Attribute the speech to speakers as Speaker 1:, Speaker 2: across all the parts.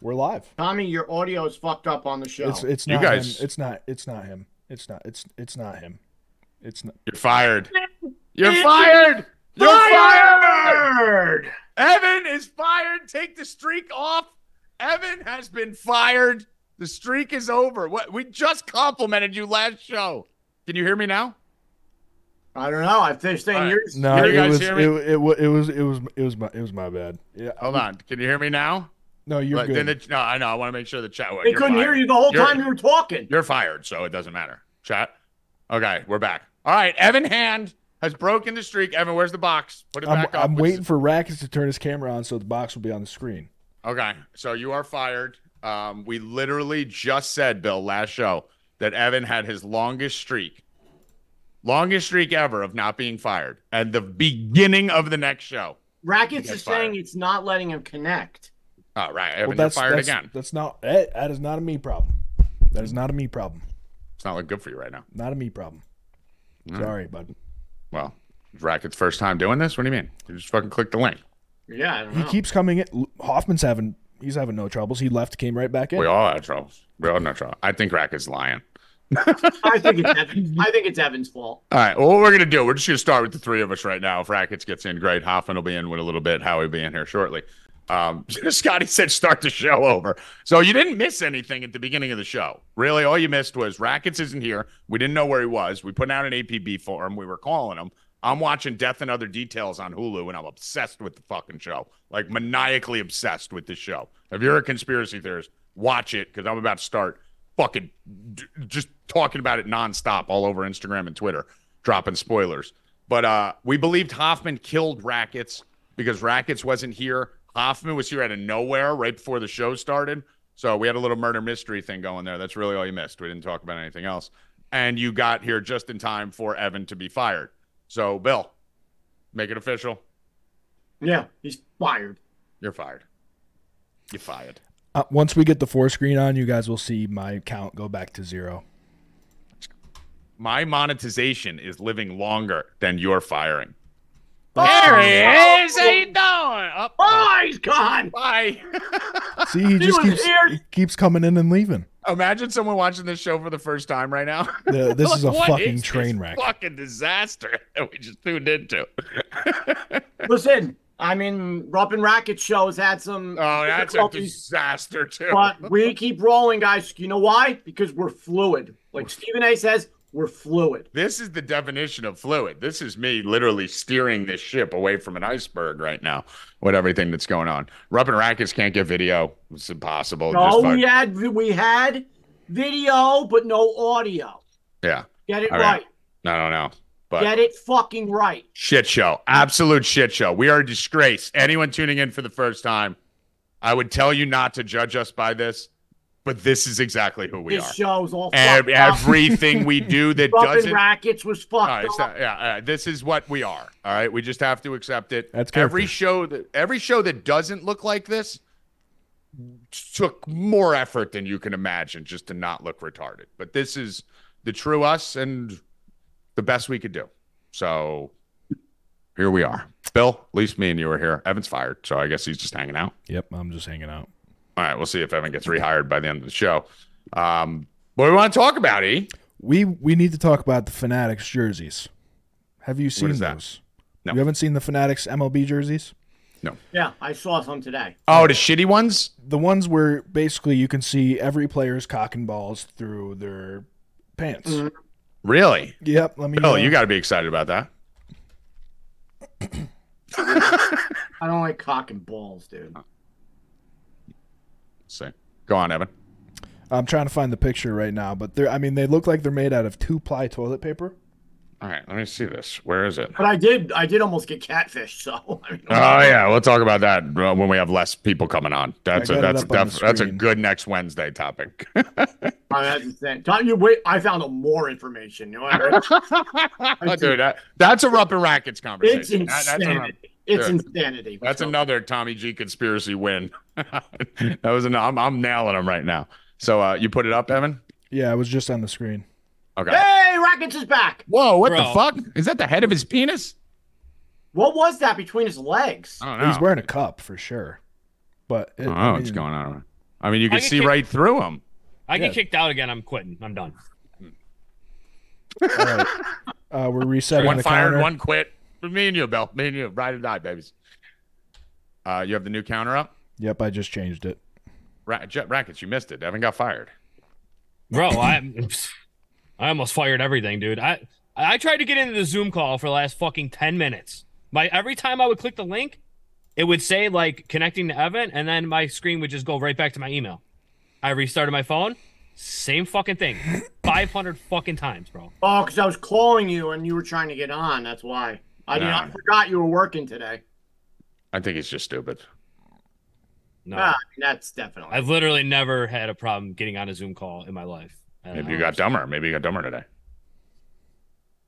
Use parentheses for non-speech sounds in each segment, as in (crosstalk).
Speaker 1: We're live.
Speaker 2: Tommy, your audio is fucked up on the show.
Speaker 1: It's it's
Speaker 3: You
Speaker 1: not
Speaker 3: guys-
Speaker 1: him. It's not it's not him. It's not it's it's not him. It's not
Speaker 3: You're fired. You're fired. You're fired.
Speaker 2: fired!
Speaker 3: Evan is fired. Take the streak off. Evan has been fired. The streak is over. What we just complimented you last show. Can you hear me now?
Speaker 2: I don't know. I finished saying
Speaker 3: Alright.
Speaker 2: yours.
Speaker 1: No,
Speaker 3: Can you
Speaker 1: it
Speaker 3: guys
Speaker 1: was
Speaker 3: hear
Speaker 1: it,
Speaker 3: me?
Speaker 1: it wa- it was it was it was my it was my bad. Yeah.
Speaker 3: Hold on. Can you hear me now?
Speaker 1: No, you're
Speaker 3: But
Speaker 1: good.
Speaker 3: Then the, no, I know. I want to make sure the chat.
Speaker 2: They couldn't hear you the whole
Speaker 3: You're-
Speaker 2: time you were talking.
Speaker 3: You're fired, so it doesn't matter. Chat. Okay, we're back. All right, Evan Hand has broken the streak. Evan, where's the box? Put it
Speaker 1: I'm,
Speaker 3: back up.
Speaker 1: I'm
Speaker 3: What's-
Speaker 1: waiting for Rackets to turn his camera on so the box will be on the screen.
Speaker 3: Okay, so you are fired. Um, we literally just said, Bill, last show that Evan had his longest streak, longest streak ever of not being fired, and the beginning of the next show.
Speaker 2: Rackets
Speaker 3: You
Speaker 2: is
Speaker 3: got
Speaker 2: saying
Speaker 3: fired.
Speaker 2: it's not letting him connect.
Speaker 3: All Oh, right, Evan,
Speaker 1: well, that's
Speaker 3: you're fired
Speaker 1: that's,
Speaker 3: again.
Speaker 1: That's not that, that is not a me problem. That is not a me problem.
Speaker 3: It's not looking good for you right now.
Speaker 1: Not a me problem.
Speaker 3: All right.
Speaker 1: Sorry, bud.
Speaker 3: Well, Racket's first time doing this. What do you mean? You just fucking click the link.
Speaker 2: Yeah, I don't
Speaker 1: He
Speaker 3: Mm.
Speaker 2: know.
Speaker 1: keeps coming in. Hoffman's having he's having no troubles. He left, came right back in.
Speaker 3: We all have troubles. We all know trouble. I think Racket's lying.
Speaker 2: I think it's Evan. I think it's Evan's fault.
Speaker 3: All right. Well, what we're gonna do, we're just gonna start with the three of us right now. If Rackets gets in, great. Hoffman will be in with a little bit. Howie will be in here shortly. Um, (laughs) Scotty said start the show over. So you didn't miss anything at the beginning of the show. Really, all you missed was Rackets isn't here. We didn't know where he was. We put out an APB for him. We were calling him. I'm watching Death and Other Details on Hulu, and I'm obsessed with the fucking show. Like maniacally obsessed with this show. If you're a conspiracy theorist, watch it because I'm about to start fucking d- just talking about it nonstop all over Instagram and Twitter, dropping spoilers. But uh, we believed Hoffman killed Rackets because Rackets wasn't here. Hoffman was here out of nowhere right before the show started. So we had a little murder mystery thing going there. That's really all you missed. We didn't talk about anything else. And you got here just in time for Evan to be fired. So, Bill, make it official.
Speaker 2: Yeah, he's fired.
Speaker 3: You're fired. You're fired.
Speaker 1: Uh, once we get the four screen on, you guys will see my count go back to zero.
Speaker 3: My monetization is living longer than your firing.
Speaker 2: There
Speaker 3: he is. How you doing? Up.
Speaker 2: Oh, he's gone.
Speaker 3: Bye. (laughs)
Speaker 1: See, he just
Speaker 2: was
Speaker 1: keeps
Speaker 2: here.
Speaker 1: he keeps coming in and
Speaker 3: (laughs)
Speaker 1: leaving.
Speaker 3: Imagine someone watching this show for the first time right now. (laughs)
Speaker 1: The- this is a
Speaker 3: What
Speaker 1: fucking
Speaker 3: this
Speaker 1: train wreck.
Speaker 3: Fucking disaster (laughs) that we just tuned into. (laughs)
Speaker 2: Listen, I mean, Rupp and Rackets show has had some.
Speaker 3: Oh, that's a
Speaker 2: difficulties,
Speaker 3: disaster (laughs) too.
Speaker 2: But we keep rolling, guys. You know why? Because we're fluid. Like Stephen A says, we're fluid.
Speaker 3: This is the definition of fluid. This is me literally steering this ship away from an iceberg right now with everything that's going on. Rubbing rackets can't get video. It's impossible. Oh, Just
Speaker 2: No,
Speaker 3: fuck-
Speaker 2: we had we had video, but no audio.
Speaker 3: yeah.
Speaker 2: Get it
Speaker 3: All
Speaker 2: right.
Speaker 3: right. I don't know. But
Speaker 2: Get it fucking right.
Speaker 3: Shit show. Absolute shit show. We are a disgrace. Anyone tuning in for the first time, I would tell you not to judge us by this, but this is exactly who we
Speaker 2: this
Speaker 3: are.
Speaker 2: show's all
Speaker 3: Ev-
Speaker 2: fucked up.
Speaker 3: everything we do that
Speaker 2: Ruff and
Speaker 3: doesn't.
Speaker 2: Rackets was fucked
Speaker 3: All right,
Speaker 2: up.
Speaker 3: it's not- yeah, all right, this is what we are. All right, we just have to accept it.
Speaker 1: That's character.
Speaker 3: every show that every show that doesn't look like this took more effort than you can imagine just to not look retarded. But this is the true us and the best we could do. So here we are. Bill, at least me and you are here. Evan's fired, so I guess he's just hanging out.
Speaker 1: Yep, I'm just hanging out.
Speaker 3: All right, we'll see if Evan gets rehired by the end of the show. Um, what do we want to talk about, E?
Speaker 1: We we need to talk about the Fanatics jerseys. Have you seen
Speaker 3: is that?
Speaker 1: those?
Speaker 3: No.
Speaker 1: You haven't seen the Fanatics MLB jerseys?
Speaker 2: Yeah, I saw some today.
Speaker 3: Oh, the shitty ones?
Speaker 1: The ones where basically you can see every player's cock and balls through their pants.
Speaker 2: Mhm.
Speaker 3: Really?
Speaker 1: Yep, let me uh,
Speaker 3: Bill,
Speaker 1: know.
Speaker 3: Mm-hmm. Oh, you got to be excited about that.
Speaker 2: I don't like cock and balls, dude.
Speaker 3: So go on, Evan.
Speaker 1: I'm trying to find the picture right now, but they're I mean they look like they're made out of two ply toilet paper.
Speaker 3: All right, let me see this. Where is it?
Speaker 2: But I did, I did almost get catfished. So (laughs) I mean,
Speaker 3: Oh yeah, we'll talk about that uh, when we have less people coming on. That's
Speaker 1: I
Speaker 3: a
Speaker 1: got it
Speaker 3: that's
Speaker 1: up on the
Speaker 3: def- that's a
Speaker 1: screen.
Speaker 3: good next Wednesday topic. (laughs)
Speaker 2: I had to think. Tom, you wait. I found out more information. You know
Speaker 3: (laughs)
Speaker 2: what I mean?
Speaker 3: Dude, that, that's a Rupp and Rackets conversation.
Speaker 2: It's
Speaker 3: That- that's, a-
Speaker 2: insanity. It's
Speaker 3: yeah.
Speaker 2: insanity.
Speaker 3: that's
Speaker 2: So,
Speaker 3: another Tommy G conspiracy win. (laughs) that was an, I'm I'm nailing them right now. So uh, you put it up, Evan.
Speaker 1: Yeah, it was just on the screen.
Speaker 3: Okay.
Speaker 2: Hey, Rackets is back.
Speaker 3: Whoa, what the
Speaker 4: Bro.
Speaker 3: fuck? Is that the head of his penis?
Speaker 2: What was that between his legs?
Speaker 3: I don't
Speaker 1: He's
Speaker 3: know.
Speaker 1: wearing a cup for sure. But it,
Speaker 3: Oh,
Speaker 1: I
Speaker 3: what's
Speaker 1: mean,
Speaker 3: going on? I mean, you can
Speaker 4: get
Speaker 3: see
Speaker 4: kicked-
Speaker 3: right through him.
Speaker 4: I
Speaker 1: Yeah.
Speaker 4: get kicked out again. I'm quitting. I'm done.
Speaker 1: All right. Uh, we're resetting
Speaker 3: One
Speaker 1: the
Speaker 3: fired,
Speaker 1: counter.
Speaker 3: one quit. Me and you, Bill. Me and you, ride or die, babies. Uh, you have the new counter up.
Speaker 1: Yep, I just changed it.
Speaker 3: Ra- Jet Rackets, you missed it. Evan got fired.
Speaker 4: Bro, I (laughs) I almost fired everything, dude. I I tried to get into the Zoom call for the last fucking 10 minutes. My every time I would click the link, it would say like connecting to Evan and then my screen would just go right back to my email. I restarted my phone, same fucking thing. 500 fucking times, bro.
Speaker 2: Oh, because I was calling you and you were trying to get on. That's why. I, did
Speaker 3: Nah.
Speaker 2: I forgot you were working today.
Speaker 3: I think he's just stupid.
Speaker 4: No.
Speaker 2: Ah, that's definitely.
Speaker 4: I've literally never had a problem getting on a Zoom call in my life. I don't
Speaker 3: Maybe
Speaker 4: know.
Speaker 3: you got dumber. Maybe you got dumber today.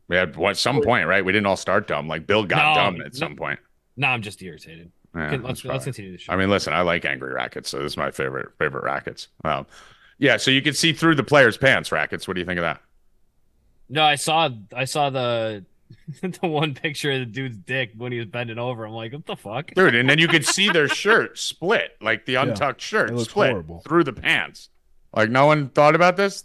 Speaker 3: We had what some point, right? We didn't all start dumb. Like Bill got
Speaker 4: No,
Speaker 3: dumb at
Speaker 4: no.
Speaker 3: some point.
Speaker 4: No, I'm just irritated.
Speaker 3: Yeah,
Speaker 4: Okay,
Speaker 3: that's
Speaker 4: let's
Speaker 3: probably-
Speaker 4: let's continue the show.
Speaker 3: I mean, listen, I like angry rackets, so this is my favorite favorite rackets. Um, yeah, so you can see through the player's pants, rackets. What do you think of that?
Speaker 4: No, I saw I saw the (laughs) the one picture of the dude's dick when he was bending over. I'm like, what the fuck?
Speaker 3: dude. And then you could see
Speaker 4: (laughs)
Speaker 3: their shirt split, like the
Speaker 1: Yeah.
Speaker 3: untucked shirt
Speaker 1: It looked
Speaker 3: split
Speaker 1: horrible.
Speaker 3: through the pants. Like no one thought about this.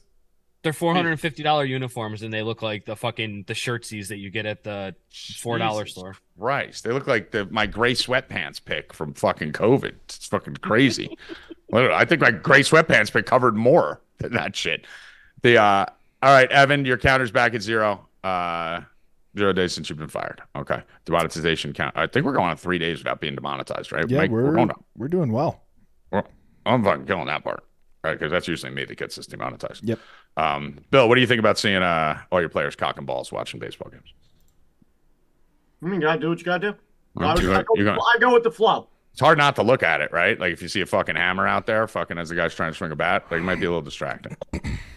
Speaker 4: They're four hundred and fifty dollar uniforms, and they look like the fucking the shirtsies that you get at the four dollar
Speaker 3: Jesus
Speaker 4: store.
Speaker 3: Christ, they look like the my gray sweatpants pick from fucking COVID. It's fucking
Speaker 4: (laughs)
Speaker 3: crazy. Literally, I think my gray sweatpants pick covered more than that shit. The uh, all right, Evan, your counter's back at zero. Uh, zero days since you've been fired. Okay, demonetization count. I think we're going on three days without being demonetized, right?
Speaker 1: Yeah,
Speaker 3: Mike?
Speaker 1: we're
Speaker 3: going on.
Speaker 1: we're doing well.
Speaker 3: I'm fucking killing that part, right? Because that's usually me that gets this demonetized.
Speaker 1: Yep.
Speaker 3: Um, Bill, what do you think about seeing uh, all your players cocking balls watching baseball games?
Speaker 2: I mean, you gotta do what you gotta do. I,
Speaker 3: You're
Speaker 2: was, I,
Speaker 3: gonna-
Speaker 2: go,
Speaker 3: you're gonna-
Speaker 2: I go with the flow.
Speaker 3: it's hard not to look at it, right? Like if you see a fucking hammer out there, fucking as the guy's trying to swing a bat, like it might be a little distracting.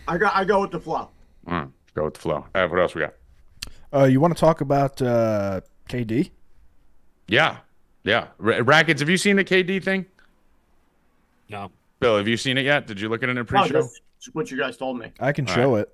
Speaker 2: I go. I go with the flow.
Speaker 3: Mm, go with the flow. All right, what else we got?
Speaker 1: Uh, you want to talk about uh, KD?
Speaker 3: Yeah, yeah. Ra- Rackets, have you seen the KD thing?
Speaker 4: No,
Speaker 3: Bill, have you seen it yet? Did you look at it in
Speaker 2: No,
Speaker 3: pre-show?
Speaker 2: this is what you guys told me.
Speaker 1: I can
Speaker 3: All
Speaker 1: show it.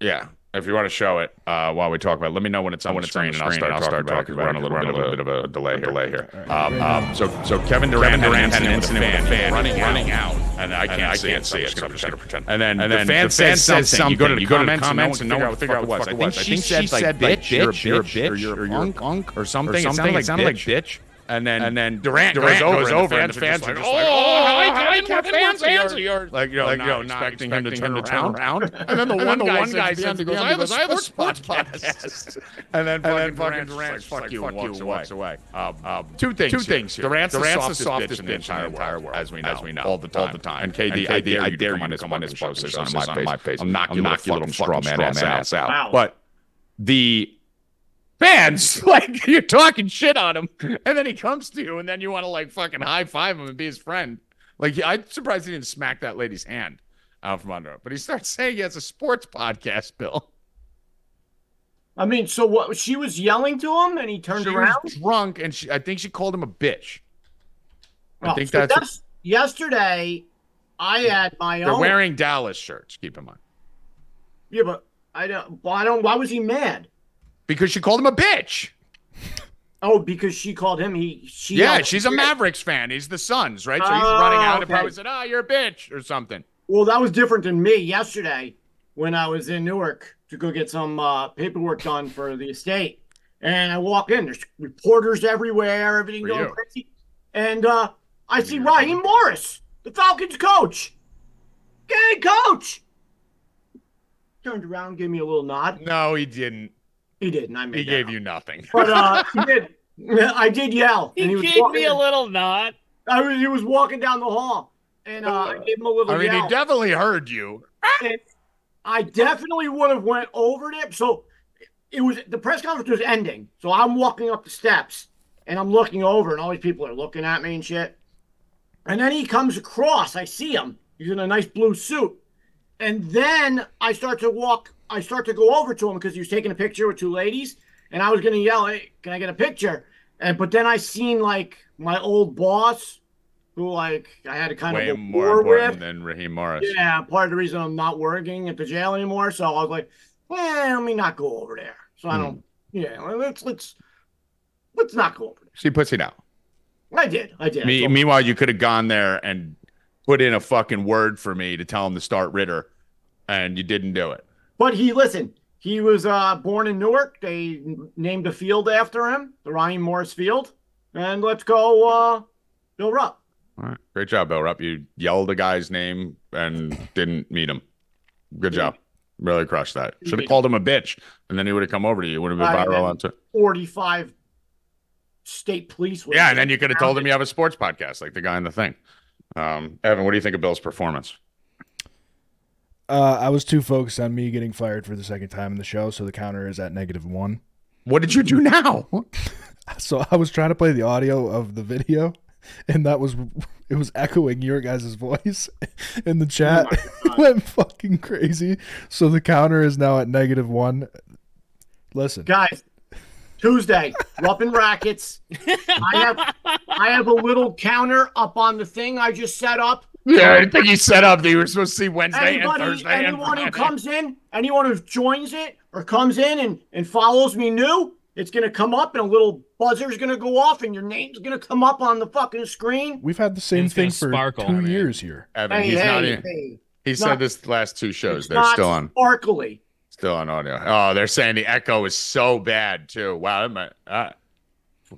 Speaker 3: Yeah. If you want to show it uh, while we talk about it, let me know when it's on when
Speaker 5: When
Speaker 3: the
Speaker 5: it's
Speaker 3: screen,
Speaker 5: on
Speaker 3: and I'll
Speaker 5: screen,
Speaker 3: start,
Speaker 5: and
Speaker 3: I'll start talking about it because we're on a little bit of a delay, delay here. Um, um, so, so Kevin Durant,
Speaker 5: Durant
Speaker 3: had an
Speaker 5: had an
Speaker 3: incident with a
Speaker 5: incident
Speaker 3: fan
Speaker 5: with a
Speaker 3: running,
Speaker 5: fan
Speaker 3: running out, and I
Speaker 5: I
Speaker 3: can't see
Speaker 5: can't
Speaker 3: it,
Speaker 5: see
Speaker 3: so I'm
Speaker 5: it,
Speaker 3: just
Speaker 5: so
Speaker 3: going to
Speaker 5: I'm just
Speaker 3: pretend. And then
Speaker 5: And
Speaker 3: the
Speaker 5: then
Speaker 3: fan
Speaker 5: the fan
Speaker 3: says
Speaker 5: says
Speaker 3: something. You go to the comments, and no one
Speaker 5: and no
Speaker 3: figure
Speaker 5: one
Speaker 3: out what the fuck it was. I think she said like bitch, you're a bitch, or you're a punk, punk, or something. It sounded like bitch. And then and then Durant,
Speaker 5: Durant
Speaker 3: goes,
Speaker 5: goes
Speaker 3: over,
Speaker 5: over,
Speaker 3: and the fans, are just like, "Oh, how I, I, I fans, fans are yours!" Like you know, like, you know, not expecting him to turn around. (laughs) And then the one guy says, "I goes, "I have a sports podcast." And then fucking Durant's just like, "Fuck you," and walks walks away. Um, um, Two things. Two things. Here. Durant's, the softest bitch, in the entire world, as we know, all the time. And KD, I dare you to come on his, come on his post this on my face. I'm knock your little straw man ass out.
Speaker 2: Wow.
Speaker 3: But the fans, (laughs) like you're talking shit on him, and then he comes to you, and then you want to like fucking high five him and be his friend. Like I'm surprised he didn't smack that lady's hand out from under her. But he starts (laughs) saying he has a sports podcast, Bill.
Speaker 2: I mean, so what? She was yelling to him, and he turned
Speaker 3: she
Speaker 2: around.
Speaker 3: was drunk, and she, I think she called him a bitch. I
Speaker 2: Oh,
Speaker 3: think
Speaker 2: so
Speaker 3: that's,
Speaker 2: yesterday. I had my
Speaker 3: they're
Speaker 2: own.
Speaker 3: wearing Dallas shirts. Keep in mind,
Speaker 2: yeah, but I don't. Why don't? Why was he mad?
Speaker 3: because she called him a bitch.
Speaker 2: Oh, because she called him. He. She.
Speaker 3: Yeah,
Speaker 2: yelled-
Speaker 3: she's a Mavericks fan. He's the Suns, right? So he's
Speaker 2: Oh,
Speaker 3: running out and
Speaker 2: okay.
Speaker 3: probably said, "Oh, you're a bitch" or something.
Speaker 2: Well, that was different than me yesterday when I was in Newark to go get some uh, paperwork done for the estate. And I walk in, there's reporters everywhere, everything
Speaker 3: For
Speaker 2: going
Speaker 3: you.
Speaker 2: crazy. And uh, I see Raheem Morris, the Falcons coach. Hey, coach! Turned around, gave me a little nod.
Speaker 3: No, he didn't.
Speaker 2: He didn't. I made
Speaker 3: He
Speaker 2: that
Speaker 3: gave
Speaker 2: up.
Speaker 3: you nothing.
Speaker 2: (laughs) But uh, he did. (laughs) I did yell.
Speaker 4: he,
Speaker 2: and was
Speaker 4: gave me
Speaker 2: walking-
Speaker 4: a little nod.
Speaker 2: I was, he was walking down the hall, and uh, I gave him a little
Speaker 3: I mean,
Speaker 2: yell.
Speaker 3: he definitely heard you.
Speaker 2: I definitely would have went over there. So it was the press conference was ending. So I'm walking up the steps and I'm looking over, and all these people are looking at me and shit. And then he comes across. I see him. He's in a nice blue suit. And then I start to walk. I start to go over to him because he was taking a picture with two ladies, and I was gonna yell, "Hey, can I get a picture?" And but then I seen like my old boss, who like I had a kind
Speaker 3: Way
Speaker 2: of a
Speaker 3: more
Speaker 2: war
Speaker 3: important
Speaker 2: with.
Speaker 3: than Raheem Morris.
Speaker 2: Yeah, part of the reason I'm not working at the jail anymore. So I was like, well, let me not go over there. So I don't.
Speaker 3: Hmm.
Speaker 2: Yeah, well, let's let's let's not go over
Speaker 3: She puts it out.
Speaker 2: there. I did. I did. I
Speaker 3: Me-
Speaker 2: told-
Speaker 3: meanwhile, you could have gone there and put in a fucking word for me to tell him to start Ritter, and you didn't do it.
Speaker 2: But he listen, he was uh, born in Newark. They n- named a field after him, the Ryan Morris Field. And let's go, uh, Bill Rupp.
Speaker 3: All right, great job, Bill Rupp. You yelled a guy's name and didn't meet him. Good job. Really crushed that. Should have called him a bitch, and then he would have come over to you. Would have been
Speaker 2: Right, and
Speaker 3: viral
Speaker 2: then-
Speaker 3: on t-
Speaker 2: Forty-five state police. was-
Speaker 3: Yeah, and then you could have told him you have a sports podcast, like the guy in the thing. Um, Evan, what do you think of Bill's performance?
Speaker 1: Uh, I was too focused on me getting fired for the second time in the show, so the counter is at negative one. (laughs)
Speaker 3: What did you do now?
Speaker 1: So I was trying to play the audio of the video, and that was it was echoing your guys' voice (laughs) in the chat. (laughs) It went fucking crazy. So the counter is now at negative one. Listen,
Speaker 2: guys. Tuesday, Rupp and Rackets. I have I have a little counter up on the thing I just set up.
Speaker 3: Yeah, I think he set up that you were supposed to see Wednesday and
Speaker 2: Anybody,
Speaker 3: Thursday. and
Speaker 2: anyone who
Speaker 3: Friday.
Speaker 2: comes in, anyone who joins it or comes in and, and follows me new, it's gonna come up and a little buzzer's gonna go off and your name's gonna come up on the fucking screen.
Speaker 1: we've had the same
Speaker 4: It's
Speaker 1: thing
Speaker 4: gonna
Speaker 1: for
Speaker 4: sparkle,
Speaker 1: two
Speaker 4: I mean.
Speaker 1: years here.
Speaker 3: Evan,
Speaker 2: Hey,
Speaker 3: he's
Speaker 2: hey,
Speaker 3: not in.
Speaker 2: hey.
Speaker 3: He
Speaker 2: not-
Speaker 3: said this last two shows.
Speaker 2: It's
Speaker 3: They're
Speaker 2: not
Speaker 3: still on,
Speaker 2: Sparkly.
Speaker 3: still on audio. Oh, they're saying the echo is so bad too. Wow, that might, uh,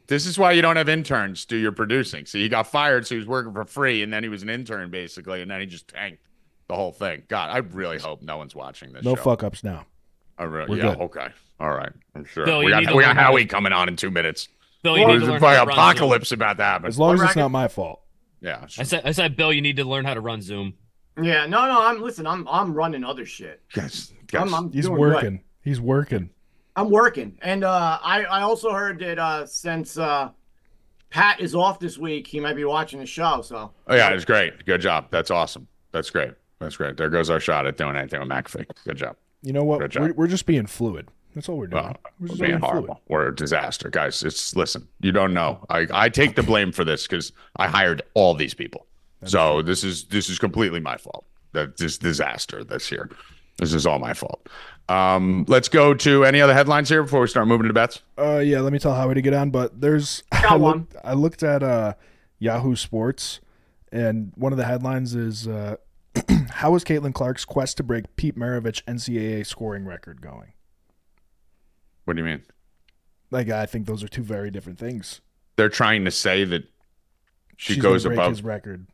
Speaker 3: this is why you don't have interns do your producing. See, he got fired, so he was working for free, and then he was an intern basically, and then he just tanked the whole thing. God, I really hope no one's watching this.
Speaker 1: No
Speaker 3: show.
Speaker 1: fuck ups now.
Speaker 3: Oh, really?
Speaker 1: We're
Speaker 3: yeah.
Speaker 1: good.
Speaker 3: Okay. All right. I'm sure.
Speaker 4: Bill,
Speaker 3: we
Speaker 4: you
Speaker 3: got,
Speaker 4: need to
Speaker 3: we got
Speaker 4: learn how to-
Speaker 3: Howie coming on in two minutes.
Speaker 4: Bill, you need
Speaker 3: There's
Speaker 4: to
Speaker 3: a
Speaker 4: learn how
Speaker 3: fucking
Speaker 4: to run Zoom.
Speaker 3: apocalypse about that. But
Speaker 1: As long as it's
Speaker 2: Racket-
Speaker 1: not my fault.
Speaker 3: yeah.
Speaker 4: I said, I said, Bill, you need to learn how to run Zoom.
Speaker 2: Yeah, no, no, I'm listen, I'm I'm running other shit.
Speaker 3: Yes.
Speaker 2: I'm, I'm
Speaker 1: He's
Speaker 2: doing good.
Speaker 1: working. He's working.
Speaker 2: I'm working, and uh, I I also heard that uh, since uh, Pat is off this week, he might be watching the show. So
Speaker 3: Oh yeah, it's great. Good job. That's awesome. That's great. That's great. There goes our shot at doing anything with McAfee. Good job.
Speaker 1: You know
Speaker 3: Good
Speaker 1: what?
Speaker 3: job.
Speaker 1: We're, we're just being fluid. That's all we're doing.
Speaker 3: Well,
Speaker 1: we're
Speaker 3: We're
Speaker 1: just
Speaker 3: being horrible. We're a disaster, guys. It's listen. You don't know. I I take the blame for this because I hired all these people. so this is this is completely my fault. That this disaster that's here. This is all my fault. Um, let's go to any other headlines here before we start moving to bets.
Speaker 1: Uh, yeah, let me tell Howie to get on. But there's (laughs) I
Speaker 2: one.
Speaker 1: looked, I looked at uh, Yahoo Sports, and one of the headlines is uh, (clears throat) how is Caitlin Clark's quest to break Pete Maravich NCAA scoring record going?
Speaker 3: What do you mean?
Speaker 1: Like I think those are two very different things.
Speaker 3: They're trying to say that she
Speaker 1: She's gonna
Speaker 3: goes
Speaker 1: break
Speaker 3: above
Speaker 1: his record.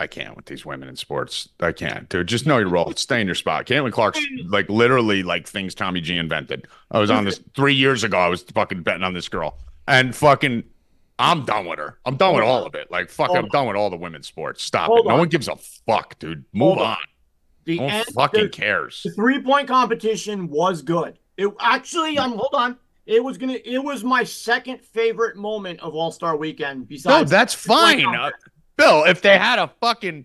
Speaker 3: I can't with these women in sports. I can't, dude. Just know your role. Stay in your spot. Caitlin Clark's like literally like things Tommy G invented. I
Speaker 2: (laughs)
Speaker 3: was on this three years ago. I was fucking betting on this girl, and fucking, I'm done with her. I'm done with all of it. Like fuck,
Speaker 2: Hold
Speaker 3: I'm
Speaker 2: on.
Speaker 3: done with all the women's sports. Stop
Speaker 2: Hold
Speaker 3: it. No
Speaker 2: on.
Speaker 3: one gives a fuck, dude. Move
Speaker 2: Hold
Speaker 3: on.
Speaker 2: on. the
Speaker 3: No one
Speaker 2: end,
Speaker 3: Oh, fucking
Speaker 2: (laughs) the,
Speaker 3: cares.
Speaker 2: three point competition was good. It actually, I'm hold on. It was gonna. It was my second favorite moment of All Star Weekend.
Speaker 3: No,
Speaker 2: Besides,
Speaker 3: that's
Speaker 2: like
Speaker 3: fine,
Speaker 2: on
Speaker 3: uh, Bill. If they had a fucking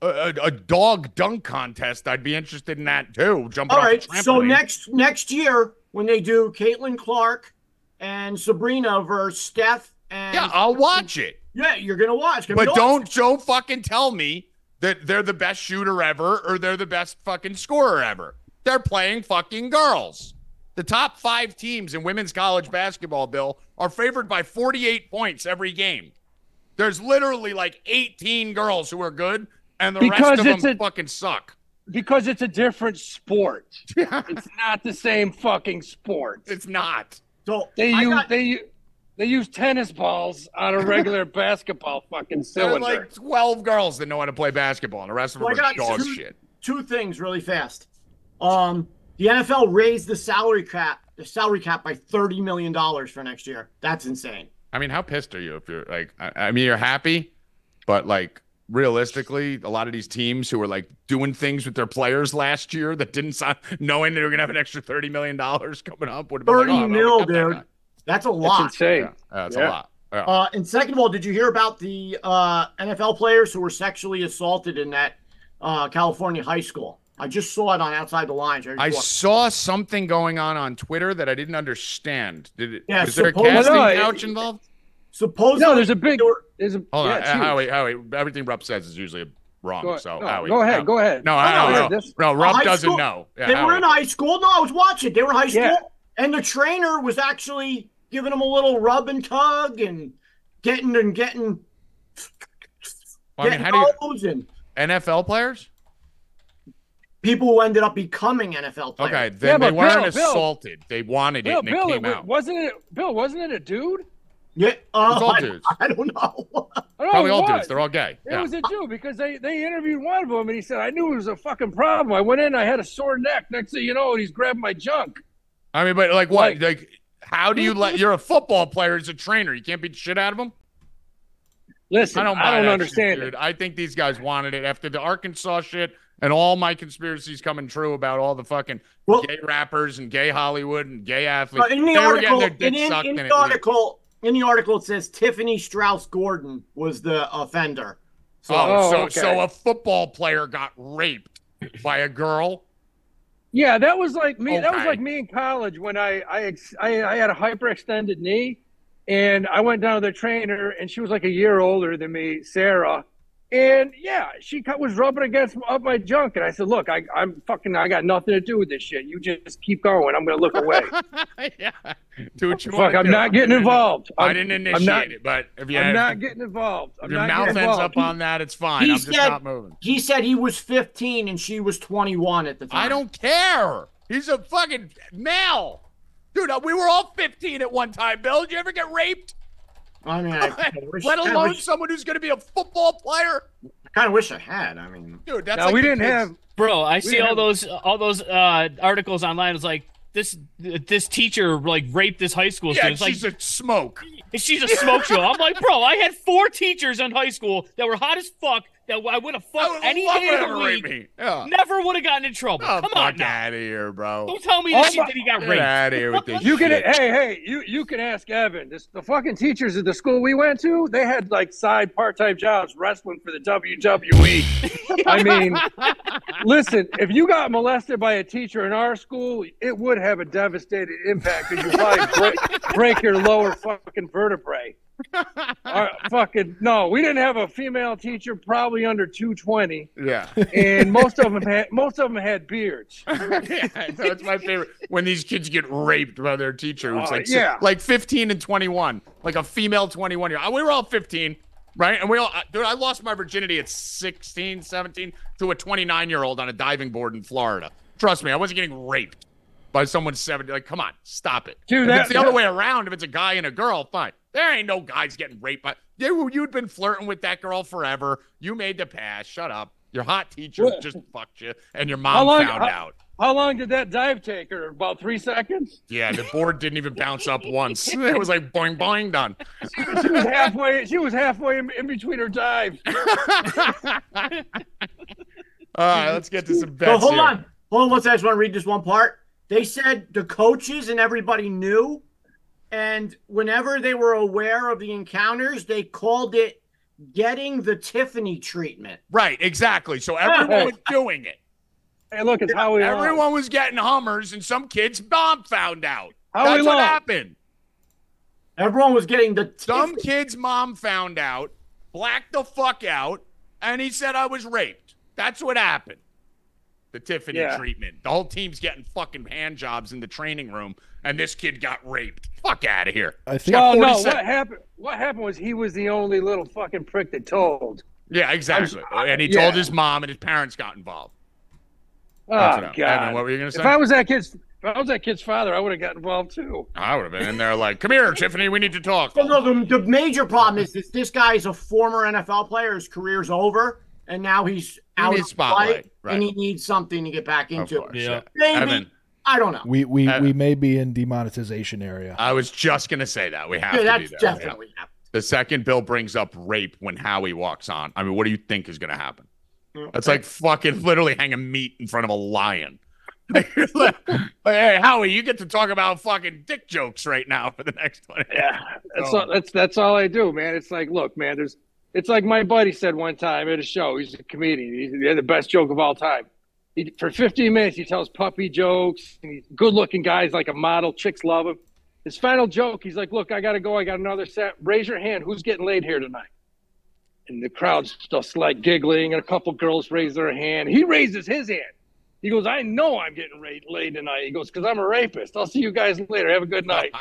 Speaker 3: a, a, a dog dunk contest, I'd be interested in that too. Jumping
Speaker 2: all
Speaker 3: off a
Speaker 2: right. So
Speaker 3: trampoline.
Speaker 2: next next year when they do Caitlin Clark and Sabrina versus Steph and
Speaker 3: yeah, I'll watch it.
Speaker 2: yeah, you're gonna watch. It's gonna be
Speaker 3: But
Speaker 2: awesome.
Speaker 3: don't don't fucking tell me that they're the best shooter ever or they're the best fucking scorer ever. They're playing fucking girls. The top five teams in women's college basketball, Bill, are favored by 48 points every game. There's literally like 18 girls who are good, and the
Speaker 5: Because
Speaker 3: rest of
Speaker 5: it's
Speaker 3: them
Speaker 5: a-
Speaker 3: fucking suck.
Speaker 5: because it's a different sport. It's not the same fucking sport.
Speaker 3: It's not.
Speaker 2: So
Speaker 5: They
Speaker 2: I
Speaker 5: use
Speaker 2: got-
Speaker 5: they u- they use tennis balls on a regular basketball fucking
Speaker 3: There are
Speaker 5: cylinder.
Speaker 3: like 12 girls that know how to play basketball, and the rest of them
Speaker 2: Well,
Speaker 3: are
Speaker 2: I got
Speaker 3: dog
Speaker 2: two-
Speaker 3: shit.
Speaker 2: two things really fast. Um, the NFL raised the salary cap, the salary cap by thirty million dollars for next year. That's insane.
Speaker 3: I mean, how pissed are you if you're like, I, I mean, you're happy, but like realistically, a lot of these teams who were like doing things with their players last year that didn't sign, knowing they were going to have an extra $30 million coming up would have been like,
Speaker 2: 30
Speaker 3: oh, I would've
Speaker 2: mil,
Speaker 3: kept that
Speaker 2: dude.
Speaker 3: guy.
Speaker 2: That's a
Speaker 5: it's
Speaker 2: lot.
Speaker 5: insane.
Speaker 3: Yeah, that's a
Speaker 5: Yeah.
Speaker 3: lot. Yeah.
Speaker 2: Uh, and second of all, did you hear about the uh, NFL players who were sexually assaulted in that uh, California high school? I just saw it on Outside the Lines. I just
Speaker 3: I
Speaker 2: walked-
Speaker 3: saw something going on on Twitter that I didn't understand. Did it,
Speaker 2: Yeah,
Speaker 3: was there a
Speaker 2: suppose-
Speaker 3: casting
Speaker 5: Well, no,
Speaker 3: couch
Speaker 5: it-
Speaker 3: involved?
Speaker 2: Supposedly,
Speaker 5: No, there's a big
Speaker 2: they were-
Speaker 5: there's a
Speaker 3: Hold
Speaker 5: yeah,
Speaker 3: on.
Speaker 5: it's
Speaker 3: Uh,
Speaker 5: huge.
Speaker 3: Howie, Howie, everything Rupp says is usually wrong.
Speaker 5: Go,
Speaker 3: so,
Speaker 5: no,
Speaker 3: Howie.
Speaker 5: go ahead,
Speaker 3: no.
Speaker 5: go ahead.
Speaker 3: No, I
Speaker 5: no,
Speaker 3: don't
Speaker 5: yeah,
Speaker 3: know.
Speaker 5: this-
Speaker 3: no, Rupp
Speaker 2: high
Speaker 3: doesn't
Speaker 2: school-
Speaker 3: know. Yeah,
Speaker 2: they were
Speaker 3: Howie.
Speaker 2: in high school. No, I was watching. They were in high school,
Speaker 5: Yeah.
Speaker 2: and the trainer was actually giving them a little rub and tug and getting and getting
Speaker 3: Well, I mean,
Speaker 2: Getting
Speaker 3: how do you
Speaker 2: losing.
Speaker 3: NFL players?
Speaker 2: People who ended up becoming NFL players.
Speaker 3: Okay,
Speaker 5: Yeah,
Speaker 3: then they
Speaker 5: but
Speaker 3: weren't
Speaker 5: Bill, Bill-
Speaker 3: assaulted. They wanted it,
Speaker 5: Bill,
Speaker 3: and it
Speaker 5: Bill,
Speaker 3: came
Speaker 5: it-
Speaker 3: out.
Speaker 5: wasn't it? Bill, wasn't it a dude?
Speaker 2: Yeah, uh,
Speaker 3: It's all
Speaker 2: I-
Speaker 3: dudes.
Speaker 2: I, don't know. (laughs)
Speaker 5: I don't know
Speaker 3: Probably
Speaker 5: it
Speaker 3: all
Speaker 5: was.
Speaker 3: dudes. They're all gay.
Speaker 5: It
Speaker 3: Yeah.
Speaker 5: was a dude because they, they interviewed one of them and he said, I knew it was a fucking problem. I went in, I had a sore neck. Next thing you know, he's grabbing my junk.
Speaker 3: I mean, but like what?
Speaker 5: Like-
Speaker 3: Like, how do you let? You're a football player. As a trainer, you can't beat the shit out of them.
Speaker 5: Listen, I don't,
Speaker 3: buy that shit,
Speaker 5: understand
Speaker 3: dude.
Speaker 5: it.
Speaker 3: I think these guys wanted it after the Arkansas shit and all my conspiracies coming true about all the fucking
Speaker 2: Well,
Speaker 3: gay rappers and gay Hollywood and gay
Speaker 5: Oh,
Speaker 3: athletes.
Speaker 2: But in the
Speaker 3: they were getting
Speaker 2: article,
Speaker 3: their
Speaker 2: in,
Speaker 3: dicks
Speaker 2: in,
Speaker 3: sucked
Speaker 2: in
Speaker 3: and
Speaker 2: the
Speaker 3: it went-
Speaker 2: article, in the article, it says Tiffany Strauss Gordon was the offender. So
Speaker 3: Oh,
Speaker 5: Oh,
Speaker 3: so
Speaker 5: okay.
Speaker 3: so a football player got raped by a girl. (laughs)
Speaker 5: Yeah, that was like me. That was
Speaker 3: Okay.
Speaker 5: like me in college when I I, ex- I I had a hyperextended knee, and I went down to the trainer, and she was like a year older than me, Sarah, and yeah, she cut, was rubbing against m- up my junk, and I said, "Look, I, I'm fucking, I got nothing to do with this shit. You just keep going.
Speaker 3: (laughs)
Speaker 5: I'm gonna look away.
Speaker 3: yeah, do what you want.
Speaker 5: Fuck, I'm not getting involved. I'm,
Speaker 3: I didn't initiate
Speaker 5: I'm not,
Speaker 3: it, but if you
Speaker 5: I'm
Speaker 3: if
Speaker 5: not getting involved. I'm
Speaker 3: your
Speaker 5: not
Speaker 3: mouth
Speaker 5: getting
Speaker 3: ends
Speaker 5: involved.
Speaker 3: up on that, it's fine.
Speaker 2: He
Speaker 3: I'm just
Speaker 2: said-
Speaker 3: not moving.
Speaker 2: he said he was 15 and she was 21 at the time.
Speaker 3: I don't care. He's a fucking male. Dude, uh, we were all 15 at one time, Bill. Did you ever get raped?
Speaker 2: I
Speaker 3: (laughs)
Speaker 2: mean, I, I wish,
Speaker 3: Let
Speaker 2: I,
Speaker 3: alone
Speaker 2: wish,
Speaker 3: someone who's going to be a football player.
Speaker 2: kind of wish I had. I mean,
Speaker 3: Dude, that's
Speaker 5: Now
Speaker 3: like
Speaker 5: we
Speaker 3: the
Speaker 5: didn't
Speaker 3: kids-
Speaker 5: have.
Speaker 4: Bro, I see
Speaker 5: didn't
Speaker 4: all
Speaker 5: have-
Speaker 4: those all those uh, articles online. It's like this this teacher like raped this high school
Speaker 3: Yeah,
Speaker 4: student. It's like
Speaker 3: she's a smoke.
Speaker 4: And she's a smoke show. I'm like, bro, I had four teachers in high school that were hot as fuck that I would have
Speaker 3: I
Speaker 4: fucked
Speaker 3: would
Speaker 4: any
Speaker 3: love
Speaker 4: day of
Speaker 3: to
Speaker 4: the
Speaker 3: rape
Speaker 4: week.
Speaker 3: me. Yeah.
Speaker 4: Never would have gotten in trouble.
Speaker 3: Oh,
Speaker 4: Come
Speaker 3: fuck
Speaker 4: on now.
Speaker 3: out of here, bro.
Speaker 4: Don't tell me
Speaker 5: Oh
Speaker 4: that, she,
Speaker 5: my-
Speaker 4: that he got
Speaker 3: Get
Speaker 4: raped.
Speaker 3: out of here with this
Speaker 5: You can
Speaker 3: shit.
Speaker 5: hey hey you you can ask Evan. This, the fucking teachers at the school we went to, they had like side part time jobs wrestling for the WWE. I mean, listen, if you got molested by a teacher in our school, it would have a devastating impact because you probably break, break your lower fucking vertebrae. All right, fucking no, we didn't have a female teacher probably under two twenty,
Speaker 3: Yeah.
Speaker 5: and most of them had most of them had beards.
Speaker 3: yeah, so it's my favorite when these kids get raped by their teacher who's
Speaker 5: Oh,
Speaker 3: like
Speaker 5: yeah.
Speaker 3: like 15 and 21, like a female 21 year. We were all 15, right? And we all I- dude, I lost my virginity at 16, 17 to a 29 year old on a diving board in Florida. Trust me, I wasn't getting raped by someone 70. Like, come on, stop it.
Speaker 5: Dude,
Speaker 3: if
Speaker 5: that-
Speaker 3: it's the other way around. If it's a guy and a girl, fine. There ain't no guys getting raped by you. You'd been flirting with that girl forever. You made the pass. Shut up. Your hot teacher
Speaker 5: What?
Speaker 3: just fucked you, and your
Speaker 5: How
Speaker 3: mom
Speaker 5: long-
Speaker 3: found
Speaker 5: how-
Speaker 3: out.
Speaker 5: How long did that dive take her? About three seconds.
Speaker 3: Yeah, the board didn't even bounce up once. (laughs) It was like boing boing done.
Speaker 5: she was halfway. She was halfway in, in between her dives.
Speaker 3: All right, let's get to some bets.
Speaker 2: so hold
Speaker 3: here.
Speaker 2: on. Hold on one second. I just want to read this one part. They said the coaches and everybody knew. And whenever they were aware of the encounters, they called it getting the Tiffany treatment.
Speaker 3: Right, exactly. So
Speaker 2: (laughs)
Speaker 3: everyone was doing it.
Speaker 5: Hey, look, it's Howie. Long.
Speaker 3: Everyone was getting Hummers, and some kid's mom found out.
Speaker 5: Howie
Speaker 3: That's
Speaker 5: Long.
Speaker 3: what happened.
Speaker 2: Everyone was getting the
Speaker 3: Some
Speaker 2: Tiffany.
Speaker 3: kid's mom found out, blacked the fuck out, and he said I was raped. That's what happened. The Tiffany
Speaker 5: Yeah.
Speaker 3: treatment. The whole team's getting fucking hand jobs in the training room, and this kid got raped. Fuck out of here.
Speaker 1: I think
Speaker 5: Well, no.
Speaker 3: 40 sec-
Speaker 5: What happened? What happened was he was the only little fucking prick that told.
Speaker 3: Yeah, exactly. and he
Speaker 5: yeah.
Speaker 3: told his mom, and his parents got involved.
Speaker 5: Oh
Speaker 3: That's what I-
Speaker 5: God!
Speaker 3: Evan, what were you gonna say?
Speaker 5: If I was that kid's, if I was that kid's father, I would have got involved too.
Speaker 3: I would have been in there like, "Come
Speaker 5: (laughs)
Speaker 3: here, Tiffany, we need to talk."
Speaker 2: Well, no, the, the major problem is that this guy is a former NFL player. His career's over, and now he's out
Speaker 3: needs
Speaker 2: of spotlight,
Speaker 3: spotlight, right.
Speaker 2: and he needs something to get back
Speaker 3: Of
Speaker 2: into.
Speaker 3: course.
Speaker 4: Yeah.
Speaker 2: Maybe
Speaker 3: Evan,
Speaker 2: I don't know.
Speaker 1: we we,
Speaker 3: Uh,
Speaker 1: we may be in demonetization area.
Speaker 3: I was just gonna say that we have
Speaker 2: Yeah,
Speaker 3: to
Speaker 2: that's
Speaker 3: do that.
Speaker 2: definitely
Speaker 3: The second Bill brings up rape when Howie walks on, I mean, what do you think is gonna happen?
Speaker 2: happening.
Speaker 3: That's like fucking literally hanging meat in front of a lion. (laughs) like, hey, Howie, you get to talk about fucking dick jokes right now for the next one.
Speaker 5: Yeah, that's
Speaker 3: So-
Speaker 5: all, that's that's all I do, man. It's like, look, man, there's. It's like my buddy said one time at a show. He's a comedian. He's he had the best joke of all time. He, for 15 minutes, he tells puppy jokes. And he's good-looking guy. He's like a model. Chicks love him. His final joke, he's like, "Look, I gotta go. I got another set. Raise your hand. Who's getting laid here tonight?" And the crowd's just like giggling, and a couple girls raise their hand. He raises his hand. He goes, "I know I'm getting ra- laid tonight." He goes, "Cause I'm a rapist. I'll see you guys later. Have a good night."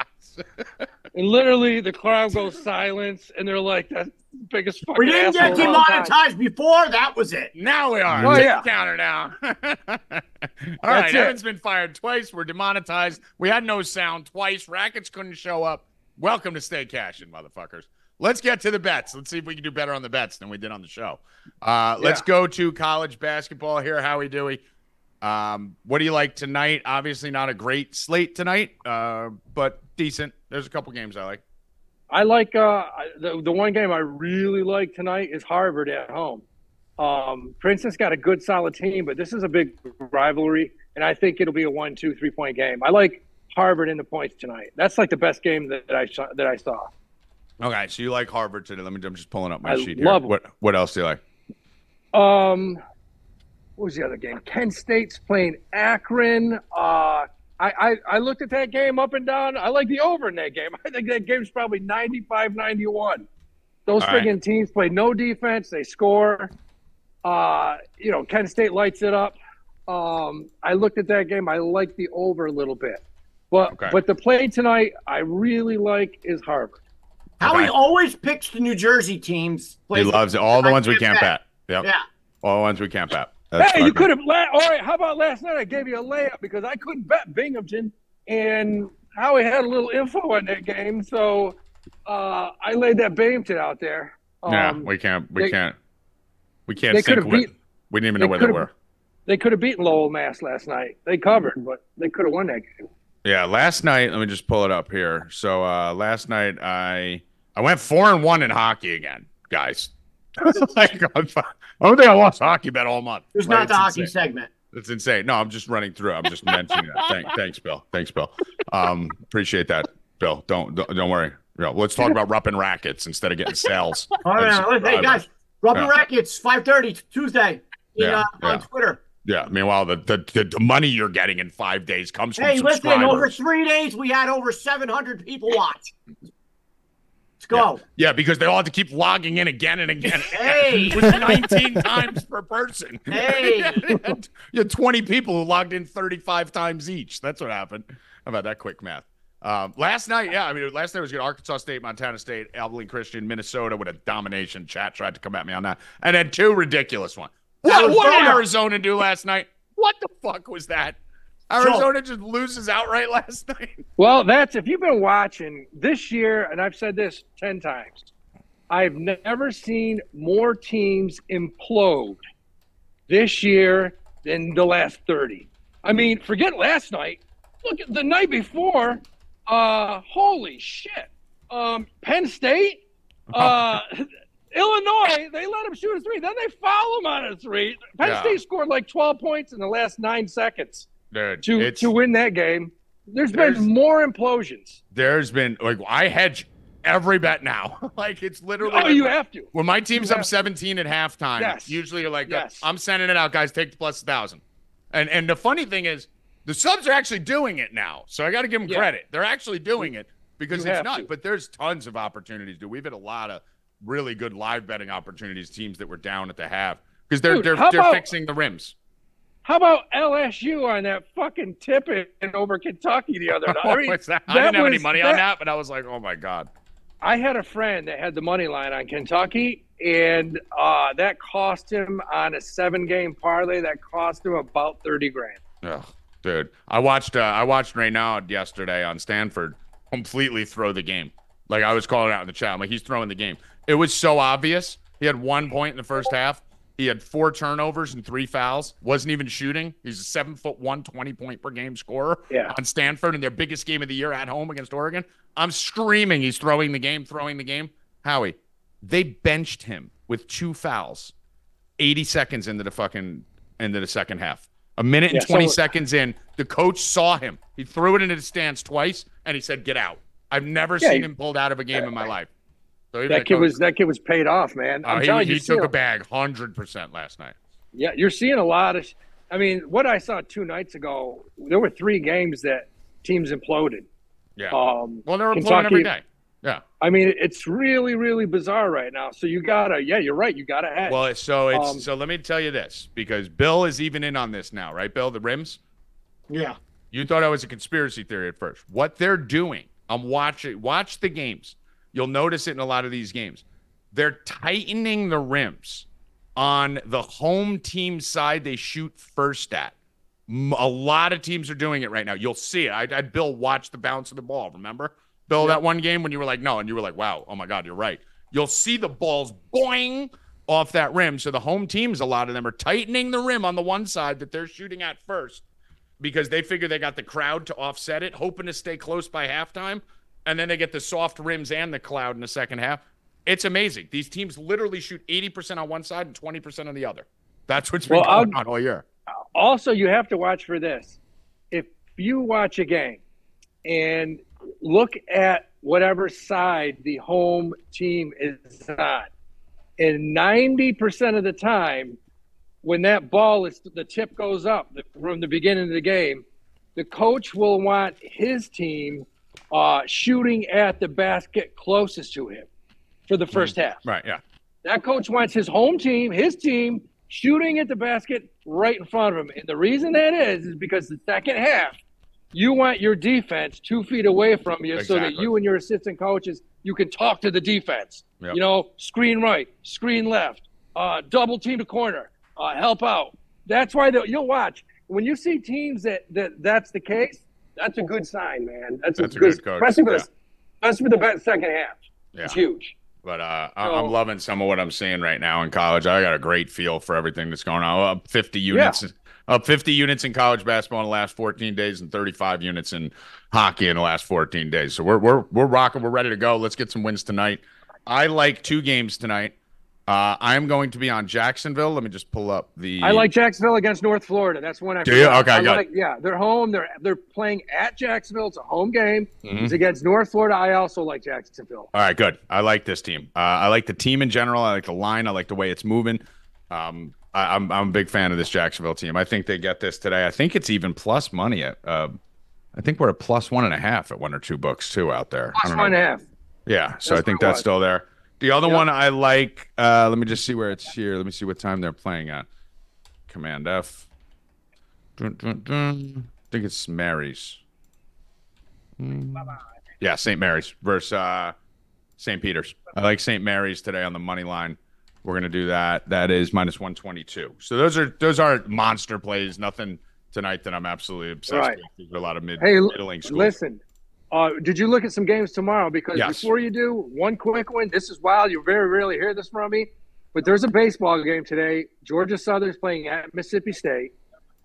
Speaker 5: And literally, the crowd goes silence, and they're like, "That's the biggest fucking."
Speaker 2: We didn't get
Speaker 5: asshole of all time."
Speaker 2: demonetized before. That was it.
Speaker 3: Now we are.
Speaker 5: Oh,
Speaker 3: Take
Speaker 5: yeah.
Speaker 3: the counter now. (laughs) All right.
Speaker 5: it.
Speaker 3: Evan's been fired twice. We're demonetized. We had no sound twice. Rackets couldn't show up. Welcome to Stay Cashing, motherfuckers. Let's get to the bets. Let's see if we can do better on the bets than we did on the show. Uh, Let's go to college basketball here. Howie Dewey. Um, what do you like tonight? Obviously, not a great slate tonight, uh, but decent. There's a couple games I like.
Speaker 5: I like uh, I- the the one game I really like tonight is Harvard at home. Um, Princeton's got a good solid team, but this is a big rivalry, and I think it'll be a one, two, three point game. I like Harvard in the points tonight. That's like the best game that, that I saw, that I saw.
Speaker 3: Okay, so you like Harvard today? Let me. I'm just pulling up my
Speaker 5: I
Speaker 3: sheet
Speaker 5: love 'em.
Speaker 3: here. What What else do you like?
Speaker 5: Um, what was the other game? Kent State's playing Akron. Uh, I, I, I looked at that game up and down. I like the over in that game. (laughs) I think that game's probably 95 91. Those
Speaker 3: All right.
Speaker 5: friggin' teams play no defense, they score. Uh, you know, Kent State lights it up. Um, I looked at that game. I like the over a little bit. But,
Speaker 3: Okay.
Speaker 5: but the play tonight I really like is Harvard.
Speaker 2: How
Speaker 3: Okay.
Speaker 2: he always picks the New Jersey teams.
Speaker 3: He
Speaker 2: plays-
Speaker 3: loves all the
Speaker 2: I
Speaker 3: ones we
Speaker 2: can't
Speaker 3: can't bet. Yep.
Speaker 2: Yeah.
Speaker 3: All the ones we can't bet. That's
Speaker 5: Hey, you
Speaker 3: fucking-
Speaker 5: could have. La- all right, how about last night? I gave you a layup because I couldn't bet Binghamton, and Howie had a little info on that game, so uh, I laid that Binghamton out there. Um,
Speaker 3: Yeah, we can't. We
Speaker 5: they-
Speaker 3: can't. We can't
Speaker 5: they
Speaker 3: think
Speaker 5: could've
Speaker 3: what.
Speaker 5: beat-
Speaker 3: We didn't even
Speaker 5: they
Speaker 3: know where they
Speaker 5: could've-
Speaker 3: were.
Speaker 5: They could have beaten Lowell Mass last night. They covered, but they could have won that game.
Speaker 3: Yeah, last night. Let me just pull it up here. So uh last night, I I went four and one in hockey again, guys. (laughs) like I'm, fi- I don't think I lost a hockey bet all month.
Speaker 2: It was
Speaker 3: Like,
Speaker 2: not
Speaker 3: it's
Speaker 2: the hockey
Speaker 3: insane. (laughs)
Speaker 2: segment.
Speaker 3: That's insane. No, I'm just running through. I'm just mentioning that. Thank, thanks, Bill. Thanks, Bill. Um, appreciate that, Bill. Don't don't, don't worry. Yeah, let's
Speaker 5: (laughs)
Speaker 3: talk about rupping rackets instead of getting sales.
Speaker 2: All
Speaker 3: I'm
Speaker 2: right.
Speaker 3: surprised.
Speaker 2: Hey guys, Rubber
Speaker 3: Yeah.
Speaker 2: Rackets, five thirty Tuesday. in,
Speaker 3: Yeah,
Speaker 2: uh,
Speaker 3: yeah.
Speaker 2: On Twitter.
Speaker 3: Yeah. Meanwhile, the, the the the money you're getting in five days comes from
Speaker 2: Hey, listen,
Speaker 3: subscribers.
Speaker 2: over three days, we had over 700 people watch. Let's go.
Speaker 3: yeah, because they all have to keep logging in again and again.
Speaker 2: Hey.
Speaker 3: (laughs) it was 19 times per person.
Speaker 2: (laughs) Hey.
Speaker 3: (laughs) you had 20 people who logged in 35 times each. That's what happened. How about that quick math? Um, last night, yeah, I mean, last night was good. Arkansas State, Montana State, Abilene Christian, Minnesota with a domination. Chat tried to come at me on that, and then two ridiculous one.
Speaker 2: That
Speaker 3: What,
Speaker 2: was
Speaker 3: what did
Speaker 2: Florida.
Speaker 3: Arizona do last night? What the fuck was that? Arizona just loses outright last (laughs) night.
Speaker 5: Well, that's if you've been watching this year, and I've said this 10 times, I've never seen more teams implode this year than the last 30. I mean, forget last night. Look at the night before. Uh, holy shit. Um, Penn State, uh, (laughs) Illinois, they let him shoot a three. Then they foul him on a three. Penn
Speaker 3: Yeah.
Speaker 5: State scored like 12 points in the last nine seconds
Speaker 3: Dude,
Speaker 5: to
Speaker 3: it's-
Speaker 5: to win that game. There's
Speaker 3: There's-
Speaker 5: been more implosions.
Speaker 3: there's been like I hedge every bet now. (laughs) like it's literally
Speaker 5: Oh, you have to.
Speaker 3: When my team's
Speaker 5: You
Speaker 3: up
Speaker 5: have-
Speaker 3: 17 at halftime,
Speaker 5: Yes.
Speaker 3: usually you're like, uh,
Speaker 5: Yes.
Speaker 3: I'm sending it out, guys. Take the plus 1,000. And and the funny thing is, the subs are actually doing it now. So I got to give them
Speaker 5: Yeah.
Speaker 3: credit. They're actually doing it because
Speaker 5: You
Speaker 3: it's
Speaker 5: have
Speaker 3: not.
Speaker 5: to.
Speaker 3: But there's tons of opportunities, dude. We've had a lot of really good live betting opportunities, teams that were down at the half because they're,
Speaker 5: Dude,
Speaker 3: they're,
Speaker 5: how
Speaker 3: they're
Speaker 5: about-
Speaker 3: fixing the rims.
Speaker 5: How about LSU on that fucking tip in over Kentucky
Speaker 3: (laughs)
Speaker 5: the other night? I, mean,
Speaker 3: What's that? I didn't have any
Speaker 5: was-
Speaker 3: money on that, but I was like, oh my God.
Speaker 5: I had a friend that had the money line on Kentucky, and uh, that cost him on a seven-game parlay. That cost him about thirty grand.
Speaker 3: Ugh, dude, I watched uh, I watched Raynaud yesterday on Stanford completely throw the game. Like I was calling out in the chat, I'm like he's throwing the game. It was so obvious. He had one point in the first half. He had four turnovers and three fouls. wasn't even shooting. He's a seven foot one, 20 point per game scorer
Speaker 5: Yeah.
Speaker 3: on Stanford in their biggest game of the year at home against Oregon. I'm screaming. He's throwing the game, throwing the game. Howie, they benched him with two fouls, 80 seconds into the fucking into the second half. A minute and
Speaker 5: Yeah,
Speaker 3: 20
Speaker 5: so-
Speaker 3: seconds in, the coach saw him. He threw it into the stands twice, and he said, "Get out." I've never
Speaker 5: Yeah,
Speaker 3: seen
Speaker 5: he-
Speaker 3: him pulled out of a game in my life. So even the
Speaker 5: That kid
Speaker 3: coach-
Speaker 5: was that kid was paid off, man.
Speaker 3: Oh,
Speaker 5: I'm
Speaker 3: he,
Speaker 5: telling
Speaker 3: he
Speaker 5: you, you see
Speaker 3: took
Speaker 5: a-
Speaker 3: a bag, hundred percent last night.
Speaker 5: Yeah, you're seeing a lot of. I mean, what I saw two nights ago, there were three games that teams imploded.
Speaker 3: Yeah.
Speaker 5: Um,
Speaker 3: well, they're employing every day.
Speaker 5: Kentucky-
Speaker 3: Yeah.
Speaker 5: I mean, it's really, really bizarre right now. So you gotta, yeah, you're right. You gotta hedge.
Speaker 3: Well, so it's
Speaker 5: Um,
Speaker 3: so let me tell you this because Bill is even in on this now, right? Bill, the rims.
Speaker 2: Yeah.
Speaker 3: You thought I was a conspiracy theory at first. What they're doing I'm watching. Watch the games. You'll notice it in a lot of these games. They're tightening the rims on the home team side they shoot first at. M- A lot of teams are doing it right now. You'll see it. I, I Bill watched the bounce of the ball. Remember, Bill, that one game when you were like, no, and you were like, wow, oh my God, you're right. You'll see the balls boing off that rim. So the home teams, a lot of them are tightening the rim on the one side that they're shooting at first because they figure they got the crowd to offset it, hoping to stay close by halftime. And then they get the soft rims and the cloud in the second half. It's amazing. These teams literally shoot 80% on one side and 20% on the other. That's what's been
Speaker 5: Well,
Speaker 3: going on all year.
Speaker 5: also you have to watch for this if you watch a game and look at whatever side the home team is on and 90% of the time when that ball is the tip goes up from the beginning of the game the coach will want his team uh, shooting at the basket closest to him for the first half
Speaker 3: Right. Yeah.
Speaker 5: that coach wants his home team, his team, shooting at the basket right in front of him. And the reason that is, is because the second half, you want your defense two feet away from you so that
Speaker 3: Exactly.
Speaker 5: you and your assistant coaches, you can talk to the defense.
Speaker 3: Yep.
Speaker 5: You know, screen right, screen left, uh, double team to corner, uh, help out. That's why they'll- you'll watch. When you see teams that, that that's the case, that's a good sign, man. That's,
Speaker 3: That's a good coach,
Speaker 5: Especially for,
Speaker 3: yeah.
Speaker 5: the, especially for the best second half.
Speaker 3: Yeah.
Speaker 5: It's huge.
Speaker 3: But uh, I-
Speaker 5: So-
Speaker 3: I'm loving some of what I'm seeing right now in college. I got a great feel for everything that's going on. Up 50 units, up 50 units in college basketball in the last 14 days, and 35 units in hockey in the last 14 days. So we're we're we're rocking. We're ready to go. Let's get some wins tonight. I like two games tonight. Uh, I'm going to be on Jacksonville. Let me just pull up the.
Speaker 5: I like Jacksonville against North Florida. That's one I
Speaker 3: Do you?
Speaker 5: forgot.
Speaker 3: Okay,
Speaker 5: I
Speaker 3: good.
Speaker 5: like- yeah, they're home. They're they're playing at Jacksonville. It's a home game.
Speaker 3: Mhm.
Speaker 5: It's against North Florida. I also like Jacksonville.
Speaker 3: All right, good. I like this team. Uh, I like the team in general. I like the line. I like the way it's moving. Um, I, I'm I'm a big fan of this Jacksonville team. I think they get this today. I think it's even plus money at. Uh, I think we're at plus one and a half at one or two books too out there. I
Speaker 5: Plus
Speaker 3: don't
Speaker 5: one and
Speaker 3: know.
Speaker 5: a half.
Speaker 3: Yeah, so I think
Speaker 5: That's what it
Speaker 3: that's
Speaker 5: was.
Speaker 3: still there. The other
Speaker 5: Yep.
Speaker 3: one I like. Uh, let me just see where it's here. Let me see what time they're playing at. Command F. Dun, dun, dun. I think it's Mary's. Mm. Yeah, St. Mary's versus uh, St. Peter's. I like St. Mary's today on the money line. We're gonna do that. That is minus one twenty two. So those are those are monster plays. Nothing tonight that I'm absolutely obsessed
Speaker 5: Right.
Speaker 3: with. These are a lot of mid
Speaker 5: Hey, l-
Speaker 3: middling schools.
Speaker 5: listen. Uh, did you look at some games tomorrow? Because
Speaker 3: Yes.
Speaker 5: before you do, one quick one. This is wild. You very rarely hear this from me, but there's a baseball game today. Georgia Southern's playing at Mississippi State.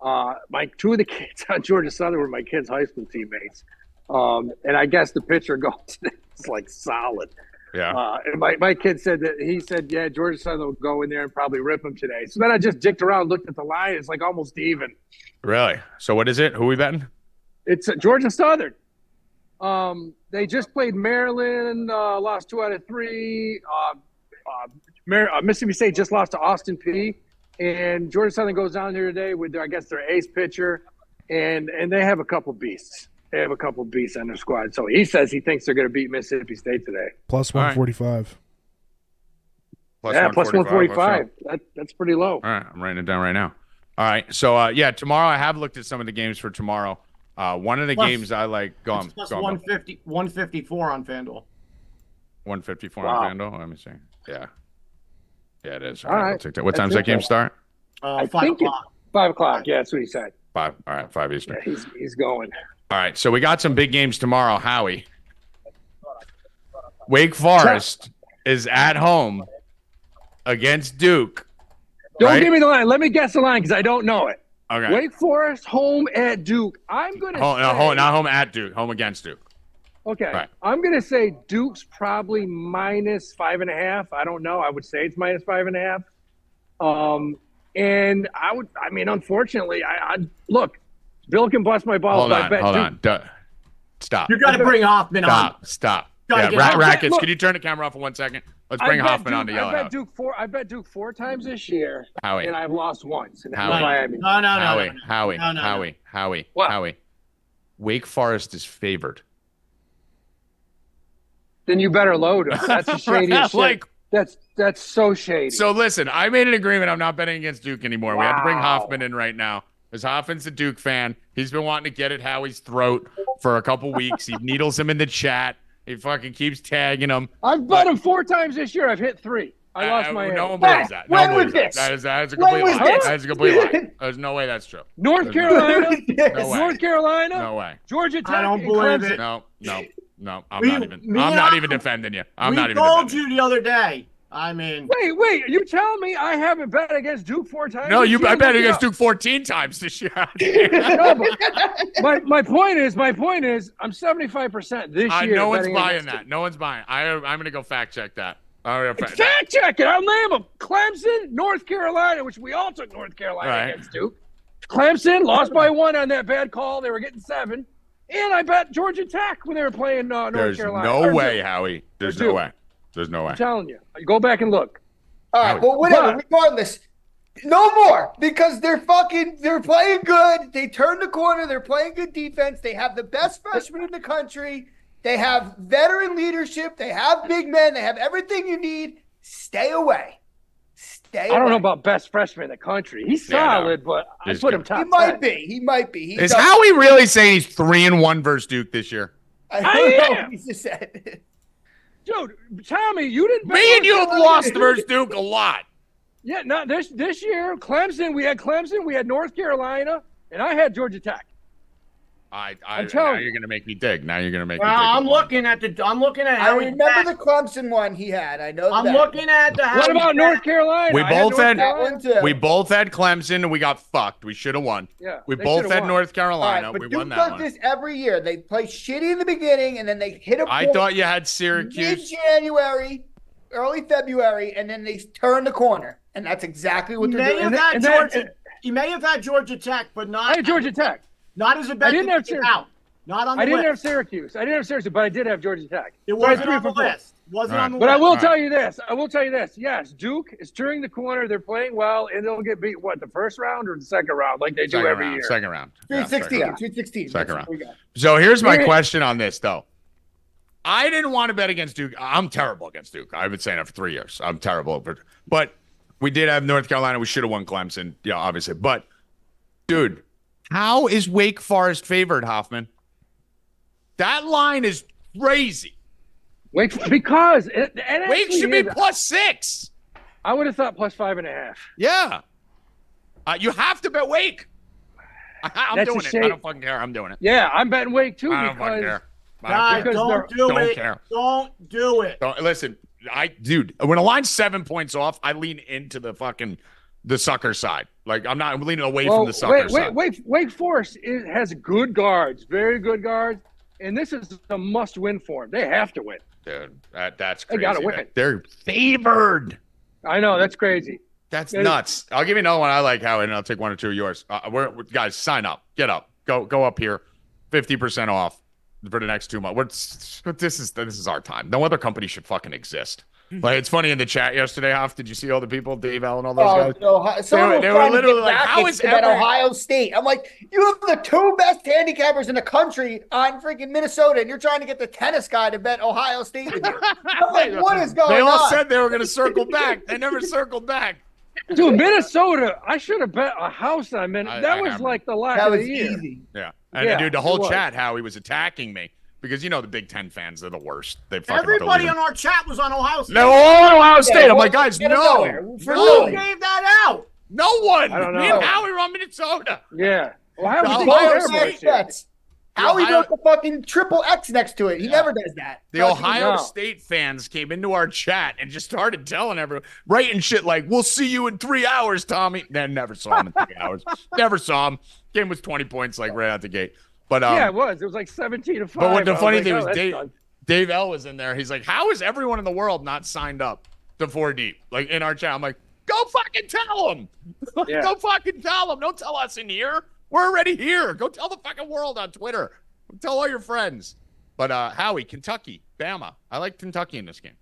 Speaker 5: Uh, my two of the (laughs) kids on Georgia Southern were my kids' high school teammates, um, and I guess the pitcher (laughs) goes is like solid.
Speaker 3: Yeah.
Speaker 5: Uh, and my, my kid said that he said, yeah, Georgia Southern will go in there and probably rip him today. So then I just dicked around, looked at the line. It's like almost even.
Speaker 3: Really? So what is it? Who we betting?
Speaker 5: It's uh, Georgia Southern. Um, they just played Maryland, uh, lost two out of three. Uh, uh, Mar- uh, Mississippi State just lost to Austin P. And Georgia Southern goes down there today with, their, I guess, their ace pitcher. And, and they have a couple beasts. They have a couple beasts on their squad. So he says he thinks they're going to beat Mississippi State today.
Speaker 1: Plus
Speaker 3: All right.
Speaker 1: 145.
Speaker 5: yeah,
Speaker 3: 145. Let's
Speaker 5: plus
Speaker 3: go.
Speaker 5: 145. That, that's pretty low.
Speaker 3: All right, I'm writing it down right now. All right, so uh, yeah, tomorrow I have looked at some of the games for tomorrow. Uh, one of the
Speaker 2: Plus-
Speaker 3: games I like, go on,
Speaker 2: It's plus
Speaker 3: go on, Bill.
Speaker 2: 150, 154 on FanDuel.
Speaker 3: 154
Speaker 5: Wow.
Speaker 3: on Fanduel. Let me see. Yeah, yeah, it is.
Speaker 5: All
Speaker 3: All right,
Speaker 5: right,
Speaker 3: we'll take that. What
Speaker 5: that's
Speaker 3: time's that
Speaker 5: it,
Speaker 3: game
Speaker 5: though.
Speaker 3: start?
Speaker 2: Uh,
Speaker 5: I
Speaker 2: five
Speaker 5: think it-
Speaker 2: o'clock.
Speaker 5: Five o'clock. Yeah, that's what he said.
Speaker 3: Five. All right, five Eastern.
Speaker 5: Yeah, he's he's going.
Speaker 3: All right, so we got some big games tomorrow. Howie, Wake Forest is at home against Duke.
Speaker 5: Don't
Speaker 3: Right?
Speaker 5: give me the line. Let me guess the line because I don't know it.
Speaker 3: Okay,
Speaker 5: Wake Forest home at Duke. I'm gonna
Speaker 3: home,
Speaker 5: say,
Speaker 3: no, home, not home at Duke, home against Duke.
Speaker 5: okay.
Speaker 3: Right.
Speaker 5: I'm gonna say Duke's probably minus five and a half. I don't know. I would say it's minus five and a half. Um, and I would. I mean, unfortunately, I, I look. Bill can bust my balls.
Speaker 3: Hold
Speaker 5: but I
Speaker 3: on,
Speaker 5: bet
Speaker 3: hold
Speaker 5: Duke-
Speaker 3: on. Duh. Stop.
Speaker 2: You got to bring Hoffman on.
Speaker 3: Stop. Stop.
Speaker 2: Gotta
Speaker 3: Yeah,
Speaker 2: get
Speaker 3: Ra-
Speaker 2: out.
Speaker 3: Rackets,
Speaker 5: Look.
Speaker 3: can you turn the camera off for one second? Let's
Speaker 5: I
Speaker 3: bring
Speaker 5: bet
Speaker 3: Hoffman
Speaker 5: Duke-
Speaker 3: on to
Speaker 5: I
Speaker 3: yell
Speaker 5: bet
Speaker 3: out.
Speaker 5: Duke four. I bet Duke four times this year,
Speaker 3: Howie.
Speaker 5: and I've lost once. And that was
Speaker 3: Howie.
Speaker 5: Miami.
Speaker 2: No, no, no,
Speaker 3: Howie.
Speaker 2: no, no.
Speaker 3: Howie.
Speaker 2: no.
Speaker 3: Howie. Howie.
Speaker 5: What?
Speaker 3: Howie. Wake Forest is favored.
Speaker 5: Then you better load him.
Speaker 3: (laughs)
Speaker 5: That's the shadiest shit.
Speaker 3: Like-
Speaker 5: that's that's so shady.
Speaker 3: So listen, I made an agreement. I'm not betting against Duke anymore. We have to bring
Speaker 5: Wow.
Speaker 3: Hoffman in right now. Because Hoffman's a Duke fan. He's been wanting to get at Howie's throat for a couple weeks. He needles him in the chat. He fucking keeps tagging him. Uh,
Speaker 5: I've bet him four times this year. I've hit three. I lost my head.
Speaker 3: No one believes that. No
Speaker 2: When
Speaker 3: one
Speaker 2: was this?
Speaker 3: believes That. That, is, that is a
Speaker 2: When
Speaker 3: complete
Speaker 2: was
Speaker 3: lie.
Speaker 2: this?
Speaker 3: That is a complete lie. There's (laughs) no way that's true.
Speaker 5: North Carolina,
Speaker 3: No way.
Speaker 5: North Carolina,
Speaker 3: No way.
Speaker 5: Georgia Tech.
Speaker 2: I don't
Speaker 5: and
Speaker 2: believe
Speaker 5: Clemson.
Speaker 2: it.
Speaker 3: No, no, no. I'm
Speaker 2: We-
Speaker 3: not even.
Speaker 2: me
Speaker 3: I'm
Speaker 2: and
Speaker 3: not
Speaker 2: I-
Speaker 3: even defending you. I'm
Speaker 2: we
Speaker 3: not even.
Speaker 2: told
Speaker 3: defending
Speaker 2: you the other day. I mean,
Speaker 5: Wait, wait. Are you telling me I haven't bet against Duke four times?
Speaker 3: No,
Speaker 5: this
Speaker 3: you.
Speaker 5: year?
Speaker 3: I bet
Speaker 5: Look it
Speaker 3: against
Speaker 5: (laughs) up.
Speaker 3: Duke 14 times this year. (laughs)
Speaker 5: No, but my, my point is, my point is, I'm 75% this
Speaker 3: I,
Speaker 5: year.
Speaker 3: no one's
Speaker 5: betting
Speaker 3: buying
Speaker 5: against
Speaker 3: that. No one's buying. I, I'm gonna go fact check that. All right,
Speaker 5: Duke.
Speaker 3: fact-
Speaker 5: Fact check it. I'll name them. Clemson, North Carolina, which we all took North Carolina
Speaker 3: Right.
Speaker 5: against Duke. Clemson lost by one on that bad call. They were getting seven. And I bet Georgia Tech when they were playing uh, North
Speaker 3: There's
Speaker 5: Carolina.
Speaker 3: no
Speaker 5: Or
Speaker 3: way,
Speaker 5: Duke.
Speaker 3: Howie. There's
Speaker 5: Or
Speaker 3: no
Speaker 5: Duke.
Speaker 3: way. There's no way.
Speaker 5: I'm telling you. Go back and look.
Speaker 6: All right. Well, whatever.
Speaker 5: But-
Speaker 6: regardless, no more because they're fucking. They're playing good. They turn the corner. They're playing good defense. They have the best freshmen in the country. They have veteran leadership. They have big men. They have everything you need. Stay away. Stay.
Speaker 5: I don't
Speaker 6: away.
Speaker 5: know about best freshman in the country. He's
Speaker 3: Yeah, I know.
Speaker 5: solid, but I
Speaker 3: He's
Speaker 5: put him
Speaker 3: good.
Speaker 5: top
Speaker 6: He might
Speaker 5: 10.
Speaker 6: be. He might be. He
Speaker 3: Is
Speaker 6: does-
Speaker 3: Howie really saying he's three and one versus Duke this year?
Speaker 6: I
Speaker 5: I
Speaker 6: don't know
Speaker 5: am.
Speaker 6: what he just said.
Speaker 5: Dude, Tommy, you didn't. bet
Speaker 3: Me and
Speaker 5: North
Speaker 3: you have
Speaker 5: Carolina.
Speaker 3: lost versus Duke a lot.
Speaker 5: Yeah, not this this year. Clemson, we had Clemson, we had North Carolina, and I had Georgia Tech.
Speaker 3: I, I
Speaker 5: I'm telling
Speaker 3: now
Speaker 5: you.
Speaker 3: you're gonna make me dig. Now you're gonna make
Speaker 2: well,
Speaker 3: me dig.
Speaker 2: I'm looking at the. I'm looking at.
Speaker 6: I
Speaker 2: Howie's
Speaker 6: remember the
Speaker 2: back.
Speaker 6: Clemson one he had. I know
Speaker 2: I'm
Speaker 6: that.
Speaker 2: looking at the.
Speaker 5: What about North Carolina?
Speaker 3: We
Speaker 5: I had
Speaker 3: both
Speaker 5: North
Speaker 3: had-
Speaker 6: that
Speaker 5: Carolina.
Speaker 6: one too.
Speaker 3: We both had Clemson and we got fucked. We should have won.
Speaker 5: Yeah,
Speaker 3: We
Speaker 5: they
Speaker 3: both
Speaker 5: should've
Speaker 3: had
Speaker 5: won.
Speaker 3: North
Speaker 6: All right,
Speaker 3: Carolina.
Speaker 6: but
Speaker 3: we
Speaker 6: Duke
Speaker 3: won that
Speaker 6: does
Speaker 3: one.
Speaker 6: this every year. They play shitty in the beginning, and then they hit a.
Speaker 3: I
Speaker 6: point
Speaker 3: thought you had Syracuse.
Speaker 6: Mid-January, early February, and then they turn the corner, and that's exactly
Speaker 2: You
Speaker 6: what they're
Speaker 2: may have
Speaker 6: doing.
Speaker 2: had
Speaker 5: and then-
Speaker 2: Georgia. You may have had Georgia Tech, but
Speaker 5: I
Speaker 2: not
Speaker 5: had Georgia Tech.
Speaker 2: not as a bet.
Speaker 5: I didn't
Speaker 2: that
Speaker 5: have
Speaker 2: came
Speaker 5: Syracuse.
Speaker 2: out. Not on the
Speaker 5: I didn't
Speaker 2: list.
Speaker 5: have Syracuse. I didn't have Syracuse, but I did have Georgia Tech.
Speaker 2: it wasn't
Speaker 5: three
Speaker 2: on the
Speaker 5: for four.
Speaker 2: list. Wasn't
Speaker 3: All
Speaker 2: on the
Speaker 5: But I
Speaker 2: list.
Speaker 5: will
Speaker 3: Right.
Speaker 5: tell you this. I will tell you this. Yes, Duke is turning the corner. They're playing well, and they'll get beat. What the first round or the second round, like they do
Speaker 3: Second
Speaker 5: every
Speaker 3: round.
Speaker 5: year.
Speaker 3: Second round. Yeah,
Speaker 6: Sweet
Speaker 3: second
Speaker 6: 16,
Speaker 3: round.
Speaker 6: Sweet 16.
Speaker 3: Second
Speaker 6: That's what we got.
Speaker 3: So here's my
Speaker 5: Here-
Speaker 3: question on this though. I didn't want to bet against Duke. I'm terrible against Duke. I've been saying that for three years. I'm terrible, over- but we did have North Carolina. We should have won Clemson. Yeah, obviously. But dude, how is Wake Forest favored, Hoffman? That line is crazy.
Speaker 5: Wake because it, it
Speaker 3: Wake
Speaker 5: actually
Speaker 3: should be
Speaker 5: is-
Speaker 3: plus six.
Speaker 5: I would have thought plus five and a half.
Speaker 3: Yeah. Uh, you have to bet Wake. (laughs) I, I'm
Speaker 5: That's a
Speaker 3: doing it. I
Speaker 5: shame.
Speaker 3: don't fucking care. I'm doing it.
Speaker 5: Yeah, I'm betting Wake too
Speaker 3: I don't fucking
Speaker 5: because
Speaker 3: care. I
Speaker 2: Guys,
Speaker 3: don't care.
Speaker 5: because
Speaker 2: don't do
Speaker 3: Don't
Speaker 2: it.
Speaker 3: care.
Speaker 2: Don't do it.
Speaker 3: Don't- listen, I dude, when a line's seven points off, I lean into the fucking the sucker side. Like I'm not I'm leaning away from the sucker
Speaker 5: wait,
Speaker 3: side.
Speaker 5: wait, wait, Wake Forest is, has good guards, very good guards, and this is a must-win for them. They have to win.
Speaker 3: Dude, that, that's
Speaker 5: They
Speaker 3: crazy.
Speaker 5: gotta win.
Speaker 3: That- They're favored.
Speaker 5: I know that's crazy.
Speaker 3: That's
Speaker 5: Yeah.
Speaker 3: nuts. I'll give you another one I like, Howie, and I'll take one or two of yours. Uh, we're, we guys, sign up. Get up. Go go up here. Fifty percent off for the next two months. We're, this is this is our time. No other company should fucking exist.
Speaker 5: Hmm.
Speaker 3: Like it's funny in the chat yesterday, Hoff. Did you see all the people, Dave Allen, all those
Speaker 6: Oh,
Speaker 3: guys?
Speaker 6: no, Ohio- someone
Speaker 3: were-
Speaker 6: was
Speaker 3: they were
Speaker 6: trying to
Speaker 3: literally
Speaker 6: get
Speaker 3: like, how
Speaker 6: Rockets
Speaker 3: is
Speaker 6: to bet
Speaker 3: every-
Speaker 6: Ohio State? I'm like, you have the two best handicappers in the country on freaking Minnesota, and you're trying to get the tennis guy to bet Ohio State
Speaker 3: (laughs)
Speaker 6: with you. I'm like, what is going
Speaker 3: They all
Speaker 6: on?
Speaker 3: said they were going to
Speaker 5: (laughs)
Speaker 3: circle back. They never circled back.
Speaker 5: Dude, Minnesota, I should have bet a house on
Speaker 3: I-
Speaker 5: Minnesota.
Speaker 3: I
Speaker 5: That was
Speaker 3: have-
Speaker 5: like the last
Speaker 6: that
Speaker 5: of
Speaker 6: was
Speaker 5: the year.
Speaker 6: easy.
Speaker 3: Yeah. And
Speaker 5: Yeah,
Speaker 3: dude, the
Speaker 5: it
Speaker 3: whole
Speaker 5: was.
Speaker 3: chat, how he was attacking me because you know the Big Ten fans, they're the worst. They fucking
Speaker 2: Everybody
Speaker 3: delusional.
Speaker 2: on our chat was on Ohio State.
Speaker 3: no, all Ohio State. I'm
Speaker 6: well,
Speaker 3: like, guys,
Speaker 6: get 'em nowhere.
Speaker 3: no,
Speaker 6: For
Speaker 2: Who
Speaker 3: no,
Speaker 6: nowhere.
Speaker 2: gave that out?
Speaker 3: no one.
Speaker 5: I don't
Speaker 3: Me and
Speaker 5: know.
Speaker 3: Howie were on Minnesota.
Speaker 5: Yeah. Ohio
Speaker 3: The Ohio
Speaker 5: State was
Speaker 6: Ohio
Speaker 5: terrible
Speaker 3: State
Speaker 6: State
Speaker 5: this year.
Speaker 6: bets. How he
Speaker 3: Ohio-
Speaker 6: wrote the fucking triple X next to it. He
Speaker 3: Yeah.
Speaker 6: never does that.
Speaker 3: The
Speaker 6: Fucking-
Speaker 3: Ohio
Speaker 5: no.
Speaker 3: State fans came into our chat and just started telling everyone, writing shit like, "We'll see you in three hours, Tommy." Then never saw him in three (laughs) hours. Never saw him. Game was 20 points, like right out the gate. But um,
Speaker 5: yeah, it was. It was like seventeen to five.
Speaker 3: But what
Speaker 5: I
Speaker 3: the
Speaker 5: was
Speaker 3: funny
Speaker 5: like,
Speaker 3: thing
Speaker 5: oh,
Speaker 3: was,
Speaker 5: that's
Speaker 3: Dave,
Speaker 5: done.
Speaker 3: Dave L was in there. He's like, "How is everyone in the world not signed up to four deep?" Like in our chat, I'm like, "Go fucking tell them!
Speaker 5: Yeah.
Speaker 3: Go fucking tell them! Don't tell us in here. We're already here. Go tell the fucking world on Twitter. Tell all your friends." But uh Howie, Kentucky, Bama. I like Kentucky in this game.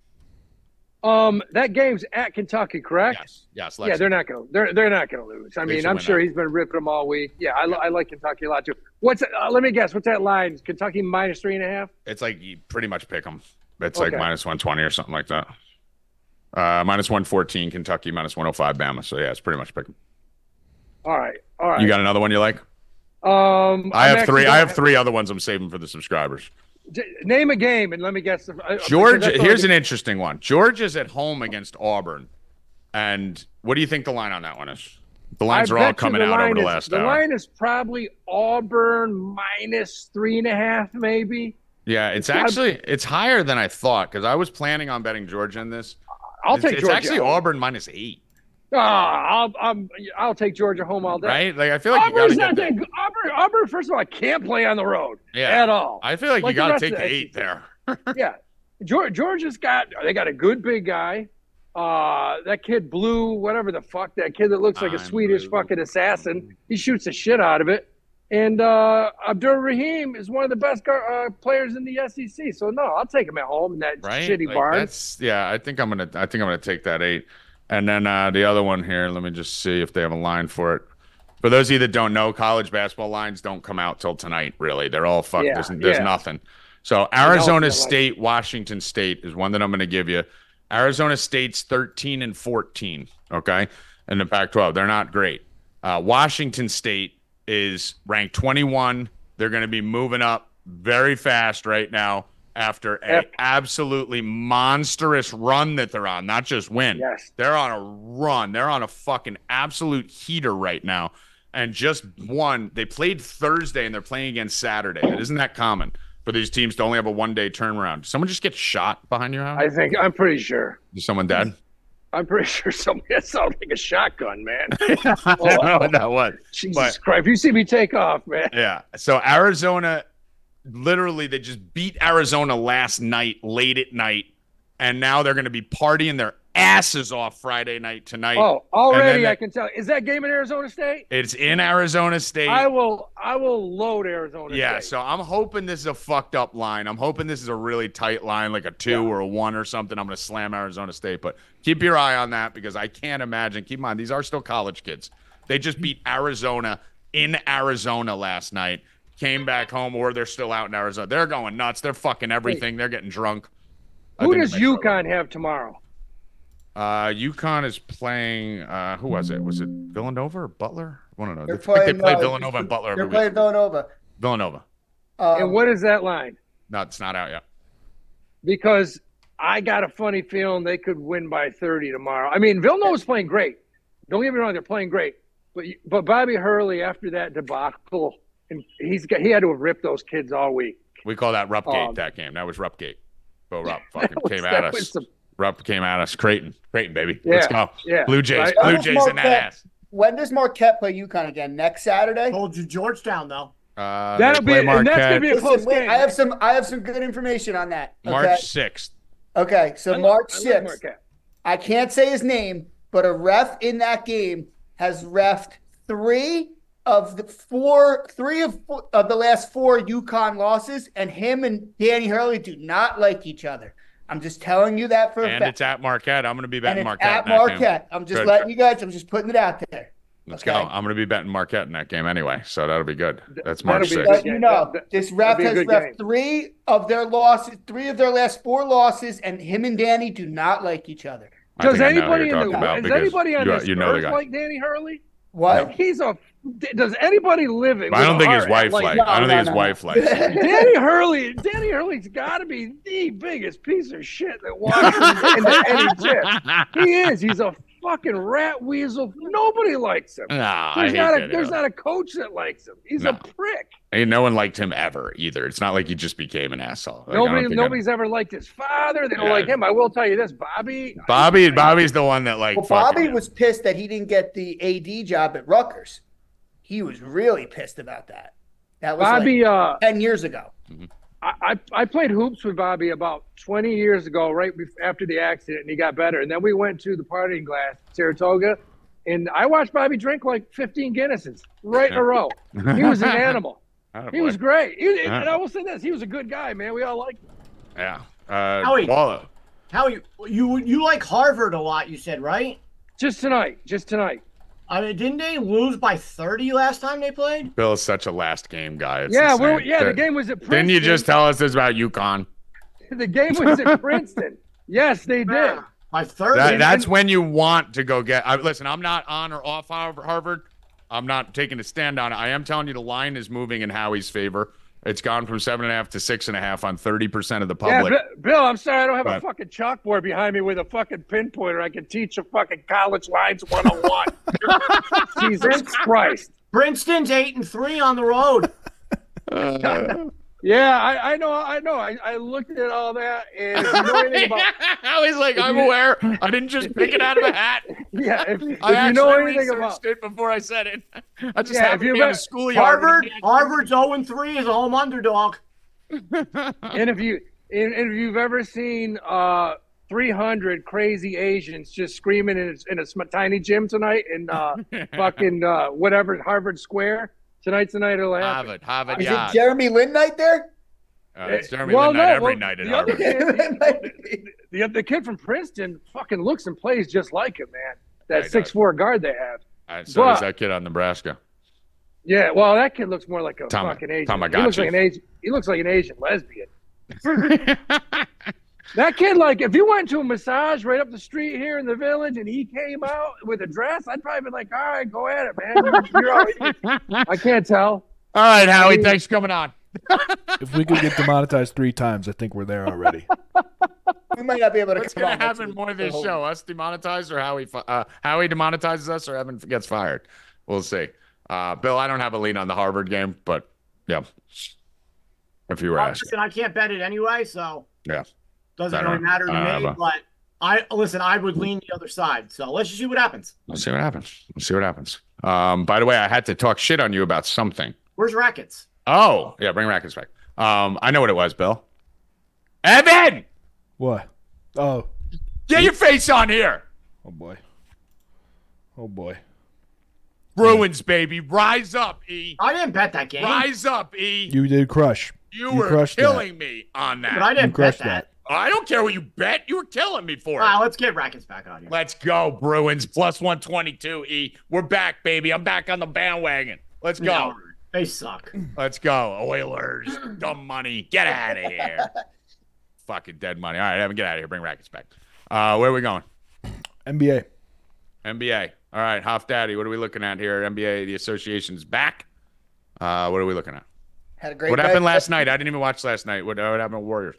Speaker 5: Um, that game's at Kentucky, correct?
Speaker 3: Yes, yes.
Speaker 5: Yeah, they're not gonna they're they're not gonna lose. I
Speaker 3: They
Speaker 5: mean,
Speaker 3: should
Speaker 5: I'm
Speaker 3: win
Speaker 5: sure
Speaker 3: that.
Speaker 5: he's been ripping them all week. Yeah, I, li- I like Kentucky a lot too. What's uh, let me guess? What's that line? Kentucky minus three and a half.
Speaker 3: It's like you pretty much pick them. It's like
Speaker 5: Okay.
Speaker 3: minus 120 or something like that. Uh, minus 114 Kentucky, oh minus 105 Bama. So yeah, it's pretty much pick 'em.
Speaker 5: All right, all right.
Speaker 3: You got another one you like?
Speaker 5: Um,
Speaker 3: I
Speaker 5: I'm
Speaker 3: have three.
Speaker 5: actually-
Speaker 3: I have three other ones I'm saving for the subscribers.
Speaker 5: J- Name a game and let me guess. the- (laughs) I-
Speaker 3: George,
Speaker 5: that's all I
Speaker 3: here's
Speaker 5: can-
Speaker 3: an interesting one. George is at home against Auburn, and what do you think the line on that one is? The lines
Speaker 5: I
Speaker 3: are all
Speaker 5: bet you
Speaker 3: coming out
Speaker 5: line
Speaker 3: over the
Speaker 5: is-
Speaker 3: last
Speaker 5: The
Speaker 3: hour.
Speaker 5: line is probably Auburn minus three and a half, maybe.
Speaker 3: yeah, it's
Speaker 5: gotta-
Speaker 3: actually it's higher than I thought because I was planning on betting George in this.
Speaker 5: I'll
Speaker 3: it's,
Speaker 5: take
Speaker 3: it's
Speaker 5: Georgia.
Speaker 3: actually Auburn minus eight,
Speaker 5: Ah, I'll, I'm, I'll take Georgia home all day.
Speaker 3: right? Like I feel like
Speaker 5: Auburn's
Speaker 3: you gotta
Speaker 5: not
Speaker 3: get that.
Speaker 5: that good. Auburn, Auburn, first of all, can't play on the road
Speaker 3: Yeah,
Speaker 5: at all.
Speaker 3: I feel like,
Speaker 5: Like
Speaker 3: you
Speaker 5: the
Speaker 3: gotta
Speaker 5: rest
Speaker 3: take
Speaker 5: of
Speaker 3: the
Speaker 5: the E
Speaker 3: eight
Speaker 5: SEC.
Speaker 3: there.
Speaker 5: yeah, George, Georgia's got they got a good big guy. Uh, that kid Blue, whatever the fuck, that kid that looks like a
Speaker 3: I'm
Speaker 5: Swedish
Speaker 3: Blue.
Speaker 5: fucking assassin. He shoots the shit out of it. And uh, Abdur Rahim is one of the best gar- uh, players in the SEC. So no, I'll take him at home in that
Speaker 3: right?
Speaker 5: shitty
Speaker 3: Like,
Speaker 5: barn.
Speaker 3: That's yeah. I think I'm gonna. I think I'm gonna take that eight. And then uh, the other one here. Let me just see if they have a line for it. For those of you that don't know, college basketball lines don't come out till tonight. Really, they're all fucked.
Speaker 5: Yeah,
Speaker 3: there's there's
Speaker 5: yeah.
Speaker 3: nothing. So
Speaker 5: I
Speaker 3: Arizona
Speaker 5: like-
Speaker 3: State, Washington State is one that I'm gonna give you. Arizona State's 13 and 14. Okay, in the Pac-12, they're not great. Uh, Washington State is ranked 21. They're going to be moving up very fast right now after a
Speaker 5: Yep.
Speaker 3: absolutely monstrous run that they're on. Not just win.
Speaker 5: Yes.
Speaker 3: They're on a run. They're on a fucking absolute heater right now. And just one, they played Thursday and they're playing again Saturday. That isn't that common for these teams to only have a one day turnaround. Did someone just get shot behind your house?
Speaker 5: I think I'm pretty sure.
Speaker 3: Is someone
Speaker 5: (laughs)
Speaker 3: dead?
Speaker 5: I'm pretty sure somebody that sounds like a
Speaker 3: (laughs)
Speaker 5: shotgun, man.
Speaker 3: (laughs) I don't know what that was.
Speaker 5: Jesus Christ! If you see me take off, man.
Speaker 3: Yeah. So Arizona, literally, they just beat Arizona last night, late at night, and now they're going to be partying their asses off Friday night tonight.
Speaker 5: Oh,
Speaker 3: And
Speaker 5: already
Speaker 3: then
Speaker 5: I can tell. Is that game in Arizona State?
Speaker 3: It's in Arizona State.
Speaker 5: I will. I will load Arizona.
Speaker 3: yeah.
Speaker 5: State.
Speaker 3: So I'm hoping this is a fucked up line. I'm hoping this is a really tight line, like a two or a one or something. I'm going to slam Arizona State, but keep your eye on that because I can't imagine. Keep in mind, these are still college kids. They just beat Arizona in Arizona last night. Came back home, or they're still out in Arizona. They're going nuts. They're fucking everything. They're getting drunk. I
Speaker 5: Who
Speaker 3: think
Speaker 5: does
Speaker 3: they might
Speaker 5: UConn have tomorrow?
Speaker 3: Uh, UConn is playing. Uh, who was it? Was it Villanova or Butler? I don't know.
Speaker 6: They're
Speaker 3: I think
Speaker 6: playing,
Speaker 3: they played
Speaker 6: uh,
Speaker 3: Villanova and Butler.
Speaker 6: They're
Speaker 3: Every
Speaker 6: playing
Speaker 3: week.
Speaker 6: Villanova.
Speaker 3: Villanova.
Speaker 6: Um,
Speaker 5: and what is that line?
Speaker 3: No, it's not out yet.
Speaker 5: Because I got a funny feeling they could win by 30 tomorrow. I mean, Villanova's playing great. Don't get me wrong; they're playing great. But you- but Bobby Hurley after that debacle, and he's got he had to have ripped those kids all week.
Speaker 3: We call that Rupgate.
Speaker 5: Um,
Speaker 3: that game. That was Rupgate. Bo
Speaker 5: (laughs)
Speaker 3: Rupp fucking came at
Speaker 5: That
Speaker 3: us.
Speaker 5: was the-
Speaker 3: Rupp came at us. Creighton. Creighton, baby. Let's
Speaker 5: Yeah,
Speaker 3: go.
Speaker 5: yeah,
Speaker 3: Blue Jays.
Speaker 5: right?
Speaker 3: Blue
Speaker 6: That was
Speaker 3: Jays in
Speaker 6: Marquette.
Speaker 3: that
Speaker 6: when does Marquette play UConn again? Next Saturday.
Speaker 5: Oh,
Speaker 2: Told you Georgiatown though.
Speaker 3: ass. Uh, they
Speaker 5: That'll be
Speaker 3: play
Speaker 5: and that's gonna
Speaker 3: Marquette
Speaker 5: be a close
Speaker 6: Listen, wait,
Speaker 5: game.
Speaker 6: I have some. I have some good information on that. Okay.
Speaker 3: March sixth.
Speaker 6: Okay.
Speaker 5: I
Speaker 6: So
Speaker 5: love-
Speaker 6: March
Speaker 5: I love
Speaker 6: sixth.
Speaker 5: Marquette.
Speaker 6: I can't say his name, but a ref in that game has refed three of the four, three of four, of the last four UConn losses, and him and Danny Hurley do not like each other. I'm just telling you that for a
Speaker 3: And
Speaker 6: fact.
Speaker 3: it's at Marquette. I'm gonna be
Speaker 6: and
Speaker 3: betting
Speaker 6: it's
Speaker 3: Marquette.
Speaker 6: at
Speaker 3: in that game.
Speaker 6: Marquette. I'm just
Speaker 3: Good.
Speaker 6: letting you guys. I'm just putting it out there.
Speaker 3: Let's
Speaker 6: Okay.
Speaker 3: go. I'm gonna be betting Marquette in that game anyway. So that'll be good. That's
Speaker 5: that'll
Speaker 3: March
Speaker 5: be
Speaker 3: sixth.
Speaker 5: good.
Speaker 6: Let you
Speaker 5: game.
Speaker 6: know
Speaker 5: That-
Speaker 6: this ref
Speaker 5: that'd
Speaker 6: has
Speaker 5: be a good
Speaker 6: ref
Speaker 5: game.
Speaker 6: three of their losses, three of their last four losses, and him and Danny do not like each other.
Speaker 3: I
Speaker 5: Does
Speaker 3: think I know who
Speaker 5: anybody
Speaker 3: you're
Speaker 5: in
Speaker 3: talking
Speaker 5: the
Speaker 3: about
Speaker 5: does
Speaker 3: because
Speaker 5: anybody on
Speaker 3: you-
Speaker 5: this
Speaker 3: you know the
Speaker 5: earth
Speaker 3: guy.
Speaker 5: like Danny Hurley?
Speaker 6: What?
Speaker 5: Like, he's a. Does anybody living?
Speaker 3: I
Speaker 5: with
Speaker 3: don't
Speaker 5: a
Speaker 3: think his
Speaker 5: heart
Speaker 3: wife
Speaker 5: like
Speaker 3: likes.
Speaker 6: no,
Speaker 3: I don't
Speaker 6: no,
Speaker 3: think his
Speaker 6: no.
Speaker 3: wife
Speaker 5: (laughs)
Speaker 3: likes.
Speaker 6: (laughs)
Speaker 3: it. (laughs)
Speaker 5: Danny Hurley, Danny Hurley's got to be the biggest piece of shit
Speaker 3: (laughs)
Speaker 5: that walks into any gym. He is. He's a fucking rat weasel. Nobody likes him.
Speaker 3: Nah, I
Speaker 5: There's
Speaker 3: hate
Speaker 5: not a
Speaker 3: that
Speaker 5: there's
Speaker 3: era.
Speaker 5: not a coach that likes him. He's a
Speaker 3: No.
Speaker 5: prick.
Speaker 3: And no one liked him ever either. It's not like he just became an asshole. Like, I don't
Speaker 5: Nobody
Speaker 3: think I-
Speaker 5: nobody's ever liked his father. They don't
Speaker 3: Yeah.
Speaker 5: like him. I will tell you this, Bobby.
Speaker 3: Bobby. Bobby's the one that like.
Speaker 6: Well,
Speaker 3: fucking-
Speaker 6: Bobby was pissed that he didn't get the AD job at Rutgers. He was really pissed about that. That was like
Speaker 5: Bobby. Uh,
Speaker 6: 10 years ago.
Speaker 5: I, I I played hoops with Bobby about 20 years ago, right bef- after the accident, and he got better. And then we went to the partying glass, Saratoga, and I watched Bobby drink like 15 Guinnesses right in a row.
Speaker 3: (laughs)
Speaker 5: He was an animal.
Speaker 3: Attaboy.
Speaker 5: He was great. He-
Speaker 3: Oh, Yeah.
Speaker 5: and I will say this: he was a good guy, man. We all liked him.
Speaker 3: Yeah. Uh,
Speaker 2: Howie.
Speaker 3: Wallo.
Speaker 2: How you you you like Harvard a lot? You said right.
Speaker 5: Just tonight, just tonight.
Speaker 2: I mean, didn't they lose by thirty last time they played?
Speaker 3: Bill is such a last game guy. It's
Speaker 5: yeah,
Speaker 3: insane.
Speaker 5: we're, yeah. The
Speaker 3: Did-
Speaker 5: game was at Princeton.
Speaker 3: Didn't you just tell us this about UConn?
Speaker 5: (laughs) the game was at Princeton? Yes, they did.
Speaker 2: By thirty.
Speaker 3: That, that's when you want to go get. I, listen, I'm not on or off Harv- Harvard. I'm not taking a stand on it. I am telling you the line is moving in Howie's favor. It's gone from seven and a half to six and a half on thirty percent of the
Speaker 5: Yeah,
Speaker 3: public.
Speaker 5: Bi- Bill, I'm sorry I don't have
Speaker 3: Right.
Speaker 5: a fucking chalkboard behind me with a fucking pinpointer. I can teach a fucking college lines 101. (laughs) Jesus Christ.
Speaker 2: Princeton's eight and three on the road.
Speaker 5: Yeah, I, I know. I know. I, I looked at all that, and if you
Speaker 3: (laughs)
Speaker 5: know anything about
Speaker 3: I was like, I'm aware. I didn't just pick it out of a hat.
Speaker 5: yeah, if, if
Speaker 3: I
Speaker 5: you know
Speaker 3: actually
Speaker 5: anything about
Speaker 3: researched it before I said it. (laughs) I just
Speaker 5: Yeah,
Speaker 3: happened
Speaker 5: if
Speaker 3: to
Speaker 5: you
Speaker 3: be on a
Speaker 5: read-
Speaker 3: schoolyard.
Speaker 2: Harvard, Harvard's zero and three is a home underdog.
Speaker 5: and if you and, and if you've ever seen uh 300 crazy Asians just screaming in a, in a sm- tiny gym tonight
Speaker 3: (laughs)
Speaker 5: in uh fucking uh whatever Harvard Square tonight's the night it'll happen.
Speaker 3: Harvard, Harvard,
Speaker 6: Is
Speaker 3: yeah.
Speaker 6: it Jeremy Lin night
Speaker 3: (laughs)
Speaker 6: there?
Speaker 3: Uh, it's Jeremy
Speaker 5: Well,
Speaker 3: Lin night
Speaker 5: no,
Speaker 3: every
Speaker 5: well,
Speaker 3: night at
Speaker 5: the other
Speaker 3: Harvard.
Speaker 5: kid-
Speaker 6: (laughs) That might be.
Speaker 5: the the kid from Princeton fucking looks and plays just like him, man.
Speaker 3: Yeah,
Speaker 5: That
Speaker 3: he
Speaker 5: six four guard they have.
Speaker 3: Uh, so does
Speaker 5: But-
Speaker 3: that kid on
Speaker 5: (laughs)
Speaker 3: Nebraska. (laughs)
Speaker 5: Yeah, well, that kid looks more like a
Speaker 3: Tama-
Speaker 5: fucking Asian. He looks
Speaker 3: Tamagotchi.
Speaker 5: like an Asian. He looks like an Asian lesbian. That kid, like, if you went to a massage right up the street here in the village and he came out with a dress, I'd probably be like, "All right, go at it, man." You're- you're all-
Speaker 3: (laughs)
Speaker 5: I can't tell.
Speaker 3: All right, Howie, thanks for coming on.
Speaker 1: If we could get demonetized three times, I think we're there (laughs) already.
Speaker 6: We might not be able to.
Speaker 3: What's
Speaker 6: come
Speaker 3: going
Speaker 6: on
Speaker 3: to
Speaker 6: next
Speaker 3: happen
Speaker 6: week.
Speaker 3: more this
Speaker 6: We'll-
Speaker 3: show? Us demonetized or Howie, fi- uh, Howie demonetizes us or Evan gets fired? We'll see. Uh, Bill, I don't have a lean on the Harvard game, but yeah. If you were
Speaker 2: Uh,
Speaker 3: asking.
Speaker 2: listen, I can't bet it anyway, so
Speaker 3: Yeah. I
Speaker 2: doesn't
Speaker 3: don't-
Speaker 2: really matter
Speaker 3: I
Speaker 2: to
Speaker 3: don't
Speaker 2: me.
Speaker 3: know.
Speaker 2: But I listen, I would lean the other side. So let's just see what happens.
Speaker 3: Let's see what happens. Let's see what happens. Um, by the way, I had to talk shit on you about something.
Speaker 2: Where's rackets?
Speaker 3: Oh, yeah, bring rackets back. Um, I know what it was, Bill. Evan,
Speaker 1: What? Oh,
Speaker 3: get your face on here.
Speaker 1: oh boy. Oh boy.
Speaker 3: Bruins, baby, rise up, E.
Speaker 2: I didn't bet that game,
Speaker 3: Rise up, E.
Speaker 1: You did crush.
Speaker 3: You,
Speaker 1: you
Speaker 3: were
Speaker 1: crushed that.
Speaker 3: killing me on
Speaker 2: but
Speaker 3: that. Oh,
Speaker 2: I
Speaker 1: You
Speaker 2: didn't bet
Speaker 1: crushed
Speaker 2: that.
Speaker 1: that.
Speaker 3: I don't care what you bet. You were killing me for it.
Speaker 2: Wow, let's get rackets back on here.
Speaker 3: Let's go, Bruins. Plus 122, E. We're back, baby. I'm back on the bandwagon. Let's go.
Speaker 2: No, they suck.
Speaker 3: Let's go. Oilers. (clears throat) Dumb money. Get out of here. (laughs) Fucking dead money. All right, Evan, get out of here. Bring rackets back. Uh, where are we going?
Speaker 1: NBA.
Speaker 3: NBA. All right, Hoff Daddy, what are we looking at here? NBA, the association's back. Uh, what are we looking at?
Speaker 6: Had a great.
Speaker 3: what
Speaker 6: night.
Speaker 3: happened last night? I didn't even watch last night. What, what happened to Warriors?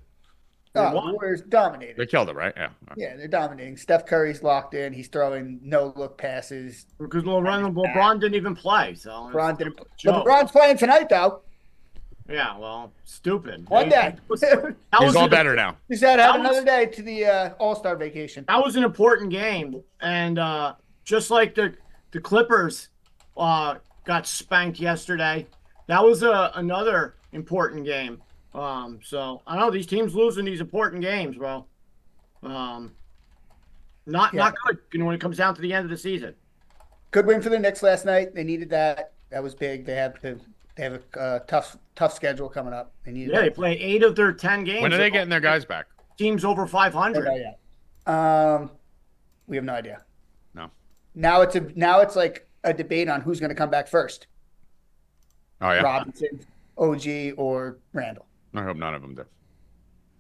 Speaker 6: Oh,
Speaker 2: They won.
Speaker 6: the Warriors
Speaker 3: They
Speaker 6: dominated.
Speaker 3: killed it, right? Yeah.
Speaker 6: Yeah, they're dominating. Steph Curry's locked in. He's throwing no look passes.
Speaker 2: Because LeBron, LeBron didn't even play. So
Speaker 6: LeBron didn't.
Speaker 2: Joe.
Speaker 6: LeBron's playing tonight though.
Speaker 2: yeah, well, stupid.
Speaker 6: One day.
Speaker 2: That was,
Speaker 6: (laughs)
Speaker 2: that was
Speaker 3: He's all
Speaker 2: an-
Speaker 3: better now.
Speaker 6: He's had had
Speaker 2: That was-
Speaker 6: another day to the uh, All Star vacation.
Speaker 2: that was an important game, and uh, just like the the Clippers uh, got spanked yesterday, that was a, another important game. Um, so I know these teams losing these important games, bro. Um, not
Speaker 6: Yeah.
Speaker 2: not good you know, when it comes down to the end of the season.
Speaker 6: Good win for the Knicks last night. They needed that. That was big. They have to. They have a uh, tough tough schedule coming up. They needed.
Speaker 2: Yeah, they
Speaker 6: that.
Speaker 2: play eight of their ten games.
Speaker 3: When are they getting their guys back?
Speaker 2: teams over five
Speaker 6: I don't know
Speaker 2: hundred?
Speaker 6: yet. Um, we have no idea.
Speaker 3: No.
Speaker 6: Now it's a now it's like a debate on who's going to come back first:
Speaker 3: Oh, yeah.
Speaker 6: Robinson, OG, or Randall.
Speaker 3: I hope none of them do.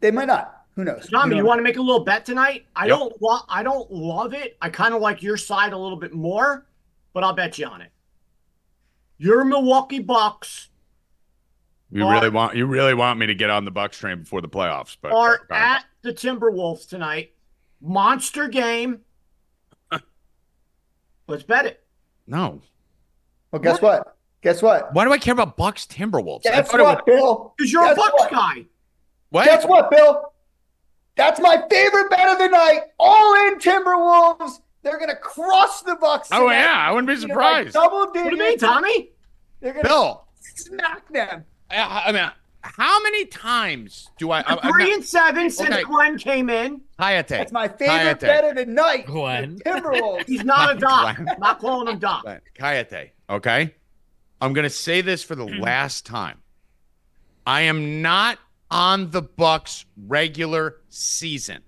Speaker 6: They might not. Who knows?
Speaker 2: Tommy,
Speaker 6: We
Speaker 2: you
Speaker 6: don't
Speaker 2: want to make a little bet tonight? I
Speaker 3: Yep.
Speaker 2: don't lo- I don't love it. I kind of like your side a little bit more, but I'll bet you on it. Your Milwaukee Bucks
Speaker 3: You
Speaker 2: Or-
Speaker 3: really want you really want me to get on the Bucks train before the playoffs, but
Speaker 2: are at the Timberwolves tonight. Monster game.
Speaker 3: (laughs)
Speaker 2: Let's bet it.
Speaker 3: no.
Speaker 6: Well, guess what? Guess what?
Speaker 3: Why do I care about Bucks Timberwolves? I
Speaker 6: Guess
Speaker 3: thought it
Speaker 6: what,
Speaker 3: was-
Speaker 6: Bill?
Speaker 2: Because you're
Speaker 6: Guess
Speaker 2: a Bucks
Speaker 6: what?
Speaker 2: guy.
Speaker 3: What?
Speaker 6: Guess what, Bill? That's my favorite bet of the night. All in Timberwolves. They're gonna crush the Bucks.
Speaker 3: Oh
Speaker 6: tonight.
Speaker 3: yeah, I wouldn't be
Speaker 6: You know, like
Speaker 3: surprised.
Speaker 6: Double
Speaker 2: What do you mean,
Speaker 6: digits.
Speaker 2: Tommy?
Speaker 6: They're gonna
Speaker 3: Bill,
Speaker 6: smack them.
Speaker 3: I, I mean, how many times do I? I I'm
Speaker 2: Three
Speaker 3: not-
Speaker 2: and seven since
Speaker 3: Okay.
Speaker 2: Glenn came in.
Speaker 6: That's
Speaker 3: Hayate.
Speaker 6: my favorite
Speaker 3: Hayate.
Speaker 6: bet of the night.
Speaker 4: Glenn.
Speaker 6: Timberwolves.
Speaker 2: (laughs) He's not a doc.
Speaker 3: (laughs) Glenn.
Speaker 2: not calling him doc.
Speaker 3: But Hayate. Okay, I'm gonna say this for
Speaker 6: Mm.
Speaker 3: the last time. I am not on the Bucks regular season.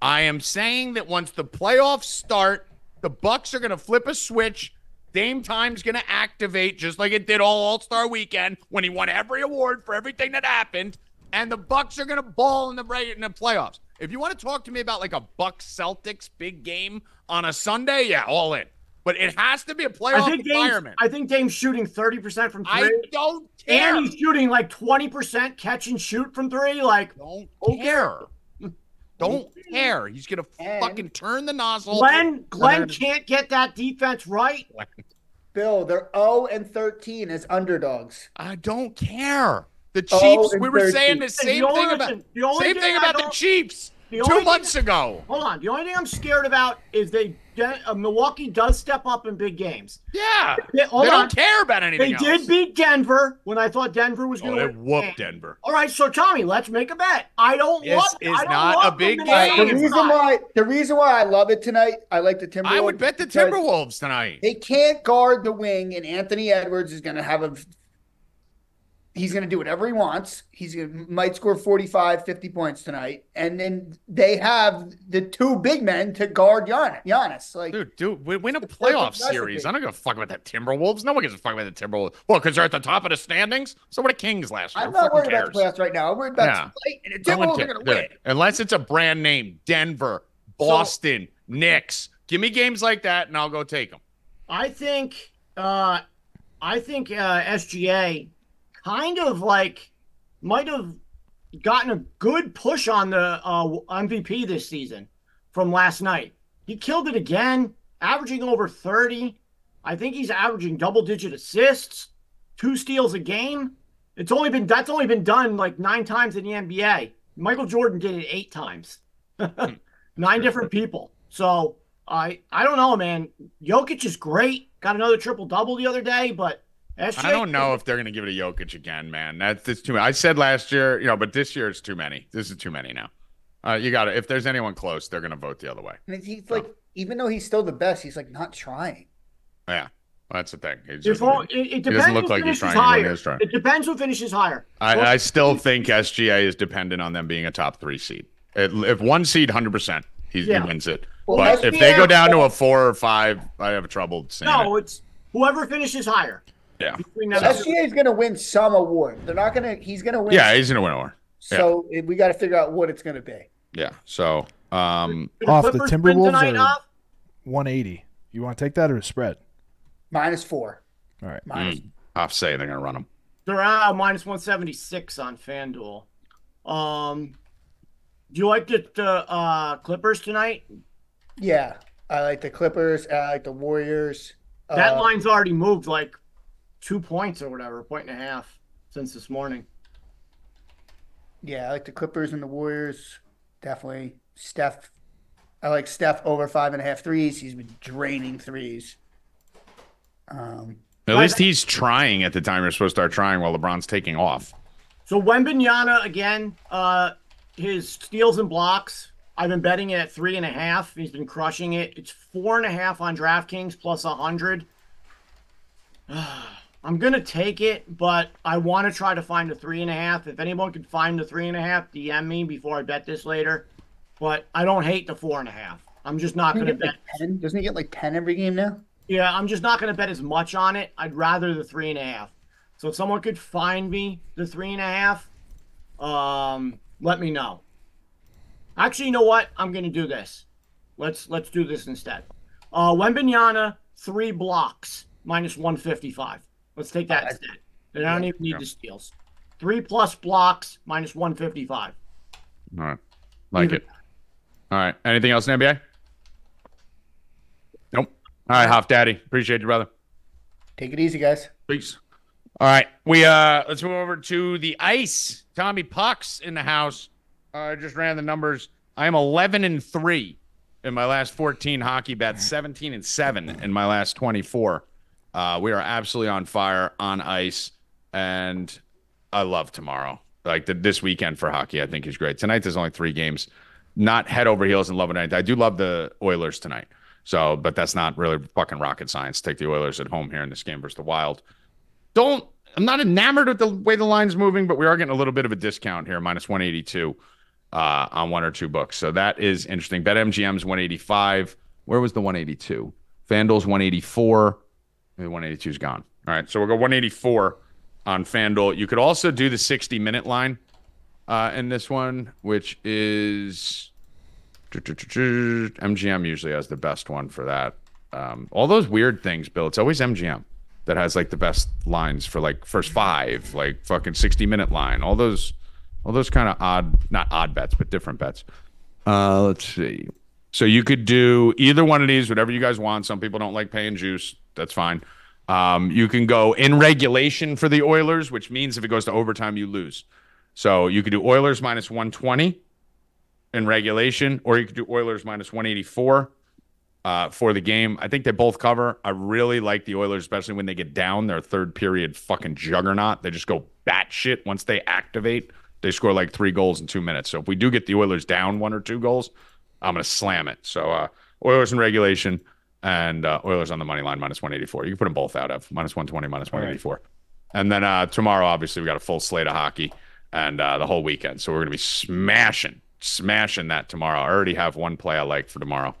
Speaker 3: I am saying that once the playoffs start, the Bucks are going to flip a switch. Dame Time's going to activate just like it did all All-Star weekend when he won every award for everything that happened, and the Bucks are going to ball in the reg- in the playoffs. If you want to talk to me about like a Bucks Celtics big game on a Sunday, yeah, all in. but it has to be a playoff
Speaker 2: I think Dame's,
Speaker 3: environment.
Speaker 2: I think Dame's shooting 30% from
Speaker 3: I,
Speaker 2: three.
Speaker 3: don't care.
Speaker 2: and he's shooting like 20% catch and shoot from three. Like,
Speaker 3: don't
Speaker 2: Okay.
Speaker 3: care.
Speaker 6: (laughs)
Speaker 3: Don't care. He's gonna
Speaker 6: And-
Speaker 3: fucking turn the nozzle.
Speaker 2: Glenn,
Speaker 3: Whether
Speaker 2: Glenn
Speaker 3: it is-
Speaker 2: can't get that defense right.
Speaker 6: Bill, they're 0 and 13 as underdogs.
Speaker 3: I don't care. The Chiefs.
Speaker 6: Oh, and
Speaker 3: we were
Speaker 6: they're
Speaker 3: saying the
Speaker 6: Chiefs.
Speaker 3: same
Speaker 2: The only
Speaker 3: thing about
Speaker 2: reason- the only
Speaker 3: same thing
Speaker 2: thing I
Speaker 3: about the
Speaker 2: don't-
Speaker 3: Chiefs
Speaker 2: The only
Speaker 3: two
Speaker 2: thing-
Speaker 3: months ago.
Speaker 2: Hold on. The only thing I'm scared about is they uh, Milwaukee does step up in big games.
Speaker 3: Yeah,
Speaker 2: They, hold
Speaker 3: they
Speaker 2: on.
Speaker 3: don't care about
Speaker 2: They
Speaker 3: anything else.
Speaker 2: did beat Denver when I thought Denver was
Speaker 3: Oh,
Speaker 2: going
Speaker 3: they
Speaker 2: to
Speaker 3: whooped Denver.
Speaker 2: All right, so Tommy, let's make a bet. I don't
Speaker 3: This
Speaker 2: love.
Speaker 3: is
Speaker 2: I don't
Speaker 3: not
Speaker 2: love
Speaker 3: a big
Speaker 2: them
Speaker 3: game.
Speaker 2: tonight.
Speaker 3: Hey,
Speaker 6: the
Speaker 2: It's
Speaker 6: reason
Speaker 2: not.
Speaker 6: why the reason why I love it tonight, I like the Timberwolves.
Speaker 3: I would bet the
Speaker 6: because
Speaker 3: Timberwolves tonight.
Speaker 6: They can't guard the wing, and Anthony Edwards is going to have a. He's going to do whatever he wants. He's going to might score 45, 50 points tonight, and then they have the two big men to guard Gian, Giannis. Like
Speaker 3: Dude, dude, we win a
Speaker 6: perfect
Speaker 3: playoff
Speaker 6: recipe.
Speaker 3: series. I don't give a fuck about that Timberwolves. No one gives a fuck about the Timberwolves. Well, because they're at the top of the standings. So what the Kings last year?
Speaker 6: I'm
Speaker 3: Who
Speaker 6: not
Speaker 3: fucking
Speaker 6: worried about the
Speaker 3: cares?
Speaker 6: playoffs right now. I'm worried about
Speaker 3: Yeah.
Speaker 6: tonight, and the
Speaker 3: No one
Speaker 6: Timberwolves are
Speaker 3: cares,
Speaker 6: going to
Speaker 3: dude.
Speaker 6: win.
Speaker 3: Unless it's a brand name, Denver, Boston, Knicks. Give me games like that, and I'll go take them.
Speaker 2: I think. Uh, I think uh, SGA kind of like might have gotten a good push on the uh, MVP this season from last night. He killed it again, averaging over 30. I think he's averaging double digit assists, two steals a game. It's only been that's only been done like nine times in the NBA. Michael Jordan did it eight times. (laughs) Nine different people. So I I don't know, man. Jokic is great. Got another triple double the other day, but SGA
Speaker 3: I don't know if they're going to give it to Jokic again, man. That's, that's too many. I said last year, you know, but this year it's too many. This is too many now. Uh, you got to, if there's anyone close, they're going to vote the other way.
Speaker 6: And he's like, even though he's still the best, he's like not trying.
Speaker 3: That's the thing.
Speaker 2: If
Speaker 3: It's just-
Speaker 2: all, it, it
Speaker 3: He
Speaker 2: depends
Speaker 3: doesn't look
Speaker 2: who
Speaker 3: like he's
Speaker 2: finishes
Speaker 3: trying. He really
Speaker 2: higher.
Speaker 3: is trying.
Speaker 2: It depends who finishes higher.
Speaker 3: I, I still think SGA is dependent on them being a top three seed. It, if one seed, 100%, he,
Speaker 2: Yeah.
Speaker 3: he wins it.
Speaker 6: Well,
Speaker 3: but if they
Speaker 6: SGA
Speaker 3: go down to a four or five, I have trouble seeing
Speaker 2: no,
Speaker 3: it.
Speaker 2: it's whoever finishes higher.
Speaker 3: Yeah.
Speaker 2: Between
Speaker 3: So-
Speaker 2: them,
Speaker 6: SGA is going to win some award. They're not going to. He's going to win.
Speaker 3: Yeah, he's going to win over.
Speaker 6: So it- we got to figure out what it's going to be.
Speaker 3: Yeah. So, um,
Speaker 2: Do
Speaker 1: Off the
Speaker 2: Clippers win
Speaker 1: Timberwolves
Speaker 2: tonight,
Speaker 1: or-
Speaker 2: Nav?
Speaker 1: 180. You want to take that or a spread?
Speaker 6: Minus four.
Speaker 1: All right.
Speaker 3: Mm.
Speaker 6: Minus.
Speaker 3: off say they're going to run him.
Speaker 2: They're uh, minus one seventy six on FanDuel. Um, do you like the, the uh, Clippers tonight?
Speaker 6: Yeah, I like the Clippers. I like the Warriors.
Speaker 2: That
Speaker 6: Uh,
Speaker 2: line's already moved like two points or whatever, a point and a half since this morning.
Speaker 6: Yeah, I like the Clippers and the Warriors. Definitely Steph. I like Steph over five and a half threes. He's been draining threes. Um,
Speaker 3: At
Speaker 2: Right.
Speaker 3: least he's trying at the time you're supposed to start trying while LeBron's taking off.
Speaker 2: So Wembenyana again, uh, his steals and blocks. I've been betting it at three and a half. He's been crushing it. It's four and a half on DraftKings plus a hundred. (sighs) I'm gonna take it, but I want to try to find a three and a half. If anyone can find the three and a half, DM me before I bet this later. But I don't hate the four and a half. I'm just not
Speaker 6: doesn't
Speaker 2: gonna
Speaker 6: he get
Speaker 2: bet.
Speaker 6: like ten? Doesn't he get like ten every game now?
Speaker 2: Yeah, I'm just not going to bet as much on it. I'd rather the three and a half. So if someone could find me the three and a half, um, let me know. Actually, you know what? I'm going to do this. Let's let's do this instead. Uh, Wembenyana three blocks minus 155. Let's take that instead. And I don't even need the steals. Three plus blocks minus 155.
Speaker 3: All right. Like it. All right. Anything else in NBA? Nope. All right, Hoff Daddy. Appreciate you, brother.
Speaker 6: Take it easy, guys.
Speaker 3: Peace. All right. We uh let's move over to the ice. Tommy Pucks in the house. I just ran the numbers. I am eleven and three in my last 14 hockey bets, 17 and 7 in my last 24. Uh, we are absolutely on fire on ice. And I love tomorrow. Like the, this weekend for hockey, I think is great. Tonight, there's only three games. Not head over heels in love tonight. I do love the Oilers tonight. So, but that's not really fucking rocket science. Take the Oilers at home here in this game versus the Wild. Don't. I'm not enamored with the way the line's moving, but we are getting a little bit of a discount here, minus 182 uh, on one or two books. So that is interesting. BetMGM's 185. Where was the 182? FanDuel's 184. The 182's gone. All right. So we'll go 184 on FanDuel. You could also do the 60 minute line uh, in this one, which is MGM usually has the best one for that. um, all those weird things, Bill. It's always MGM that has like the best lines for like first five, like fucking sixty minute line. All those, all those kind of odd, not odd bets, but different bets. Uh, let's see. So you could do either one of these, whatever you guys want. Some people don't like paying juice. That's fine. Um, you can go in regulation for the Oilers, which means if it goes to overtime, you lose. So you could do Oilers minus 120 in regulation, or you could do Oilers minus 184 uh, for the game. I think they both cover. I really like the Oilers, especially when they get down their third period fucking juggernaut. They just go batshit once they activate. They score like three goals in two minutes. So if we do get the Oilers down one or two goals, I'm going to slam it. So uh, Oilers in regulation and uh, Oilers on the money line minus 184. You can put them both out of minus 120, minus 184. And then uh, tomorrow, obviously, we got a full slate of hockey and uh, the whole weekend. So we're going to be smashing, smashing that tomorrow. I already have one play I like for tomorrow.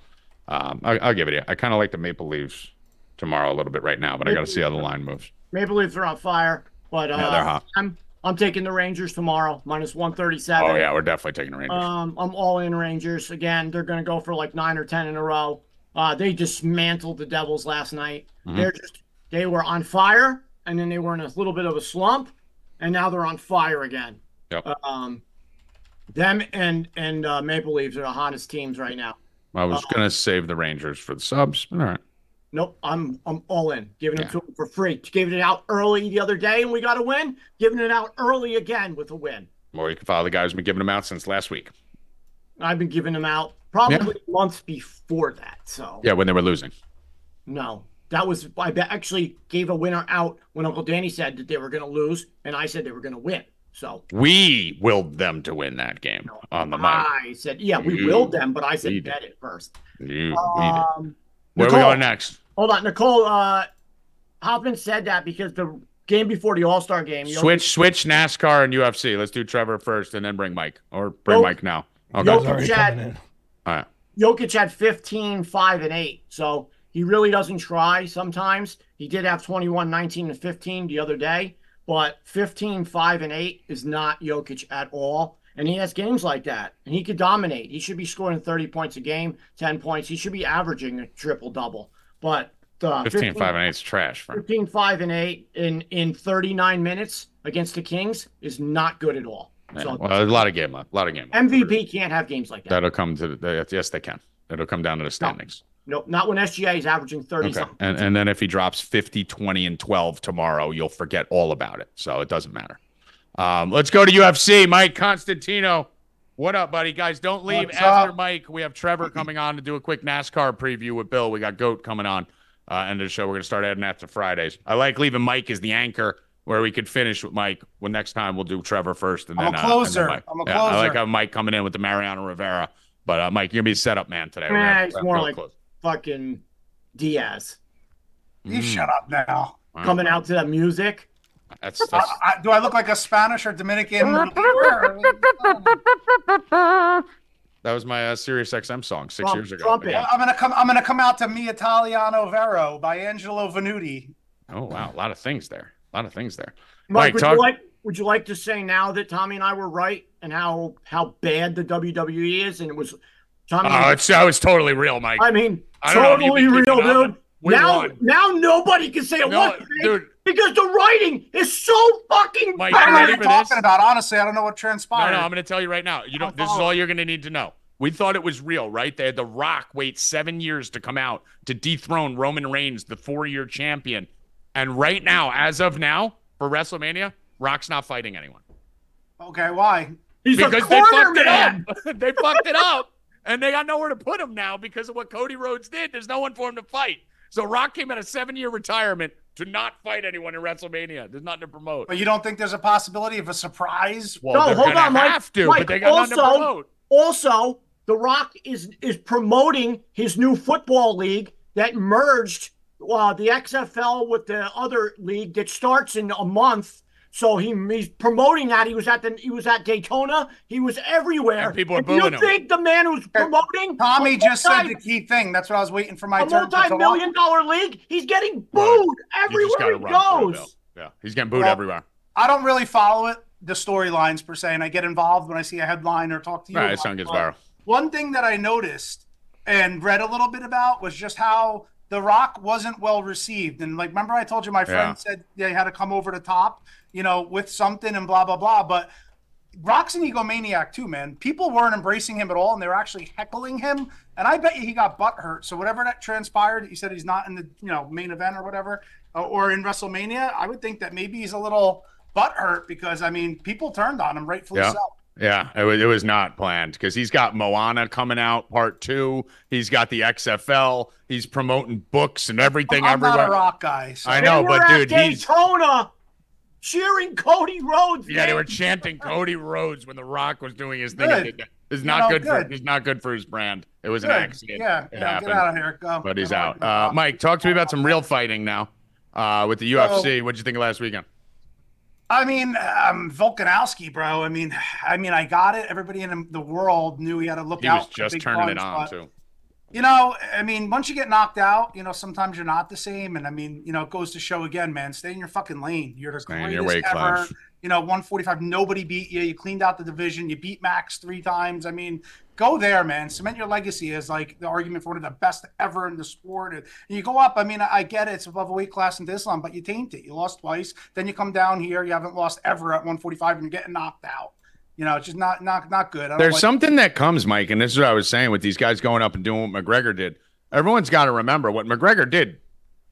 Speaker 3: Um, I, I'll give it to you. I kind of like the Maple Leaves tomorrow a little bit right now, but I got to see how the line moves.
Speaker 2: Maple Leafs are on fire, but uh,
Speaker 3: Yeah, they're hot.
Speaker 2: I'm I'm taking the Rangers tomorrow minus one thirty seven.
Speaker 3: Oh, yeah, we're definitely taking a Rangers.
Speaker 2: Um, I'm all in Rangers again. They're going to go for like nine or ten in a row. Uh, they dismantled the Devils last night.
Speaker 3: Mm-hmm.
Speaker 2: They're just they were on fire, and then they were in a little bit of a slump, and now they're on fire again.
Speaker 3: Yep.
Speaker 2: Um, them and and uh, Maple Leafs are the hottest teams right now.
Speaker 3: I was going to save the Rangers for the subs. but All right.
Speaker 2: Nope, I'm I'm all in. Giving
Speaker 3: Yeah.
Speaker 2: it to them for free. Giving it out early the other day, and we got a win. Giving it out early again with a win.
Speaker 3: Or you can follow the guys who've been giving them out since last week.
Speaker 2: I've been giving them out probably months before that. So
Speaker 3: Yeah, when they were losing.
Speaker 2: no, that was I bet- actually gave a winner out when Uncle Danny said that they were going to lose, and I said they were going to win. So
Speaker 3: We willed them to win that game on the money.
Speaker 2: I said, yeah, we
Speaker 3: You
Speaker 2: willed them, but I
Speaker 3: did.
Speaker 2: said bet it first.
Speaker 3: You, we did.
Speaker 2: Um,
Speaker 3: Where we
Speaker 2: Nicole.
Speaker 3: are next?
Speaker 2: hold on, Nicole. Uh, Hoffman said that because the game before the All Star game, Yo-
Speaker 3: Switch, switch NASCAR and UFC. Let's do Trevor first, and then bring Mike, or bring
Speaker 2: Yo-
Speaker 3: Mike now. Okay.
Speaker 2: Yo-
Speaker 1: He's already
Speaker 2: Chad.
Speaker 1: coming in.
Speaker 2: (laughs)
Speaker 3: All right.
Speaker 2: Jokic had 15, 5, and 8. So he really doesn't try sometimes. He did have 21, 19, and 15 the other day, but 15, 5, and 8 is not Jokic at all. And he has games like that, and he could dominate. He should be scoring 30 points a game, 10 points. He should be averaging a triple double. But uh,
Speaker 3: 15, 5, and 8 is trash. Frank.
Speaker 2: 15, 5, and 8 in, in 39 minutes against the Kings is not good at all.
Speaker 3: Yeah,
Speaker 2: So
Speaker 3: well, a lot of game left. A lot of game left.
Speaker 2: MVP can't have games like that.
Speaker 3: That'll come to the, yes, they can. It'll come down to the standings.
Speaker 2: nope, not when SGA is averaging 30
Speaker 3: Okay.
Speaker 2: something.
Speaker 3: And, and then if he drops 50, 20, and 12 tomorrow, you'll forget all about it. So it doesn't matter. Um, let's go to UFC. Mike Constantino. What up, buddy? Guys, don't leave
Speaker 6: What's
Speaker 3: after
Speaker 6: up?
Speaker 3: Mike. We have Trevor coming on to do a quick NASCAR preview with Bill. We got GOAT coming on uh, end of the show. We're going to start adding that to Fridays. I like leaving Mike as the anchor where we could finish with Mike. Well, next time we'll do Trevor first. And
Speaker 6: I'm
Speaker 3: then,
Speaker 6: a
Speaker 3: uh, and then
Speaker 6: closer.
Speaker 3: Mike.
Speaker 6: I'm a
Speaker 3: Yeah, I like
Speaker 6: closer.
Speaker 3: how Mike coming in with the Mariano Rivera. But uh, Mike, you're going to be set up, man, today. We're gonna
Speaker 2: Nah,
Speaker 3: have-
Speaker 2: it's
Speaker 3: have
Speaker 2: more
Speaker 3: Bill
Speaker 2: like-
Speaker 3: close.
Speaker 2: fucking Diaz
Speaker 6: You
Speaker 3: Mm,
Speaker 6: shut up now.
Speaker 3: wow.
Speaker 2: coming out to that music.
Speaker 3: That's,
Speaker 6: I,
Speaker 3: that's
Speaker 6: I, do I look like a Spanish
Speaker 2: (laughs)
Speaker 6: or Dominican?
Speaker 3: That was my uh, Sirius XM song six
Speaker 2: Trump-
Speaker 3: years ago.
Speaker 2: Trump it.
Speaker 3: Again.
Speaker 6: I'm gonna come. I'm gonna come out to "Mi Italiano Vero" by Angelo Venuti.
Speaker 3: Oh wow, a lot of things there. A lot of things there.
Speaker 2: Mike,
Speaker 3: Mike,
Speaker 2: would
Speaker 3: talk-
Speaker 2: you like would you like to say now that Tommy and I were right and how how bad the WWE is and it was Tommy
Speaker 3: Oh, it's that was totally real, Mike.
Speaker 2: I mean
Speaker 3: I don't know if
Speaker 2: totally
Speaker 3: you've been
Speaker 2: real
Speaker 3: keeping up.
Speaker 2: dude.
Speaker 3: We
Speaker 2: now
Speaker 3: won.
Speaker 2: now nobody can say it
Speaker 3: No,
Speaker 2: was
Speaker 3: dude,
Speaker 2: because the writing is so fucking
Speaker 3: Mike,
Speaker 6: I
Speaker 3: you
Speaker 6: don't know what
Speaker 3: ready
Speaker 6: you're
Speaker 3: for
Speaker 2: bad.
Speaker 6: talking
Speaker 3: this?
Speaker 6: about. Honestly, I don't know what
Speaker 3: No,
Speaker 6: transpired.
Speaker 3: no, I'm going to tell you right now. You
Speaker 6: I'll
Speaker 3: don't. This is
Speaker 6: follow.
Speaker 3: all you're going to need to know. We thought it was real, right? They had The Rock wait seven years to come out to dethrone Roman Reigns, the four-year champion. And right now, as of now, for WrestleMania, Rock's not fighting anyone
Speaker 6: okay, why?
Speaker 2: He's a
Speaker 3: because they
Speaker 2: corner
Speaker 3: fucked
Speaker 2: man.
Speaker 3: it up. (laughs) they fucked it up, and they got nowhere to put him now because of what Cody Rhodes did. There's no one for him to fight. So Rock came out of seven-year retirement to not fight anyone in WrestleMania. There's nothing to promote.
Speaker 6: But you don't think there's a possibility of a surprise?
Speaker 3: Well,
Speaker 2: No,
Speaker 3: they're
Speaker 2: hold
Speaker 3: gonna
Speaker 2: on, Mike.
Speaker 3: have to,
Speaker 2: Mike,
Speaker 3: but they got nothing to
Speaker 2: also-
Speaker 3: promote.
Speaker 2: Also, The Rock is is promoting his new football league that merged uh, the XFL with the other league that starts in a month. So he he's promoting that. He was at the he was at Daytona. He was everywhere.
Speaker 3: And people are
Speaker 2: If you
Speaker 3: booing him.
Speaker 2: think the man who's promoting
Speaker 6: Tommy
Speaker 2: a
Speaker 6: just said
Speaker 2: multi-
Speaker 6: the key thing. That's what I was waiting for my
Speaker 2: a
Speaker 6: turn. to talk.
Speaker 2: multi-million dollar league, he's getting
Speaker 3: Right.
Speaker 2: booed
Speaker 3: You just gotta
Speaker 2: everywhere he
Speaker 3: run through it,
Speaker 2: goes.
Speaker 3: Bill. Yeah, he's getting booed
Speaker 6: Well,
Speaker 3: everywhere.
Speaker 6: I don't really follow it, the storylines per se, and I get involved when I see a headline or talk to you.
Speaker 3: All right,
Speaker 6: about
Speaker 3: his son
Speaker 6: it,
Speaker 3: gets
Speaker 6: but-
Speaker 3: viral.
Speaker 6: one thing that I noticed and read a little bit about was just how
Speaker 7: The Rock wasn't well received, and like remember I told you my friend
Speaker 3: Yeah.
Speaker 7: said they had to come over the top, you know, with something and blah blah blah. But Rock's an egomaniac too, man. People weren't embracing him at all, and they were actually heckling him. And I bet you he got butt hurt. So whatever that transpired, he said he's not in the you know main event or whatever, uh, or in WrestleMania. I would think that maybe he's a little butt hurt because I mean people turned on him, rightfully
Speaker 3: Yeah.
Speaker 7: so.
Speaker 3: Yeah, it was, it was not planned because he's got Moana coming out part two. He's got the XFL. He's promoting books and everything
Speaker 7: I'm
Speaker 3: everywhere.
Speaker 7: not a rock guy. So.
Speaker 3: I know,
Speaker 2: they
Speaker 3: but
Speaker 2: were
Speaker 3: dude,
Speaker 2: at
Speaker 3: he's
Speaker 2: Daytona cheering Cody Rhodes.
Speaker 3: yeah. They
Speaker 2: man.
Speaker 3: were chanting Cody Rhodes when The Rock was doing his thing.
Speaker 7: Good.
Speaker 3: It's
Speaker 7: You
Speaker 3: not
Speaker 7: know,
Speaker 3: good, for
Speaker 7: good.
Speaker 3: it's not good for his brand. It was
Speaker 7: Good.
Speaker 3: an accident.
Speaker 7: Yeah,
Speaker 3: It
Speaker 7: yeah get
Speaker 3: happened.
Speaker 7: out of here. Go.
Speaker 3: but he's
Speaker 7: Get
Speaker 3: out.
Speaker 7: out.
Speaker 3: Uh, Mike, talk to me about some real fighting now uh, with the UFC. What'd you think of last weekend?
Speaker 7: I mean, um, Volkanowski, bro. I mean, (sighs) I mean, I got it. Everybody in the world knew he had to look
Speaker 3: He
Speaker 7: out.
Speaker 3: was
Speaker 7: for
Speaker 3: just
Speaker 7: big
Speaker 3: turning it
Speaker 7: punch,
Speaker 3: on
Speaker 7: but,
Speaker 3: too.
Speaker 7: You know, I mean, once you get knocked out, you know, sometimes you're not the same. And I mean, you know, it goes to show again, man. Stay in your fucking lane. You're the
Speaker 3: Stay in
Speaker 7: greatest
Speaker 3: your weight
Speaker 7: ever.
Speaker 3: class.
Speaker 7: You know, 145. Nobody beat you. You cleaned out the division. You beat Max three times. I mean, go there, man. Cement your legacy as like the argument for one of the best ever in the sport. And you go up. I mean, I get it. It's above a weight class in Islam, but you taint it. You lost twice. Then you come down here. You haven't lost ever at 145, and you're getting knocked out. You know, it's just not not not good. I don't
Speaker 3: There's
Speaker 7: like-
Speaker 3: something that comes, Mike, and this is what I was saying with these guys going up and doing what McGregor did. Everyone's got to remember what McGregor did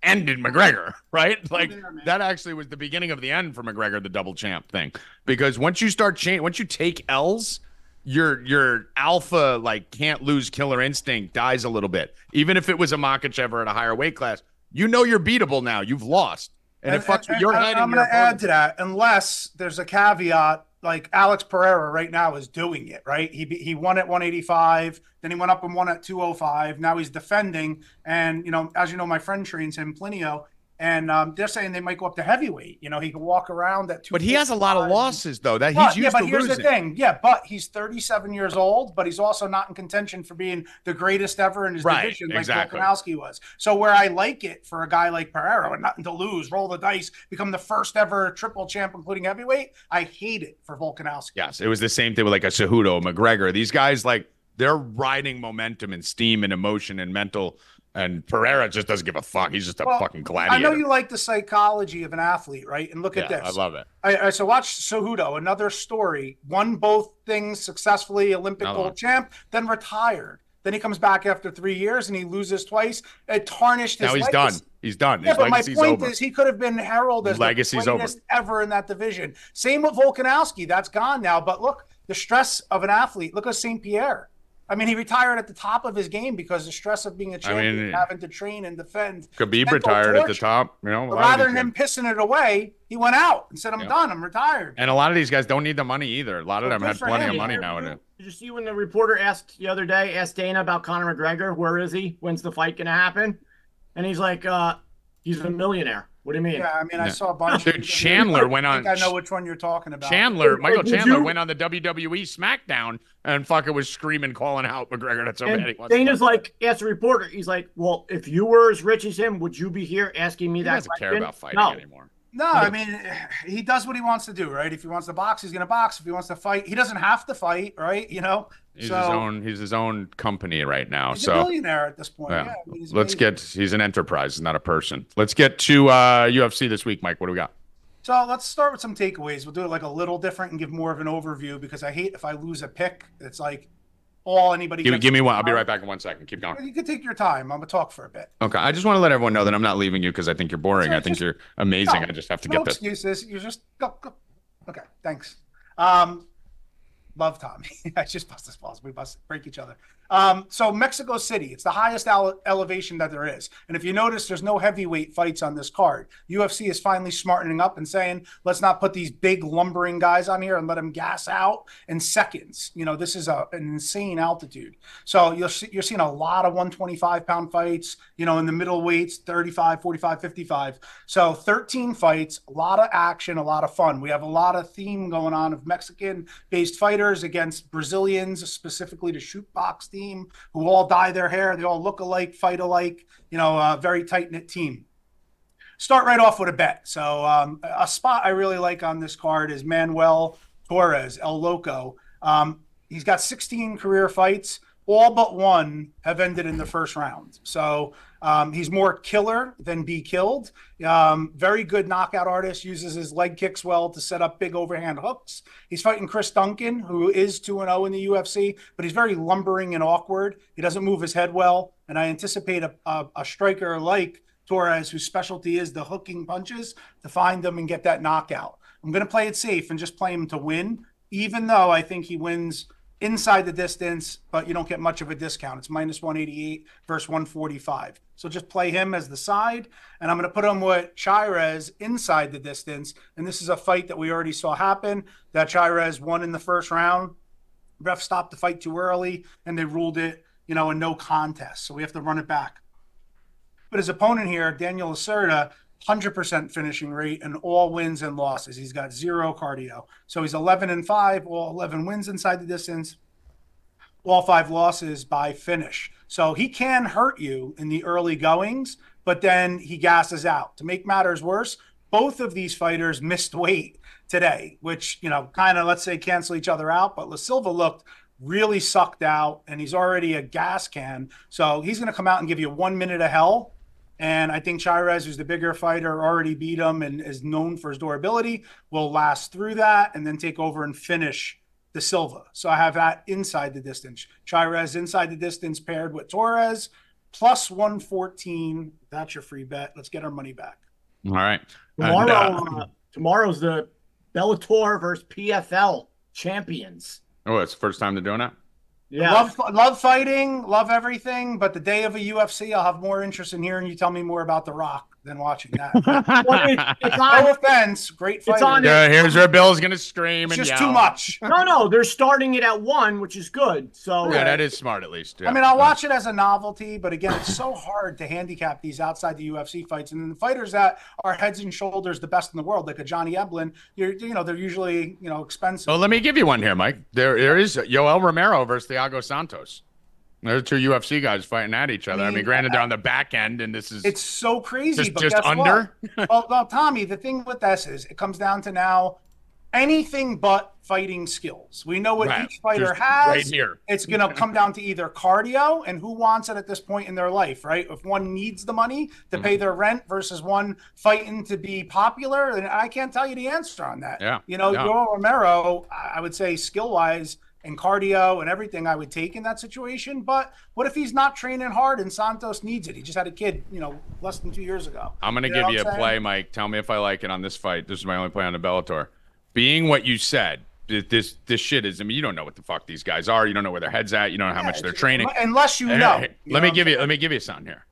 Speaker 3: ended McGregor, (laughs) right? Like
Speaker 7: there, man.
Speaker 3: that actually was the beginning of the end for McGregor, the double champ thing. Because once you start change, once you take L's, your your alpha like can't lose killer instinct dies a little bit. Even if it was a Makachev or at a higher weight class, you know you're beatable now. You've lost, and, it fucks with your
Speaker 7: and-
Speaker 3: head.
Speaker 7: I'm
Speaker 3: and your
Speaker 7: going to add
Speaker 3: opponent.
Speaker 7: to that, unless there's a caveat, like Alex Pereira right now is doing it right. He he won at 185, then he went up and won at 205. Now he's defending, and you know, as you know, my friend trains him, Plinio, and um, they're saying they might go up to heavyweight. You know, he can walk around at two.
Speaker 3: But he has a lot of losses though. That
Speaker 7: But,
Speaker 3: he's used
Speaker 7: yeah, but
Speaker 3: to
Speaker 7: here's
Speaker 3: losing.
Speaker 7: the thing. Yeah, but he's 37 years old, but he's also not in contention for being the greatest ever in his
Speaker 3: Right,
Speaker 7: division, like
Speaker 3: exactly.
Speaker 7: Volkanovski was. So where I like it for a guy like Pereira, and nothing to lose, roll the dice, become the first ever triple champ, including heavyweight. I hate it for Volkanovski.
Speaker 3: Yes, it was the same thing with like a Cejudo, McGregor. These guys like they're riding momentum and steam and emotion and mental. And Pereira just doesn't give a fuck. He's just a
Speaker 7: Well,
Speaker 3: fucking
Speaker 7: I
Speaker 3: gladiator.
Speaker 7: know you like the psychology of an athlete, right? And look
Speaker 3: yeah,
Speaker 7: at this.
Speaker 3: I love it.
Speaker 7: I, I, so watch Cejudo, another story. Won both things successfully, Olympic
Speaker 3: Another one.
Speaker 7: gold champ, then retired. Then he comes back after three years and he loses twice. It tarnished his
Speaker 3: now he's done.
Speaker 7: legacy.
Speaker 3: He's done.
Speaker 7: Yeah,
Speaker 3: His
Speaker 7: but my
Speaker 3: legacy's
Speaker 7: point
Speaker 3: over.
Speaker 7: is he could have been heralded as
Speaker 3: Legacy's
Speaker 7: the
Speaker 3: over.
Speaker 7: greatest ever in that division. Same with Volkanowski. That's gone now. But look, the stress of an athlete. Look at St. Pierre. I mean, he retired at the top of his game because the stress of being a champion,
Speaker 3: mean,
Speaker 7: having to train and defend.
Speaker 3: Khabib
Speaker 7: mental
Speaker 3: retired at the
Speaker 7: torture.
Speaker 3: top. You know, a
Speaker 7: But
Speaker 3: lot of
Speaker 7: rather
Speaker 3: these
Speaker 7: than him
Speaker 3: guys-
Speaker 7: pissing it away, he went out and said, "I'm
Speaker 3: Yeah.
Speaker 7: done. I'm retired."
Speaker 3: and a lot of these guys don't need the money either. A lot of them
Speaker 7: Well, good
Speaker 3: had
Speaker 7: for
Speaker 3: plenty
Speaker 7: him.
Speaker 3: of money
Speaker 2: Did you-
Speaker 3: nowadays.
Speaker 2: Did you see when the reporter asked the other day, asked Dana about Conor McGregor, where is he? When's the fight gonna happen? And he's like, uh, he's a millionaire. What do you mean?
Speaker 7: Yeah, I mean, I
Speaker 3: Yeah.
Speaker 7: saw a bunch.
Speaker 3: Dude,
Speaker 7: of
Speaker 3: Chandler went
Speaker 7: I think
Speaker 3: on-
Speaker 7: I know which one you're talking about.
Speaker 3: Chandler, Michael
Speaker 2: did
Speaker 3: Chandler
Speaker 2: you-
Speaker 3: went on the WWE SmackDown and fucking was screaming, calling out McGregor. That's how bad he
Speaker 2: And
Speaker 3: was.
Speaker 2: Dana's like, asked the reporter, he's like, well, if you were as rich as him, would you be here asking me
Speaker 3: he
Speaker 2: that
Speaker 3: doesn't
Speaker 2: question?
Speaker 3: care about fighting
Speaker 2: no.
Speaker 3: anymore.
Speaker 7: No, I mean, he does what he wants to do, right? If he wants to box, he's going to box. If he wants to fight, he doesn't have to fight, right? You know,
Speaker 3: He's
Speaker 7: so
Speaker 3: his own. He's his own company right now.
Speaker 7: he's
Speaker 3: so
Speaker 7: a billionaire at this point.
Speaker 3: Yeah.
Speaker 7: Yeah. I mean, he's
Speaker 3: Let's
Speaker 7: amazing.
Speaker 3: get. He's an enterprise, he's not a person. Let's get to uh, UFC this week, Mike. What do we got?
Speaker 7: So let's start with some takeaways. We'll do it like a little different and give more of an overview because I hate if I lose a pick. It's like all anybody.
Speaker 3: Give,
Speaker 7: gets-
Speaker 3: give me one. I'll be right back in one second. Keep going.
Speaker 7: You can take your time. I'm gonna talk for a bit.
Speaker 3: Okay. I just want to let everyone know that I'm not leaving you because I think you're boring.
Speaker 7: So
Speaker 3: I think
Speaker 7: just-
Speaker 3: you're amazing.
Speaker 7: no,
Speaker 3: I just have to
Speaker 7: no
Speaker 3: get this.
Speaker 7: excuses. You just go, go. Okay, thanks. Um, love Tommy. (laughs) I just bust his balls. We bust break each other. Um, so Mexico City, it's the highest ele- elevation that there is. And if you notice, there's no heavyweight fights on this card. UFC is finally smartening up and saying, let's not put these big lumbering guys on here and let them gas out in seconds. You know, this is a, an insane altitude. So you're, see- you're seeing a lot of 125 pound fights, you know, in the middle weights, 35, 45, 55. So 13 fights, a lot of action, a lot of fun. We have a lot of theme going on of Mexican based fighters against Brazilians, specifically the shoot box team, who all dye their hair. They all look alike, fight alike, you know, a very tight knit team. Start right off with a bet. So, um, a spot I really like on this card is Manuel Torres, El Loco. Um, he's got 16 career fights. all but one have ended in the first round. So um, he's more killer than be killed. Um, very good knockout artist, uses his leg kicks well to set up big overhand hooks. He's fighting Chris Duncan, who is 2 0 in the UFC, but he's very lumbering and awkward. He doesn't move his head well. And I anticipate a, a, a striker like Torres, whose specialty is the hooking punches, to find them and get that knockout. I'm going to play it safe and just play him to win, even though I think he wins inside the distance, but you don't get much of a discount. It's minus 188 versus 145. So just play him as the side. And I'm going to put him with Chirez inside the distance. And this is a fight that we already saw happen that Chirez won in the first round. Ref stopped the fight too early and they ruled it, you know, a no contest. So we have to run it back. But his opponent here, Daniel Lacerda, 100% finishing rate and all wins and losses. He's got zero cardio. So he's 11 and 5, all 11 wins inside the distance, all five losses by finish. So he can hurt you in the early goings, but then he gasses out. To make matters worse, both of these fighters missed weight today, which, you know, kind of let's say cancel each other out. But La Silva looked really sucked out and he's already a gas can. So he's going to come out and give you one minute of hell and I think Chirez, who's the bigger fighter, already beat him and is known for his durability, will last through that and then take over and finish the Silva. So I have that inside the distance. Chirez inside the distance paired with Torres, plus 114. That's your free bet. Let's get our money back.
Speaker 3: All right. And,
Speaker 2: Tomorrow,
Speaker 3: uh,
Speaker 2: uh, tomorrow's the Bellator versus PFL champions.
Speaker 3: oh, it's the first time they're doing
Speaker 7: (laughs)
Speaker 3: it.
Speaker 2: Yeah,
Speaker 7: Love, love fighting, love everything, but the day of a UFC, I'll have more interest in hearing you tell me more about The Rock than
Speaker 2: (laughs)
Speaker 7: watching that.
Speaker 2: Well, it- (laughs)
Speaker 7: (laughs)
Speaker 2: it's
Speaker 7: no
Speaker 2: on-
Speaker 7: offense, great fighter.
Speaker 2: on
Speaker 3: (laughs)
Speaker 7: It's
Speaker 3: Yeah, here's where Bill's gonna scream and
Speaker 7: just
Speaker 3: yell.
Speaker 7: too much.
Speaker 2: no, no, they're starting it at one, which is good. So
Speaker 3: Oh, Yeah, that is smart at least.
Speaker 7: I mean, I'll watch it as a novelty, but again, it's so hard to handicap these outside the UFC fights. And then the fighters that are heads and shoulders the best in the world, like a Johnny Eblin, you're you know they're usually you know expensive.
Speaker 3: Well, Oh, let me give you one here, Mike. There, there is Yoel Romero versus Thiago Santos. They're two UFC guys fighting at each other. I mean,
Speaker 7: mean,
Speaker 3: granted, they're on the back end, and this is
Speaker 7: It's so crazy.
Speaker 3: just,
Speaker 7: but
Speaker 3: just
Speaker 7: guess
Speaker 3: under.
Speaker 7: What? well, well, Tommy, the thing with this is it comes down to now anything but fighting skills. We know what
Speaker 3: Right.
Speaker 7: each fighter
Speaker 3: Just
Speaker 7: has.
Speaker 3: right here.
Speaker 7: It's going to come down to either cardio and who wants it at this point in their life, right? If one needs the money to
Speaker 3: Mm-hmm.
Speaker 7: pay their rent versus one fighting to be popular, then I can't tell you the answer on that.
Speaker 3: Yeah.
Speaker 7: You know,
Speaker 3: Yeah.
Speaker 7: Yoel Romero, I I would say skill wise and cardio and everything I would take in that situation. But what if he's not training hard and Santos needs it? He just had a kid, you know, less than two years ago.
Speaker 3: I'm gonna
Speaker 7: You know
Speaker 3: give
Speaker 7: what
Speaker 3: you a
Speaker 7: I'm saying?
Speaker 3: play, Mike. Tell me if I like it on this fight. This is my only play on the Bellator. Being what you said, th- this this shit is. I mean, you don't know what the fuck these guys are. You don't know where their heads at. You don't know how
Speaker 7: Yeah,
Speaker 3: much they're
Speaker 7: it's-
Speaker 3: training.
Speaker 7: Unless you
Speaker 3: Hey,
Speaker 7: know.
Speaker 3: hey,
Speaker 7: You
Speaker 3: let
Speaker 7: know
Speaker 3: me
Speaker 7: what
Speaker 3: give
Speaker 7: I'm
Speaker 3: you. Let me give you something here.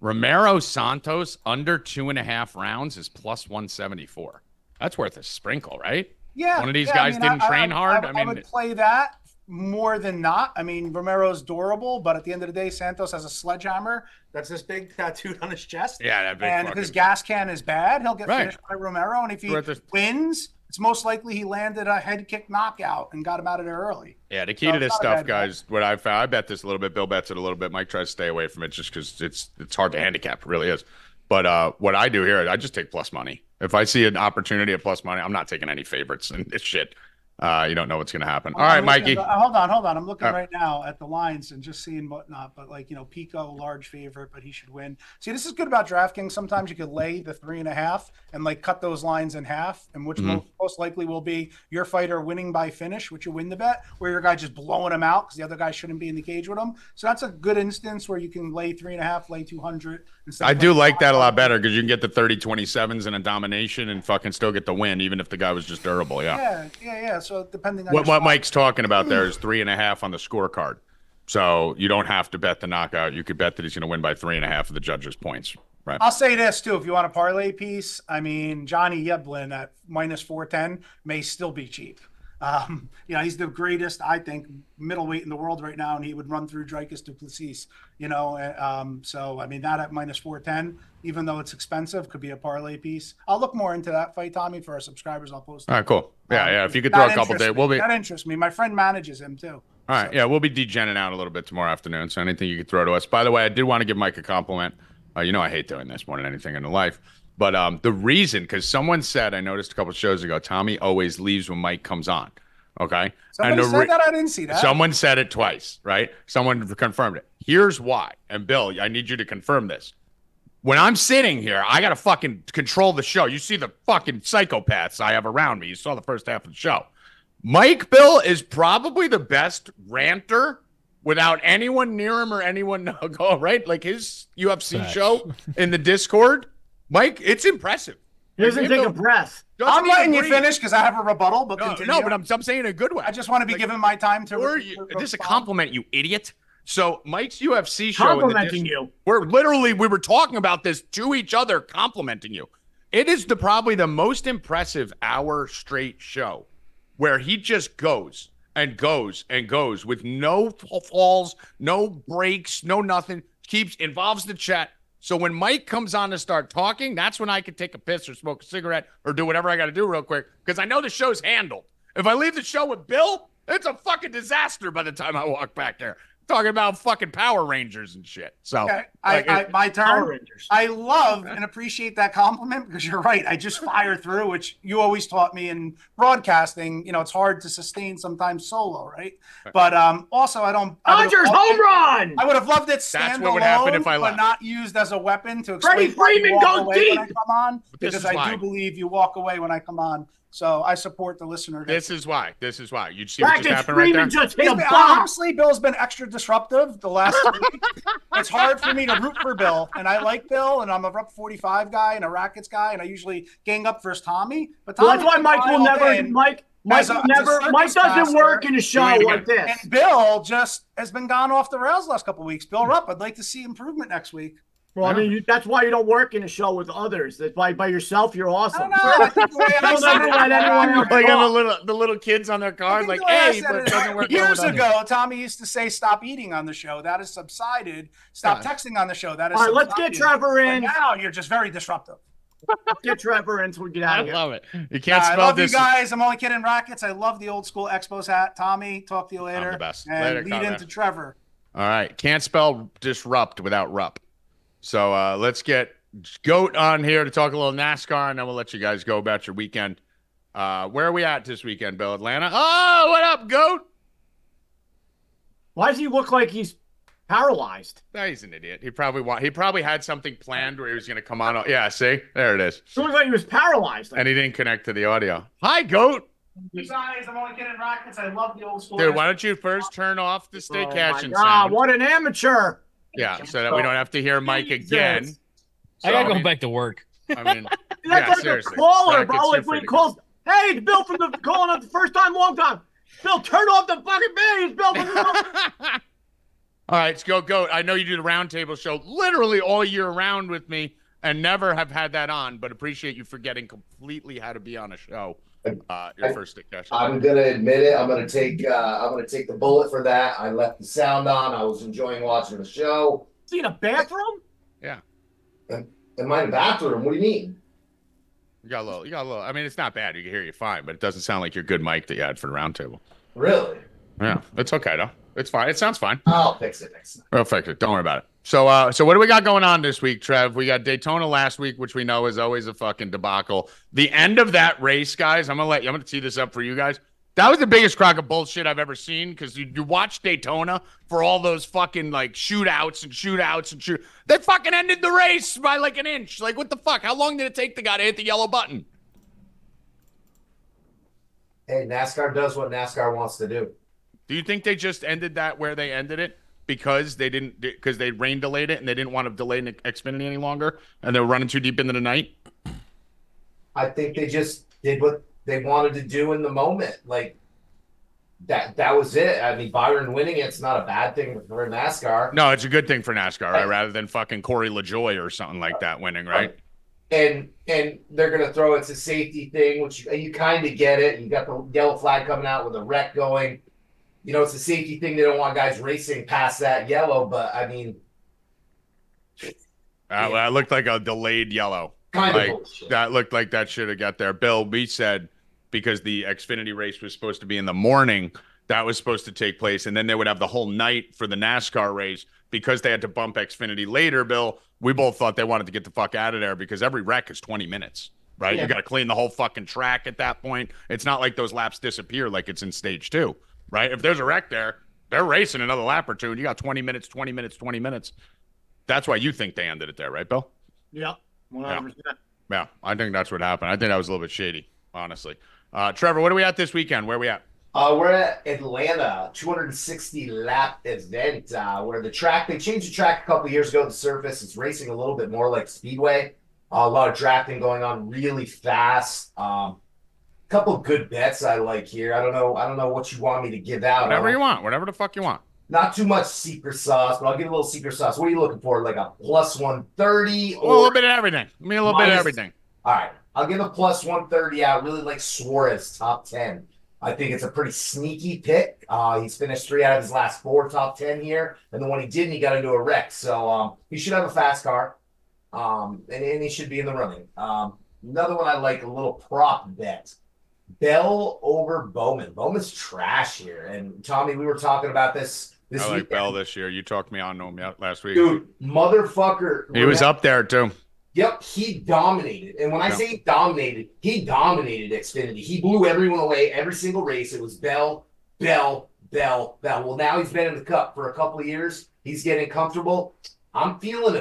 Speaker 3: Romero Santos under two and a half rounds is plus 174. That's worth a sprinkle, right?
Speaker 7: Yeah.
Speaker 3: One of these
Speaker 7: yeah,
Speaker 3: guys didn't train hard?
Speaker 7: I,
Speaker 3: I mean-
Speaker 7: would play that more than not. I mean, Romero's durable, but at the end of the day, Santos has a sledgehammer that's this big tattooed on his chest.
Speaker 3: Yeah, that big
Speaker 7: and if
Speaker 3: fucking-
Speaker 7: his gas can is bad, he'll get
Speaker 3: Right.
Speaker 7: finished by Romero. And if he
Speaker 3: We're at this-
Speaker 7: wins, it's most likely he landed a head kick knockout and got him out of there early.
Speaker 3: Yeah, the key
Speaker 7: No,
Speaker 3: to
Speaker 7: it's
Speaker 3: this
Speaker 7: not a
Speaker 3: stuff,
Speaker 7: bad bet.
Speaker 3: guys, what I found, I bet this a little bit. Bill bets it a little bit. Mike tries to stay away from it just because it's it's hard to handicap. It really is. But uh, what I do here, I just take plus money. If I see an opportunity at plus money, I'm not taking any favorites in this shit. Uh, you don't know what's going to happen. All right,
Speaker 7: I'm looking-
Speaker 3: Mikey.
Speaker 7: uh, hold on, hold on. I'm looking
Speaker 3: All
Speaker 7: right now at the lines and just seeing whatnot. But like you know, Pico large favorite, but he should win. See, this is good about DraftKings. Sometimes you could lay the three and a half and like cut those lines in half, and which
Speaker 3: Mm-hmm.
Speaker 7: mo- most, likely will be your fighter winning by finish, which you win the bet, where your guy just blowing him out because the other guy shouldn't be in the cage with him. So that's a good instance where you can lay three and a half, lay two hundred.
Speaker 3: I do like oh, that a lot better because you can get the 30 27s and a domination and fucking still get the win, even if the guy was just durable. Yeah.
Speaker 7: Yeah, yeah, yeah. So depending on
Speaker 3: What,
Speaker 7: your
Speaker 3: what
Speaker 7: spot.
Speaker 3: Mike's talking about there is three and a half on the scorecard. So you don't have to bet the knockout. You could bet that he's going to win by three and a half of the judges' points. Right.
Speaker 7: I'll say this too: if you want a parlay piece, I mean Johnny Yeblin at minus four ten may still be cheap. Um, you know, he's the greatest, I think, middleweight in the world right now, and he would run through Dreykus Duplessis. You know, and, um, so I mean that at minus four ten, even though it's expensive, could be a parlay piece. I'll look more into that fight, Tommy, for our subscribers. I'll post. it.
Speaker 3: All right, cool. Yeah,
Speaker 7: Um,
Speaker 3: yeah. If you could
Speaker 7: that
Speaker 3: throw a couple
Speaker 7: interests
Speaker 3: days,
Speaker 7: me.
Speaker 3: we'll be all
Speaker 7: that interests me. My friend manages him too.
Speaker 3: right. Yeah, we'll be degenerating out a little bit tomorrow afternoon. So anything you could throw to us. By the way, I did want to give Mike a compliment. Uh, you know, I hate doing this more than anything in life. But um, the reason, because someone said, I noticed a couple shows ago, Tommy always leaves when Mike comes on. Okay.
Speaker 7: Somebody
Speaker 3: the
Speaker 7: said
Speaker 3: re-
Speaker 7: that. I didn't see that.
Speaker 3: (laughs) Someone said it twice, right? Someone confirmed it. Here's why. And Bill, I need you to confirm this. When I'm sitting here, I got to fucking control the show. You see the fucking psychopaths I have around me. You saw the first half of the show. Mike Bill is probably the best ranter without anyone near him or anyone (laughs) go right. Like his UFC
Speaker 1: Facts.
Speaker 3: show in the Discord, Mike, it's impressive.
Speaker 2: He doesn't
Speaker 3: Give
Speaker 2: take a
Speaker 3: him-
Speaker 2: breath.
Speaker 3: Doesn't
Speaker 7: I'm
Speaker 3: even
Speaker 7: letting you
Speaker 3: breathe.
Speaker 7: finish because I have a rebuttal, but
Speaker 3: No,
Speaker 7: continue.
Speaker 3: no, but I'm, I'm saying in a good way.
Speaker 7: I just want to be
Speaker 3: Like,
Speaker 7: given my time to.
Speaker 3: Or
Speaker 7: Or
Speaker 3: you, this is a compliment, you idiot. So Mike's UFC show. in the
Speaker 2: Complimenting
Speaker 3: Discord-
Speaker 2: you.
Speaker 3: We're literally we were talking about this to each other, complimenting you. It is the probably the most impressive hour straight show where he just goes and goes and goes with no fa- falls, no breaks, no nothing. Keeps involves the chat. So when Mike comes on to start talking, that's when I can take a piss or smoke a cigarette or do whatever I got to do real quick because I know the show's handled. If I leave the show with Bill, it's a fucking disaster by the time I walk back there. Talking about fucking Power Rangers and shit. So
Speaker 7: Okay, I,
Speaker 3: like,
Speaker 7: I,
Speaker 3: it-
Speaker 7: my
Speaker 2: Power
Speaker 7: turn.
Speaker 2: Rangers.
Speaker 7: I love and appreciate that compliment because you're right. I just fire through, which you always taught me in broadcasting. You know, it's hard to sustain sometimes solo, right? But um, also, I don't. I would've
Speaker 2: Dodgers
Speaker 7: loved
Speaker 2: home
Speaker 7: it-
Speaker 2: run.
Speaker 7: I would have loved it standalone,
Speaker 3: That's what would happen if I
Speaker 7: but
Speaker 3: left.
Speaker 7: not used as a weapon to
Speaker 2: Freddie
Speaker 7: explain. why you
Speaker 2: Freeman
Speaker 7: walk
Speaker 2: goes
Speaker 7: away when
Speaker 2: deep.
Speaker 7: I come on
Speaker 3: this
Speaker 7: because
Speaker 3: is
Speaker 7: I
Speaker 3: why.
Speaker 7: do believe you walk away when I come on. So I support the listener.
Speaker 3: this is why. This is why. You see what just
Speaker 2: Braxton
Speaker 3: happened right there.
Speaker 2: Freeman just hit
Speaker 7: He's
Speaker 2: a
Speaker 7: been-
Speaker 2: bomb.
Speaker 7: honestly, Bill's been extra disruptive the last. week. It's hard for me to root for Bill, and I like Bill, and I'm a Rep 45 guy and a Rackets guy, and I usually gang up versus Tommy. But
Speaker 2: Well,
Speaker 7: Tommy
Speaker 2: that's why Mike will never.
Speaker 7: And,
Speaker 2: Mike. Mike
Speaker 7: as a-
Speaker 2: will
Speaker 7: as a
Speaker 2: never.
Speaker 7: circus
Speaker 2: Mike doesn't
Speaker 7: passer,
Speaker 2: work in a show
Speaker 3: do it
Speaker 2: like this.
Speaker 7: and Bill just has been gone off the rails the last couple weeks. Bill Rupp, I'd like to see improvement next week.
Speaker 2: Well, I mean, you, that's why you don't work in a show with others. That's why by yourself you're
Speaker 7: I
Speaker 2: awesome.
Speaker 7: don't know. (laughs) I think the way I
Speaker 2: Don't
Speaker 7: said
Speaker 2: ever
Speaker 7: it-
Speaker 2: let anyone
Speaker 3: Like and the little the little kids on their
Speaker 7: I
Speaker 3: car,
Speaker 7: think
Speaker 3: like,
Speaker 7: the way I
Speaker 3: hey,
Speaker 7: said
Speaker 3: but it
Speaker 7: it-
Speaker 3: doesn't work.
Speaker 7: Years
Speaker 3: well without
Speaker 7: ago, Tommy used to say, "Stop eating" on the show. That has subsided. Stop texting on the show. That is.
Speaker 2: All right, let's get
Speaker 7: subsided.
Speaker 2: Trevor
Speaker 7: But
Speaker 2: in.
Speaker 7: now you're just very disruptive.
Speaker 2: Get Trevor in so we get
Speaker 3: I
Speaker 2: out of here.
Speaker 3: love it. You can't
Speaker 7: I
Speaker 3: spell
Speaker 7: love
Speaker 3: this.
Speaker 7: you guys. I'm only kidding, Rockets. I love the old school Expos hat. Tommy, talk to you later.
Speaker 3: the best.
Speaker 7: And
Speaker 3: Later,
Speaker 7: lead
Speaker 3: Conrad.
Speaker 7: into Trevor.
Speaker 3: All right. Can't spell disrupt without rup. So uh, let's get Goat on here to talk a little NASCAR, and then we'll let you guys go about your weekend. Uh, where are we at this weekend, Bill? Atlanta. Oh, what up, Goat?
Speaker 2: Why does he look like he's paralyzed?
Speaker 3: Nah, he's an idiot. He probably wa- he probably had something planned where he was going to come on. Yeah, see, there it is,
Speaker 2: He looks like he was paralyzed.
Speaker 3: and he didn't connect to the audio. Hi, Goat.
Speaker 7: You guys, I'm only kidding, Rockets. I love the old school.
Speaker 3: Dude, why don't you first turn off the stay
Speaker 2: Oh my
Speaker 3: catching
Speaker 2: God,
Speaker 3: sound?
Speaker 2: what an amateur!
Speaker 3: Yeah, so that we don't have to hear Mike
Speaker 2: Jesus.
Speaker 3: again.
Speaker 4: I gotta
Speaker 3: So,
Speaker 4: go
Speaker 3: mean-
Speaker 4: back to work.
Speaker 3: I
Speaker 4: (laughs)
Speaker 3: mean,
Speaker 2: That's
Speaker 3: Yeah,
Speaker 2: like
Speaker 3: seriously.
Speaker 2: a caller, bro.
Speaker 3: Brackets,
Speaker 2: Like
Speaker 3: you're
Speaker 2: when he
Speaker 3: pretty
Speaker 2: calls, hey, it's Bill from the calling up the first time, long time. Bill, turn off the fucking band. It's Bill from (laughs) the.
Speaker 3: All right, let's go, go. I know you do the roundtable show literally all year round with me and never have had that on, but appreciate you forgetting completely how to be on a show. Uh, your first discussion.
Speaker 8: I'm gonna admit it. I'm gonna take. Uh, I'm gonna take the bullet for that. I left the sound on. I was enjoying watching the show.
Speaker 2: Is he in a bathroom?
Speaker 8: Am I in the bathroom? What do you mean?
Speaker 3: You got a little, you got a little. I mean, it's not bad. You can hear you fine, but it doesn't sound like your good mic that you had for the roundtable.
Speaker 8: Really?
Speaker 3: Yeah, it's okay though. It's fine. It sounds fine.
Speaker 8: I'll fix it next time.
Speaker 3: We'll fix it. Don't worry about it. So, uh, so what do we got going on this week, Trev? We got Daytona last week, which we know is always a fucking debacle. The end of that race, guys. I'm gonna let you. I'm gonna tee this up for you guys. That was the biggest crock of bullshit I've ever seen because you, you watch Daytona for all those fucking like shootouts and shootouts and shoot. They fucking ended the race by like an inch. Like what the fuck? How long did it take the guy to hit the yellow button?
Speaker 8: Hey, NASCAR does what NASCAR wants to do.
Speaker 3: Do you think they just ended that where they ended it because they didn't because they rain delayed it and they didn't want to delay Nick- Xfinity any longer and they were running too deep into the night?
Speaker 8: I think they just did what they wanted to do in the moment. Like that. That was it. I mean, Byron winning it's not a bad thing for NASCAR.
Speaker 3: No, it's a good thing for NASCAR, right? Rather than fucking Corey LaJoy or something like that winning, right?
Speaker 8: and and they're gonna throw it's a safety thing, which you, you kind of get it. You got the yellow flag coming out with a wreck going. You know, it's a safety thing. They don't want guys racing past that yellow, but I mean,
Speaker 3: Uh, well, that looked like a delayed yellow.
Speaker 8: kind
Speaker 3: Like,
Speaker 8: of bullshit.
Speaker 3: That looked like that should have got there. Bill, we said because the Xfinity race was supposed to be in the morning, that was supposed to take place, and then they would have the whole night for the NASCAR race because they had to bump Xfinity later. Bill, we both thought they wanted to get the fuck out of there because every wreck is twenty minutes. right?
Speaker 2: Yeah.
Speaker 3: You got to clean the whole fucking track at that point. It's not like those laps disappear like it's in stage two, right? If there's a wreck there, they're racing another lap or two, and you got 20 minutes, 20 minutes, 20 minutes. That's why you think they ended it there, right, Bill?
Speaker 2: Yep. 100%.
Speaker 3: Yeah, I think that's what happened. I think that was a little bit shady, honestly. Uh, Trevor, what are we at this weekend? Where are we at?
Speaker 8: Uh, we're at Atlanta, 260 lap event uh, where the track they changed the track a couple years ago. The surface is racing a little bit more like speedway. Uh, a lot of drafting going on, really fast. Um, couple good bets I like here. I don't know. I don't know what you want me to give out.
Speaker 3: Whatever
Speaker 8: I
Speaker 3: you want, whatever the fuck you want.
Speaker 8: Not too much secret sauce, but I'll give a little secret sauce. What are you looking for? Like a plus 130
Speaker 3: a little
Speaker 8: or
Speaker 3: bit of everything. I mean, a little bit of
Speaker 8: Minus-
Speaker 3: everything.
Speaker 8: All right, I'll give a plus 130 out. Really like Suarez, top 10. I think it's a pretty sneaky pick. Uh, he's finished three out of his last four top 10 here. And the one he didn't, he got into a wreck. So um, he should have a fast car. Um, and, and he should be in the running. Um, another one I like, a little prop bet. Bell over Bowman. Bowman's trash here. And Tommy, we were talking about this this
Speaker 3: I like
Speaker 8: weekend.
Speaker 3: Bell this year. You talked me on to him yet- last week.
Speaker 8: Dude, motherfucker.
Speaker 3: he was up there too.
Speaker 8: Yep, he dominated. And when I
Speaker 3: Yeah.
Speaker 8: say dominated, he dominated Xfinity. He blew everyone away every single race. It was Bell, Bell, Bell, Bell. Well, now he's been in the cup for a couple of years. He's getting comfortable. I'm feeling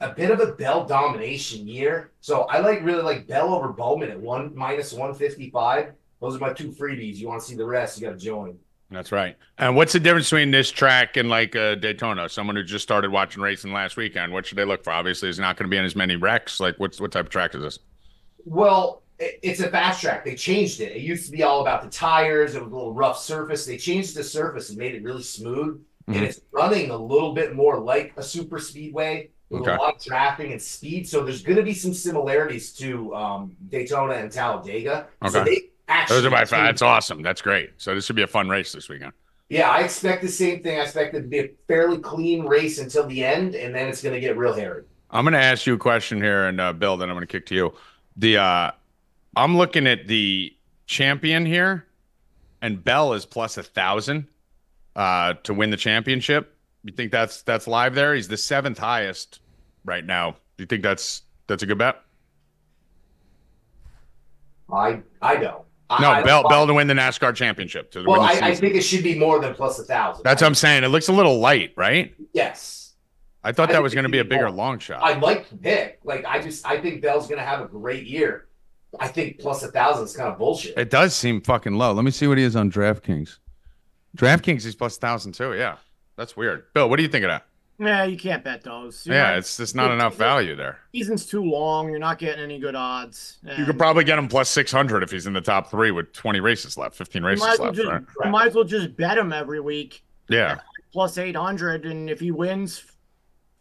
Speaker 8: a, a bit of a Bell domination year. So I like really like Bell over Bowman at one minus 155. Those are my two freebies. You want to see the rest, you got to join.
Speaker 3: That's right. And what's the difference between this track and like uh, Daytona? Someone who just started watching racing last weekend, what should they look for? Obviously, there's not going to be in as many wrecks. Like, what's what type of track is this?
Speaker 8: Well, it, it's a fast track. They changed it. It used to be all about the tires. It was a little rough surface. They changed the surface and made it really smooth. And
Speaker 3: Mhm.
Speaker 8: it's running a little bit more like a super speedway with
Speaker 3: Okay.
Speaker 8: a lot of drafting and speed. So there's going to be some similarities to um, Daytona and Talladega. So
Speaker 3: Okay.
Speaker 8: they actually
Speaker 3: Those are my five.
Speaker 8: changed-
Speaker 3: That's awesome. That's great. So this should be a fun race this weekend.
Speaker 8: Yeah, I expect the same thing. I expect it to be a fairly clean race until the end, and then it's going to get real hairy.
Speaker 3: I'm going to ask you a question here, and uh, Bill, then I'm going to kick to you. The uh, I'm looking at the champion here, and Bell is plus a thousand uh, to win the championship. You think that's that's live there? He's the seventh highest right now. Do you think that's that's a good bet?
Speaker 8: I I don't. I-
Speaker 3: No,
Speaker 8: I don't
Speaker 3: Bell
Speaker 8: buy-
Speaker 3: Bell to win the NASCAR championship. To
Speaker 8: Well,
Speaker 3: win the
Speaker 8: I, I
Speaker 3: season.
Speaker 8: think it should be more than plus a thousand.
Speaker 3: that's what I'm saying. It looks a little light, right?
Speaker 8: yes.
Speaker 3: I thought
Speaker 8: I
Speaker 3: that
Speaker 8: think
Speaker 3: was
Speaker 8: it
Speaker 3: going to
Speaker 8: should
Speaker 3: be a
Speaker 8: be
Speaker 3: bigger
Speaker 8: more.
Speaker 3: long shot.
Speaker 8: I like the pick. Like I just I think Bell's gonna have a great year. I think plus a thousand is kind of bullshit.
Speaker 3: It does seem fucking low. Let me see what he is on DraftKings. DraftKings is plus thousand too. Yeah, that's weird. Bill, what do you think of that?
Speaker 2: Yeah, you can't bet those. You're
Speaker 3: yeah,
Speaker 2: not-
Speaker 3: it's just not enough value there.
Speaker 2: season's too long. You're not getting any good odds.
Speaker 3: You could
Speaker 2: and
Speaker 3: probably get him plus six hundred if he's in the top three with twenty races left, fifteen
Speaker 2: you
Speaker 3: races
Speaker 2: might, as well
Speaker 3: left.
Speaker 2: just,
Speaker 3: right?
Speaker 2: you might as well just bet him every week
Speaker 3: Yeah,
Speaker 2: plus 800. And if he wins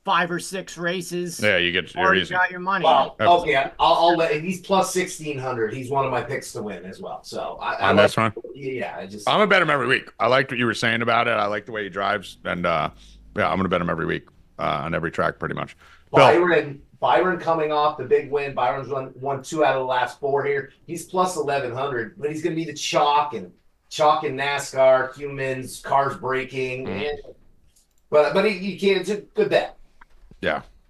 Speaker 2: five or six races,
Speaker 3: yeah, you get your
Speaker 2: already
Speaker 3: easy.
Speaker 2: got your money.
Speaker 8: Well,
Speaker 3: That's-
Speaker 8: okay, I'll, I'll let. and He's plus sixteen hundred. He's one of my picks to win as well. So I, I
Speaker 3: On
Speaker 8: like,
Speaker 3: this one,
Speaker 8: yeah, I just
Speaker 3: I'm gonna bet him every week. I liked what you were saying about it. I like the way he drives, and uh, yeah, I'm gonna bet him every week uh, on every track, pretty much. Bill,
Speaker 8: Byron. Byron coming off the big win. Byron's won, won two out of the last four here. He's plus eleven hundred, but he's gonna be the chalk and chalk in NASCAR, humans, cars breaking,
Speaker 3: Mhm.
Speaker 8: and but but he, you can't. It's a good bet.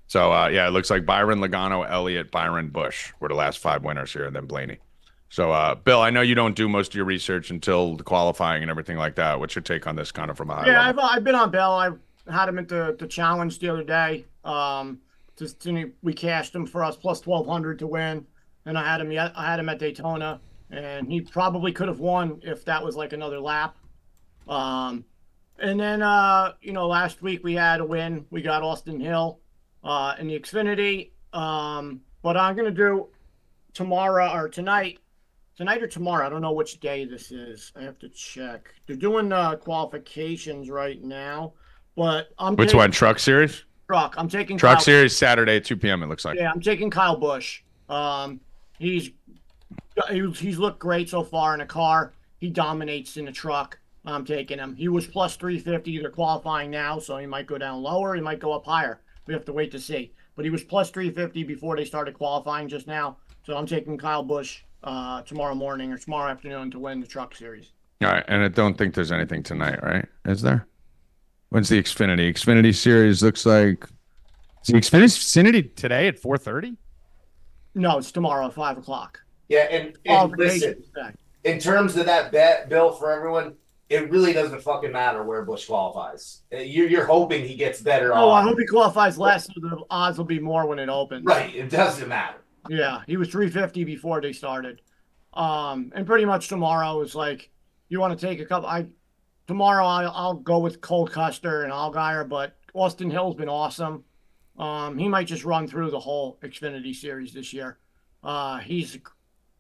Speaker 3: so uh, yeah, it looks like Byron Logano, Elliott, Byron Bush were the last five winners here, and then Blaney. So, uh, Bill, I know you don't do most of your research until the qualifying and everything like that. What's your take on this kind of from a high
Speaker 2: yeah,
Speaker 3: level?
Speaker 2: I've, I've been on Bell. I had him at the, the challenge the other day. Um, just to, we cashed him for us plus 1200 to win. And I had him yet. I had him at Daytona, and he probably could have won if that was like another lap. Um, and then uh, you know, last week we had a win. We got Austin Hill uh, in the Xfinity. Um, but I'm gonna do tomorrow or tonight, tonight or tomorrow. I don't know which day this is. I have to check. They're doing uh, qualifications right now, but I'm
Speaker 3: Which
Speaker 2: taking
Speaker 3: one? Truck Series?
Speaker 2: Truck. I'm taking
Speaker 3: Truck
Speaker 2: Kyle-
Speaker 3: Series Saturday, 2 p.m. It looks like.
Speaker 2: Yeah, I'm taking Kyle Bush. Um, he's he- he's looked great so far in a car. He dominates in the truck. I'm taking him. He was plus 350. They're qualifying now, so he might go down lower. He might go up higher. We have to wait to see. But he was plus 350 before they started qualifying just now. So I'm taking Kyle Bush uh, tomorrow morning or tomorrow afternoon to win the truck series.
Speaker 3: All right, and I don't think there's anything tonight, right? Is there? When's the Xfinity? Xfinity Series looks like. Is the Xfinity Xfinity today at 4:30?
Speaker 2: No, it's tomorrow at five o'clock. Oh,
Speaker 8: Yeah, and,
Speaker 2: All
Speaker 8: and
Speaker 2: the
Speaker 8: listen,
Speaker 2: nation's back.
Speaker 8: in terms of that bet, Bill, for everyone, it really doesn't fucking matter where Bush qualifies. Uh, You're, you're hoping he gets better
Speaker 2: Oh, I
Speaker 8: off.
Speaker 2: hope he qualifies less, so the odds will be more when it opens.
Speaker 8: Right, it doesn't matter.
Speaker 2: Yeah, he was 350 before they started. Um, and pretty much tomorrow is like, you want to take a couple. I tomorrow I'll, I'll go with Cole Custer and Allgaier, but Austin Hill's been awesome. Um, he might just run through the whole Xfinity series this year. Uh, he's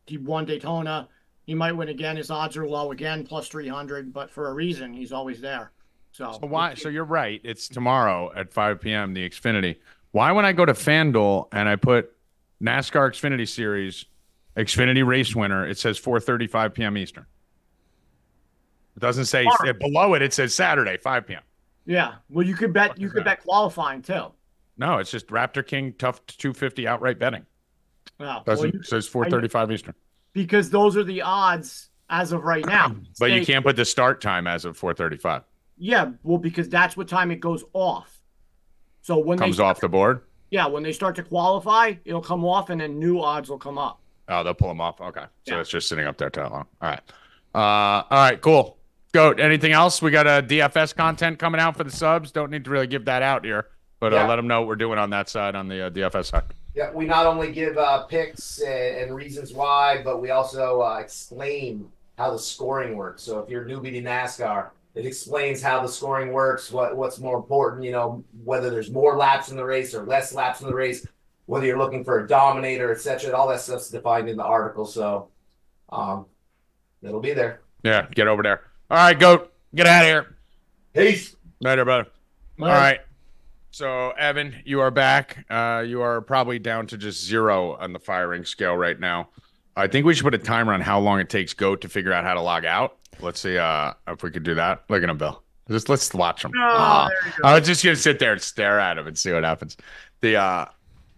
Speaker 2: he won Daytona. He might win again. His odds are low again, plus 300, but for a reason, he's always there. So,
Speaker 3: So why? So you're right. It's tomorrow at 5 p.m. The Xfinity. Why when I go to FanDuel and I put NASCAR Xfinity Series, Xfinity race winner, it says 4:35 p.m. Eastern. It doesn't say
Speaker 2: Tomorrow.
Speaker 3: below it. It says Saturday 5 p.m.
Speaker 2: yeah. Well, you could bet you could bet qualifying too.
Speaker 3: No, it's just Raptor King tough 250 outright betting.
Speaker 2: Wow. Well,
Speaker 3: Doesn't
Speaker 2: you-
Speaker 3: it says 4:35 Eastern.
Speaker 2: because those are the odds as of right now.
Speaker 3: But you
Speaker 2: They-
Speaker 3: can't put the start time as of 4:35.
Speaker 2: Yeah, well, because that's what time it goes off. So when
Speaker 3: Comes
Speaker 2: they,
Speaker 3: off the board.
Speaker 2: yeah, when they start to qualify, it'll come off, and then new odds will come up.
Speaker 3: Oh, they'll pull them off. Okay. So
Speaker 2: Yeah.
Speaker 3: it's just sitting up there too long. All right. Uh, all right. Cool. Goat. Anything else? We got a DFS content coming out for the subs. Don't need to really give that out here, but
Speaker 8: Yeah.
Speaker 3: uh, let them know what we're doing on that side, on the uh, DFS side.
Speaker 8: Yeah, we not only give uh, picks and, and reasons why, but we also uh, explain how the scoring works. So if you're a newbie to NASCAR, it explains how the scoring works, what what's more important, you know, whether there's more laps in the race or less laps in the race, whether you're looking for a dominator, etc. All that stuff's defined in the article. So um, it'll be there.
Speaker 3: Yeah. Get over there. All right, Goat. Get out of here.
Speaker 8: Peace.
Speaker 3: Later, brother. All right. So, Evan, you are back. Uh, you are probably down to just zero on the firing scale right now. I think we should put a timer on how long it takes Goat to figure out how to log out. Let's see uh, if we could do that. Look at him, Bill. Just let's watch him. Ah, I was just gonna sit there and stare at him and see what happens. The uh,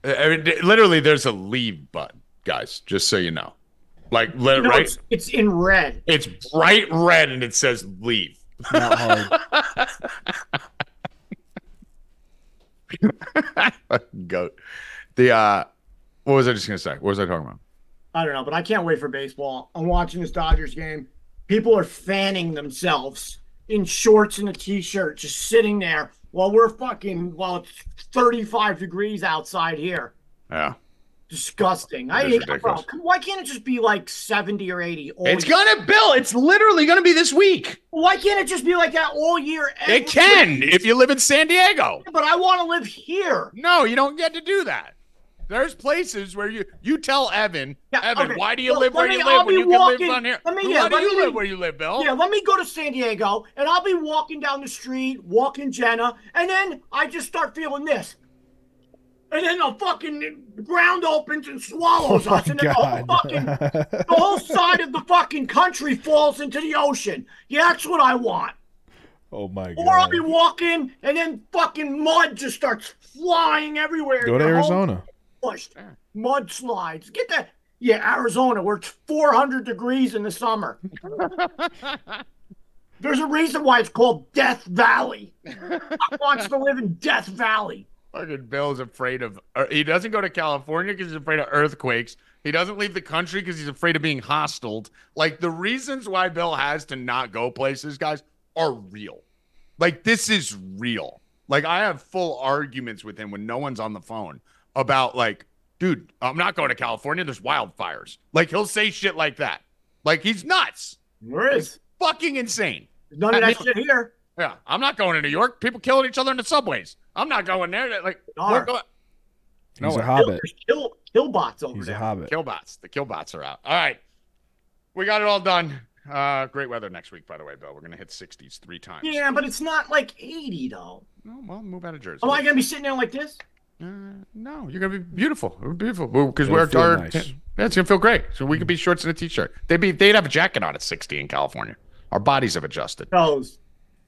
Speaker 3: I mean, literally, there's a leave button, guys. Just so you know, like li-
Speaker 2: No,
Speaker 3: right,
Speaker 2: it's, it's in red.
Speaker 3: it's bright red and it says leave.
Speaker 1: Not hard.
Speaker 3: (laughs) Goat. The uh, what was I just gonna say? What was I talking about?
Speaker 2: I don't know, but I can't wait for baseball. I'm watching this Dodgers game. People are fanning themselves in shorts and a t-shirt, just sitting there while we're fucking while it's 35 degrees outside here.
Speaker 3: Yeah.
Speaker 2: Disgusting.
Speaker 3: It
Speaker 2: I
Speaker 3: is
Speaker 2: hate.
Speaker 3: ridiculous.
Speaker 2: bro, Why can't it just be like 70 or 80? all
Speaker 3: It's
Speaker 2: year?
Speaker 3: gonna, Bill. It's literally gonna be this week.
Speaker 2: Why can't it just be like that all year? every-
Speaker 3: It can if you live in San Diego.
Speaker 2: But I want to live here.
Speaker 3: No, you don't get to do that. There's places where you you tell Evan,
Speaker 2: Yeah,
Speaker 3: Evan,
Speaker 2: okay.
Speaker 3: why do you
Speaker 2: Look,
Speaker 3: live
Speaker 2: let
Speaker 3: where
Speaker 2: me-
Speaker 3: you
Speaker 2: I'll
Speaker 3: live when
Speaker 2: be
Speaker 3: you can live
Speaker 2: walking-
Speaker 3: down here?
Speaker 2: let me-
Speaker 3: Why
Speaker 2: yeah,
Speaker 3: do
Speaker 2: let
Speaker 3: you
Speaker 2: me-
Speaker 3: live where you live, Bill?
Speaker 2: Yeah, let me go to San Diego and I'll be walking down the street, walking Jenna, and then I just start feeling this. And then the fucking ground opens and swallows
Speaker 3: (laughs)
Speaker 1: oh
Speaker 2: us,
Speaker 1: my
Speaker 2: and then the whole (laughs) fucking the
Speaker 1: god.
Speaker 2: whole side of the fucking country falls into the ocean. Yeah, that's what I want.
Speaker 1: (laughs) oh my
Speaker 2: Or I'll
Speaker 1: god.
Speaker 2: be walking, and then fucking mud just starts flying everywhere.
Speaker 1: Go to
Speaker 2: Your whole
Speaker 1: Arizona.
Speaker 2: pushed. Mudslides. Get that. Yeah, Arizona, where it's 400 degrees in
Speaker 1: (laughs)
Speaker 2: the summer. There's a reason why it's called Death Valley. I wants to live in Death Valley.
Speaker 3: Fucking Bill's afraid of. er, He doesn't go to California because he's afraid of earthquakes. He doesn't leave the country because he's afraid of being hostiled. Like the reasons why Bill has to not go places, guys, are real. Like this is real. Like I have full arguments with him when no one's on the phone about like, dude, I'm not going to California. There's wildfires. Like he'll say shit like that. Like he's nuts.
Speaker 2: Where is?
Speaker 3: Fucking insane.
Speaker 2: None of that shit here.
Speaker 3: Yeah, I'm not going to New York. People killing each other in the subways. I'm not going there. Like we're
Speaker 2: Darn.
Speaker 3: going.
Speaker 1: He's
Speaker 3: No,
Speaker 1: a hobbit.
Speaker 2: There's kill, kill bots over
Speaker 1: He's a
Speaker 2: there.
Speaker 1: hobbit.
Speaker 3: Killbots. The killbots are out. All right. We got it all done. Uh, great weather next week, by the way, Bill. We're gonna hit sixties three times.
Speaker 2: yeah, but it's not like 80, though.
Speaker 3: No, well, move out of Jersey.
Speaker 2: Am Oh, I going to be sitting there like this?
Speaker 3: uh, no, you're gonna be beautiful. We're beautiful because
Speaker 1: It'll
Speaker 3: we're
Speaker 1: feel
Speaker 3: our,
Speaker 1: nice.
Speaker 3: yeah, it's gonna feel great. So we could be shorts and a t-shirt. They'd be they'd have a jacket on at sixty in California. Our bodies have adjusted.
Speaker 2: Those.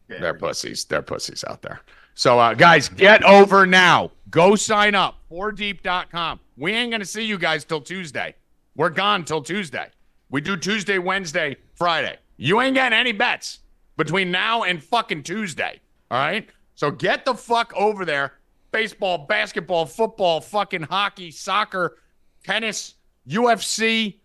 Speaker 3: They're pussies. They're pussies out there. So, uh, guys, get over now. Go sign up. Fourdeep.com. We ain't going to see you guys till Tuesday. We're gone till Tuesday. We do Tuesday, Wednesday, Friday. You ain't getting any bets between now and fucking Tuesday. All right? So get the fuck over there. Baseball, basketball, football, fucking hockey, soccer, tennis, UFC,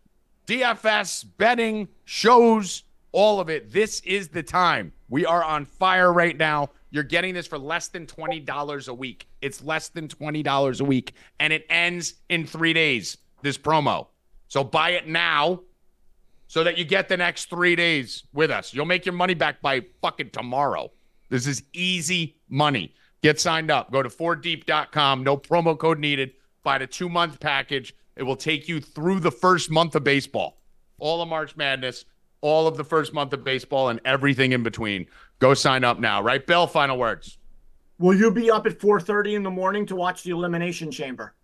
Speaker 3: DFS, betting, shows, all of it. This is the time. We are on fire right now. You're getting this for less than $20 a week. It's less than $20 a week, and it ends in three days, this promo. So buy it now so that you get the next three days with us. You'll make your money back by fucking tomorrow. This is easy money. Get signed up. Go to 4deep.com. No promo code needed. Buy the two month package. It will take you through the first month of baseball, all of March Madness, all of the first month of baseball, and everything in between. Go sign up now, right, Bill? Final words.
Speaker 2: Will you be up at 4:30 in the morning to watch the Elimination Chamber?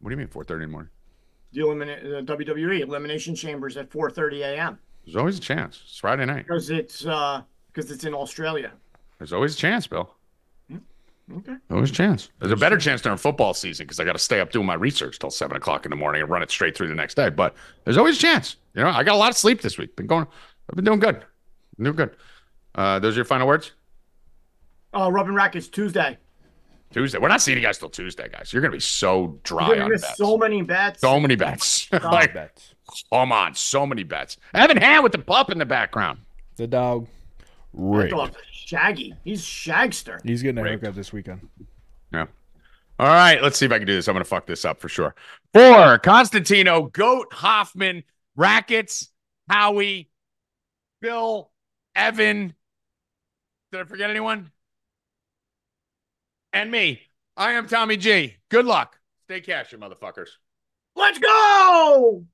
Speaker 3: What do you mean 4:30 in the morning?
Speaker 2: The elimina- uh, WWE Elimination Chambers at 4:30 a.m.
Speaker 3: There's always a chance. It's Friday night.
Speaker 2: because it's uh because it's in Australia.
Speaker 3: There's always a chance, Bill.
Speaker 2: Hmm. Okay.
Speaker 3: Always a chance. There's a better chance during football season because I got to stay up doing my research till seven o'clock in the morning and run it straight through the next day. But there's always a chance. You know, I got a lot of sleep this week. Been going, I've been doing good. Been doing good. Uh, those are your final words.
Speaker 2: Oh, Rubbing Rackets Tuesday.
Speaker 3: Tuesday. We're not seeing you guys till Tuesday, guys. You're gonna be so
Speaker 2: You're
Speaker 3: dry
Speaker 2: gonna
Speaker 3: on
Speaker 2: miss
Speaker 3: bets.
Speaker 2: so
Speaker 3: So,
Speaker 2: many bets.
Speaker 3: many bets. (laughs) like,
Speaker 1: Bets.
Speaker 3: come on, so many bets. Evan Hand with the pup in the background.
Speaker 1: The dog.
Speaker 2: That
Speaker 1: Rick.
Speaker 2: dog's Shaggy. He's Shagster.
Speaker 1: He's getting a
Speaker 3: Rigged.
Speaker 1: haircut this weekend.
Speaker 3: Yeah. All right, let's see if I can do this. I'm gonna fuck this up for sure. Four Constantino, Goat, Hoffman, Rackets, Howie, Bill, Evan. Did I forget anyone? And me. I am Tommy G. Good luck. Stay cashy, motherfuckers.
Speaker 2: Let's go!